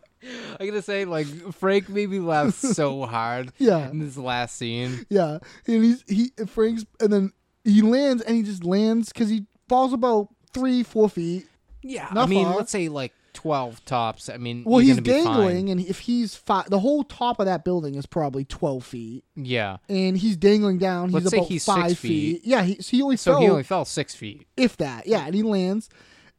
S1: I gotta say, like Frank made me laugh so hard.
S5: Yeah.
S1: In this last scene,
S5: Yeah, and he's he Frank's, and then he lands, and he just lands because he falls about three, four feet.
S1: yeah. I
S5: Not
S1: mean,
S5: far.
S1: let's say like twelve tops. I mean,
S5: Well,
S1: you're
S5: he's
S1: gonna be fine.
S5: dangling, and if he's five, the whole top of that building is probably twelve feet,
S1: Yeah.
S5: and he's dangling down. He's
S1: Let's say
S5: about
S1: he's six
S5: five
S1: feet.
S5: Yeah, he, so he only
S1: So
S5: fell,
S1: he only fell six feet.
S5: if that. Yeah, and he lands,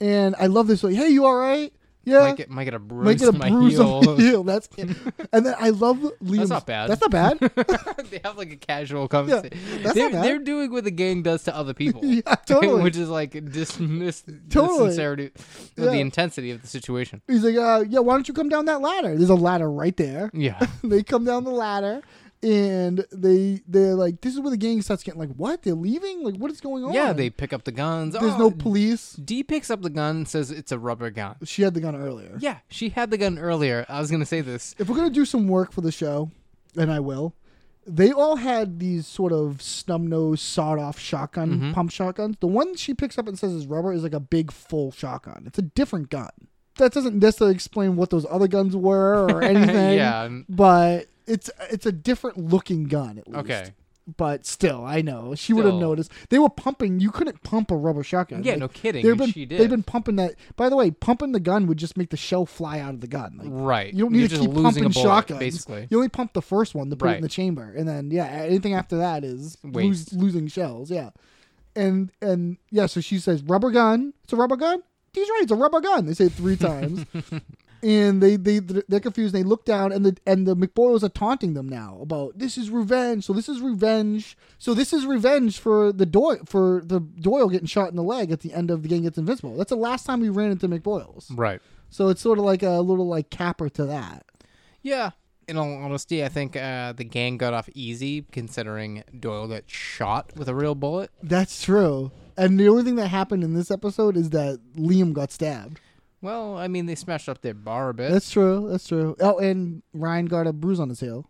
S5: and I love this. Like, hey, you all right? Yeah.
S1: Might get might get a bruise
S5: Might get a
S1: on my
S5: bruise
S1: heel.
S5: on my heel. That's and then I love Liam's.
S1: not bad.
S5: That's not bad.
S1: they have like a casual conversation.
S5: that's
S1: they're,
S5: not bad.
S1: they're doing what the gang does to other people.
S5: Yeah, totally.
S1: Which is like dismiss
S5: Totally.
S1: the sincerity or
S5: Yeah.
S1: the intensity of the situation.
S5: He's like, uh, yeah, why don't you come down that ladder? There's a ladder right there.
S1: Yeah.
S5: they come down the ladder and they they're like, this is where the gang starts getting like, what? They're leaving? Like, what is going on?
S1: Yeah, they pick up the guns.
S5: There's
S1: Oh,
S5: no police.
S1: D picks up the gun and says it's a rubber gun.
S5: She had the gun earlier.
S1: Yeah, she had the gun earlier. I was gonna say this.
S5: If we're gonna do some work for the show, and I will, they all had these sort of snub nosed sawed off shotgun
S1: Mm-hmm.
S5: pump shotguns. The one she picks up and says is rubber is like a big full shotgun. It's a different gun. That doesn't necessarily explain what those other guns were or anything.
S1: Yeah, and-
S5: But it's it's a different looking gun at least.
S1: Okay.
S5: But still, I know she would have
S1: Still.
S5: noticed. They were pumping. You couldn't pump a rubber shotgun.
S1: Yeah, no kidding,
S5: They've
S1: and
S5: been
S1: she
S5: they've
S1: did.
S5: been pumping that. By the way, pumping the gun would just make the shell fly out of the gun. Like,
S1: Right.
S5: You don't
S1: You're
S5: need to
S1: just
S5: keep
S1: losing
S5: pumping
S1: a bullet,
S5: shotguns.
S1: basically.
S5: You only pump the first one to put it in
S1: Right.
S5: the chamber, and then yeah, anything after that is lose,
S1: Waste.
S5: losing shells. Yeah, and and yeah, so she says rubber gun. It's a rubber gun. He's right. It's a rubber gun. They say it three times. and they they they're confused. They look down, and the and the McBoyles are taunting them now about this is revenge. So this is revenge. So this is revenge for the Doyle for the Doyle getting shot in the leg at the end of the game gets invincible. That's the last time we ran into McBoyles.
S1: Right.
S5: So it's sort of like a little like capper to that.
S1: Yeah. In all honesty, I think uh, the gang got off easy considering Doyle got shot with a real bullet.
S5: That's true. And the only thing that happened in this episode is that Liam got stabbed.
S1: Well, I mean, they smashed up their bar a bit.
S5: That's true. That's true. Oh, and Ryan got a bruise on his heel.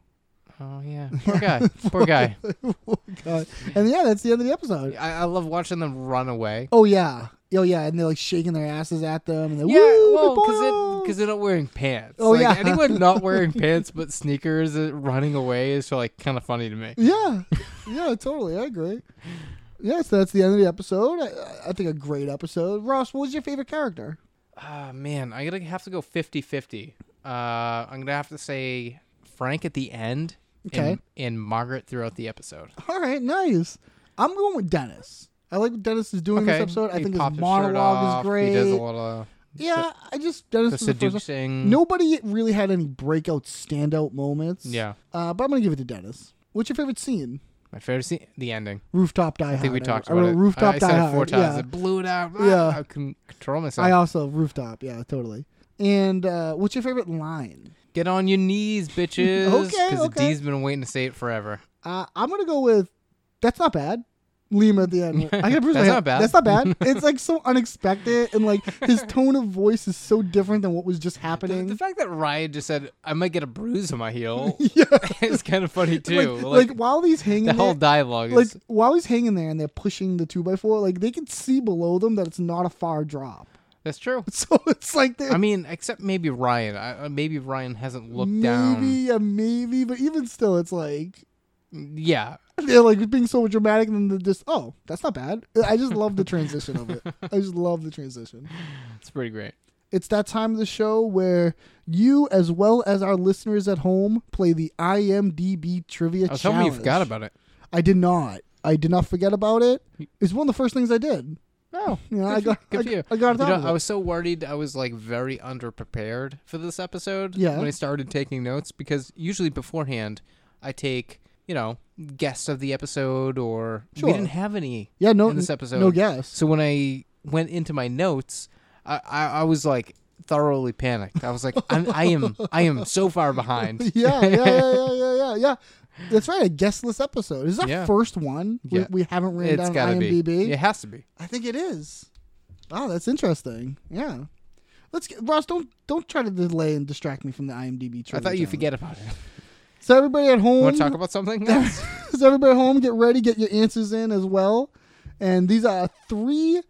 S1: oh, yeah. Poor guy. Poor guy.
S5: God. And yeah, that's the end of the episode.
S1: I, I love watching them run away.
S5: Oh yeah. Oh yeah. And they're like shaking their asses at them. And they're,
S1: Yeah,
S5: Woo,
S1: well,
S5: big
S1: because
S5: boy!"
S1: they're not wearing pants.
S5: Oh,
S1: like,
S5: yeah.
S1: anyone not wearing pants but sneakers uh, running away is like kind of funny to me.
S5: Yeah. Yeah. Totally. I agree. Yeah. So that's the end of the episode. I- I, I think a great episode. Ross, what was your favorite character?
S1: Ah, man, I'm gonna have to go 50-50. Uh, I'm gonna have to say Frank at the end.
S5: Okay.
S1: And, and Margaret throughout the episode.
S5: All right. Nice. I'm going with Dennis. I like what Dennis is doing in this episode. I
S1: he
S5: think
S1: pops
S5: his
S1: shirt
S5: monologue
S1: off,
S5: is great.
S1: He does a lot of
S5: Yeah, I just Dennis
S1: the
S5: was the first one.
S1: seducing.
S5: Nobody really had any breakout standout moments.
S1: Yeah.
S5: uh, but I'm gonna give it to Dennis. What's your favorite scene?
S1: my favorite scene, the ending.
S5: Rooftop Die Hard.
S1: I think we talked
S5: I
S1: about
S5: wrote
S1: it.
S5: Rooftop
S1: I, I
S5: Die
S1: said it
S5: Hard.
S1: four times.
S5: Yeah.
S1: It blew it out. Ah,
S5: Yeah.
S1: I couldn't control myself.
S5: I also rooftop. Yeah, totally. And uh, what's your favorite line?
S1: Get on your knees, bitches.
S5: Okay,
S1: Because
S5: okay.
S1: D's been waiting to say it forever.
S5: Uh, I'm gonna go with. That's not bad. Liam at the end. I got Bruce
S1: That's
S5: Lee.
S1: not bad.
S5: That's not bad. It's like so unexpected, and like his tone of voice is so different than what was just happening.
S1: The fact that Ryan just said, I might get a bruise on my heel is kind of funny too.
S5: like,
S1: Like,
S5: like, while he's hanging,
S1: the whole
S5: there-
S1: dialogue
S5: like
S1: is
S5: while he's hanging there and they're pushing the two by four, like they can see below them that it's not a far drop.
S1: that's true.
S5: So it's like they're
S1: I mean, except maybe Ryan. I, uh, maybe Ryan hasn't looked
S5: maybe,
S1: down.
S5: yeah, maybe, but even still, it's like
S1: Yeah.
S5: they're like being so dramatic, and then just oh, that's not bad. I just love the transition of it. I just love the transition.
S1: It's pretty great.
S5: It's that time of the show where you, as well as our listeners at home, play the IMDb trivia
S1: I was hoping
S5: challenge.
S1: Oh, you forgot about it.
S5: I did not. I did not forget about it. It's one of the first things I did.
S1: No.
S5: Yeah,
S1: Oh,
S5: I
S1: good
S5: got-
S1: for- good
S5: I-
S1: for you.
S5: I got
S1: You
S5: it
S1: know,
S5: out of it.
S1: I was so worried. I was like very underprepared for this episode.
S5: Yeah.
S1: When I started taking notes, because usually beforehand, I take you know guests of the episode or
S5: Sure.
S1: we didn't have any.
S5: Yeah, no-
S1: in this episode,
S5: no guess.
S1: So when I went into my notes, I I, I was like thoroughly panicked. I was like, I'm, I am I am so far behind.
S5: yeah, yeah, yeah, yeah, yeah, yeah, yeah. That's right, a guestless episode. Is that
S1: Yeah.
S5: first one we,
S1: Yeah.
S5: we haven't written
S1: It's
S5: down
S1: gotta
S5: IMDb?
S1: be. It has to be.
S5: I think it is. Wow, that's interesting. Yeah, let's get, Ross. Don't don't try to delay and distract me from the IMDb.
S1: I
S5: trivia
S1: thought you
S5: challenge.
S1: forget about it.
S5: So everybody at home,
S1: Want to talk about something? else?
S5: so everybody at home, get ready, get your answers in as well. And these are three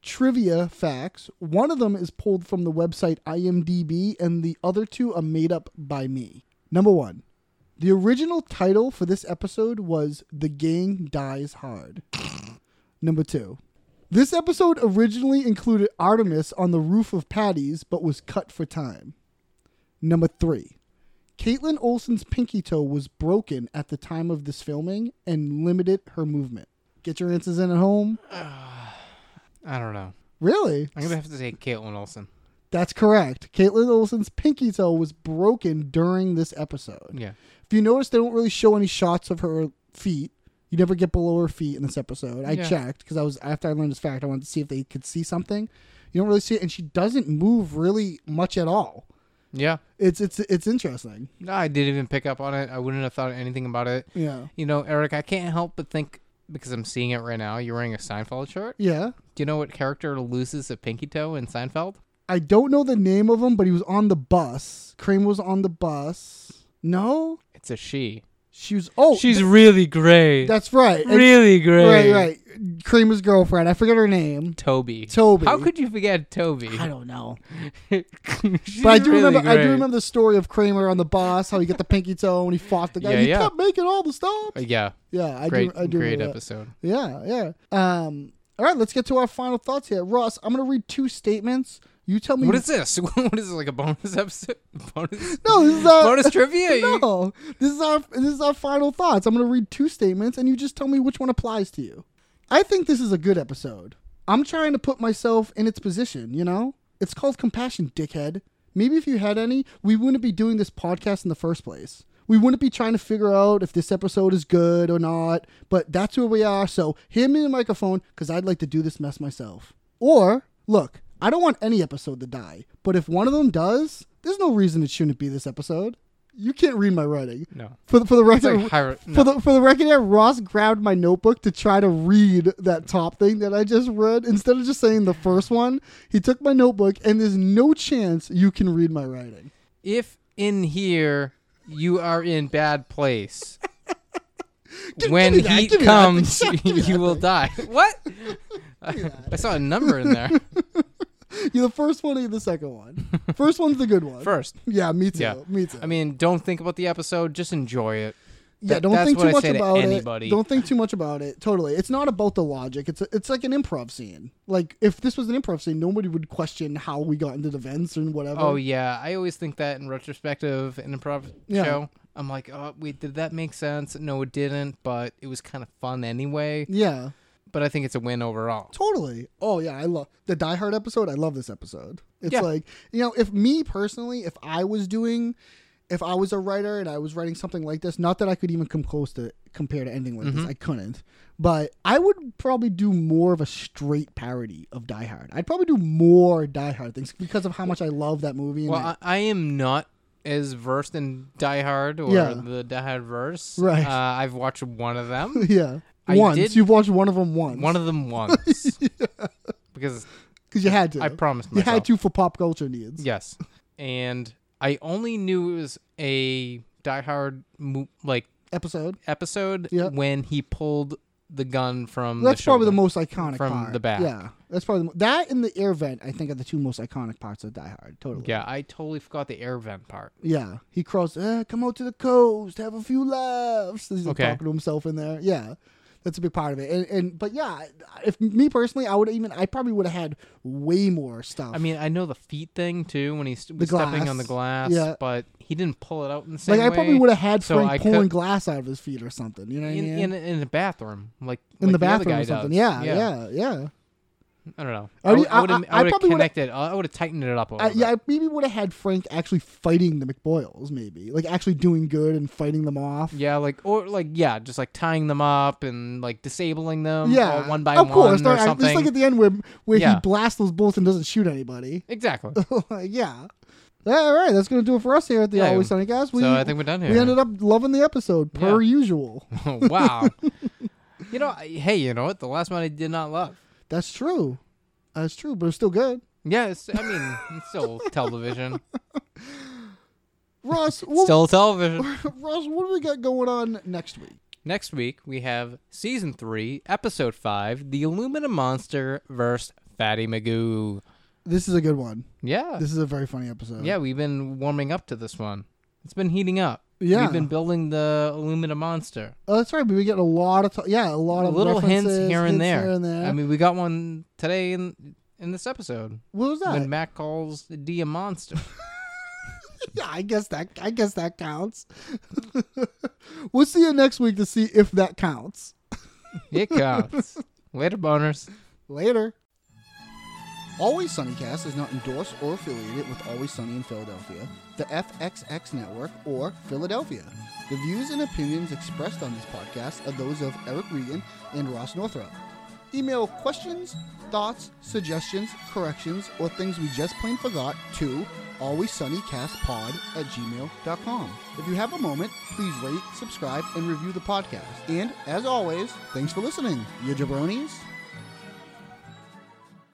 S5: trivia facts. One of them is pulled from the website IMDb, and the other two are made up by me. Number one, the original title for this episode was The Gang Dies Hard. Number two, this episode originally included Artemis on the roof of Patty's, but was cut for time. Number three, Caitlin Olsen's pinky toe was broken at the time of this filming and limited her movement. Get your answers in at home.
S1: I don't know.
S5: Really?
S1: I'm gonna have to take Caitlin Olsen.
S5: That's correct. Caitlin Olsen's pinky toe was broken during this episode.
S1: Yeah.
S5: If you notice, they don't really show any shots of her feet. You never get below her feet in this episode. I
S1: Yeah.
S5: checked because I was after I learned this fact, I wanted to see if they could see something. You don't really see it, and she doesn't move really much at all.
S1: Yeah.
S5: It's it's it's interesting.
S1: No, I didn't even pick up on it. I wouldn't have thought anything about it.
S5: Yeah.
S1: You know, Eric, I can't help but think because I'm seeing it right now. You're wearing a Seinfeld shirt.
S5: Yeah.
S1: Do you know what character loses a pinky toe in Seinfeld?
S5: I don't know the name of him, but he was on the bus. Kramer was on the bus. No,
S1: It's a she.
S5: she was. Oh, th-
S1: really great.
S5: that's right. And-
S1: really
S5: right,
S1: great.
S5: right. Kramer's girlfriend. I forget her name.
S1: Toby.
S5: Toby.
S1: How could you forget Toby?
S5: I don't know,
S1: She's
S5: but I do
S1: really
S5: remember. I do
S1: great.
S5: remember the story of Kramer on the bus, how he got the pinky toe and he fought the guy.
S1: Yeah,
S5: he
S1: yeah.
S5: kept making all the stops.
S1: Uh, Yeah.
S5: yeah, I
S1: Great.
S5: do. I do
S1: great
S5: remember that.
S1: episode.
S5: Yeah, yeah. Um. All right, let's get to our final thoughts here, Ross. I'm gonna read two statements. You tell me
S1: What is this? what is this? Like a bonus episode? Bonus.
S5: No, this is our
S1: Bonus trivia, you-
S5: no, Oh, this is our this is our final thoughts. I'm gonna read two statements, and you just tell me which one applies to you. I think this is a good episode. I'm trying to put myself in its position. You know, it's called compassion, dickhead. Maybe if you had any, we wouldn't be doing this podcast in the first place. We wouldn't be trying to figure out if this episode is good or not, but that's where we are. So hand me the microphone because I'd like to do this mess myself. Or, look, I don't want any episode to die, but if one of them does, there's no reason it shouldn't be this episode. You can't read my writing.
S1: No.
S5: For the, for the record,
S1: like hiero-
S5: for the for the record, here, Ross grabbed my notebook to try to read that top thing that I just read. Instead of just saying the first one, he took my notebook, and there's no chance you can read my writing.
S1: If in here you are in bad place, when
S5: give me that,
S1: heat
S5: give me that thing,
S1: comes, you will die. What? I saw a number in there.
S5: You're the first one or you're the second one? First one's the good one.
S1: First.
S5: Yeah, me too.
S1: Yeah.
S5: Me too.
S1: I mean, don't think about the episode. Just enjoy it.
S5: yeah,
S1: that-
S5: don't
S1: that's
S5: think
S1: what
S5: too
S1: I
S5: much
S1: say to
S5: about
S1: anybody.
S5: it. Don't think too much about it. Totally. It's not about the logic. It's a, it's like an improv scene. Like if this was an improv scene, nobody would question how we got into the vents and whatever.
S1: Oh yeah, I always think that in retrospective in improv
S5: Yeah.
S1: show. I'm like, oh, wait, did that make sense? No, it didn't, but it was kind of fun anyway.
S5: yeah.
S1: But I think it's a win overall.
S5: Totally. Oh yeah, I love the Die Hard episode. I love this episode. It's
S1: Yeah.
S5: like you know, if me personally, if I was doing, if I was a writer and I was writing something like this, not that I could even come close to compare to ending like
S1: Mm-hmm.
S5: this, I couldn't. But I would probably do more of a straight parody of Die Hard. I'd probably do more Die Hard things because of how much I love that movie. And
S1: Well,
S5: that-
S1: I, I am not as versed in Die Hard or
S5: Yeah.
S1: the Die Hard verse.
S5: Right.
S1: Uh, I've watched one of them.
S5: yeah,
S1: I
S5: once
S1: did-
S5: you've watched one of them once,
S1: one of them once. Because
S5: because you had to.
S1: I promised
S5: you had
S1: myself.
S5: to for pop culture needs.
S1: yes, and I only knew it was a Die Hard mo- like
S5: episode.
S1: episode
S5: Yeah.
S1: when he pulled the gun from.
S5: That's
S1: the
S5: probably the
S1: shoulder.
S5: most iconic
S1: From
S5: part.
S1: the back.
S5: Yeah, that's probably the, mo- that and the air vent. I think are the two most iconic parts of Die Hard. Totally.
S1: Yeah, I totally forgot the air vent part.
S5: Yeah. He crossed. Eh, come out to the coast, have a few laughs. He's like,
S1: Okay.
S5: talking to himself in there. Yeah, that's a big part of it. And, and but yeah, I- if me personally, I would even I probably would have had way more stuff.
S1: I mean, I know the feet thing too when he's was stepping on the
S5: glass.
S1: glass,
S5: Yeah.
S1: but he didn't pull it out in the same
S5: like I probably
S1: way,
S5: would have had
S1: so
S5: Frank
S1: I
S5: pulling
S1: could-
S5: glass out of his feet or something. You know what I
S1: in, in
S5: mean?
S1: in the bathroom, like
S5: In
S1: like
S5: the
S1: other
S5: bathroom
S1: guy
S5: or something.
S1: does.
S5: Yeah, yeah, yeah.
S1: I don't know.
S5: I
S1: I
S5: mean,
S1: would I,
S5: I-
S1: would have
S5: I- I probably would've-
S1: connected. I would have tightened it up a little.
S5: I, yeah,
S1: bit.
S5: I maybe would have had Frank actually fighting the McBoyles, maybe like actually doing good and fighting them off.
S1: yeah, like or like yeah, just like tying them up and like disabling them.
S5: Yeah,
S1: all one by
S5: of
S1: one
S5: course.
S1: or
S5: no, I-
S1: something.
S5: Just like at the end where where he
S1: Yeah.
S5: blasts those bullets and doesn't shoot anybody.
S1: exactly.
S5: Like, yeah. All right, that's gonna do it for us here at the
S1: Yeah,
S5: Always Sunny guys. We,
S1: so I think we're done
S5: We
S1: here.
S5: ended up loving the episode per
S1: Yeah.
S5: usual.
S1: wow. you know, I- hey, you know what? The last one I did not love.
S5: That's true. That's true, but it's still good.
S1: Yeah, it's, I mean, it's still television.
S5: Ross, what,
S1: Still television.
S5: Ross, what do we got going on next week?
S1: Next week we have season three, episode five, The Illumina Monster versus Fatty Magoo.
S5: This is a good one.
S1: Yeah.
S5: This is a very funny episode.
S1: Yeah, we've been warming up to this one. It's been heating up.
S5: Yeah.
S1: We've been building the Illumina monster.
S5: Oh, that's right. We've been getting a lot of, t- yeah, a lot of
S1: Little hints
S5: references,
S1: here and,
S5: hints
S1: there.
S5: Here and there.
S1: I mean, we got one today in in this episode
S5: what was that?
S1: when Matt calls D a monster.
S5: Yeah, I guess that I guess that counts. we'll see you next week to see if that counts.
S1: it counts. Later, boners.
S5: Later. Always Sunnycast is not endorsed or affiliated with Always Sunny in Philadelphia, the FXX Network, or Philadelphia. The views and opinions expressed on this podcast are those of Eric Regan and Ross Northrup. Email questions, thoughts, suggestions, corrections, or things we just plain forgot to alwayssunnycastpod at gmail.com. If you have a moment, please rate, subscribe, and review the podcast. And as always, thanks for listening, you jabronis.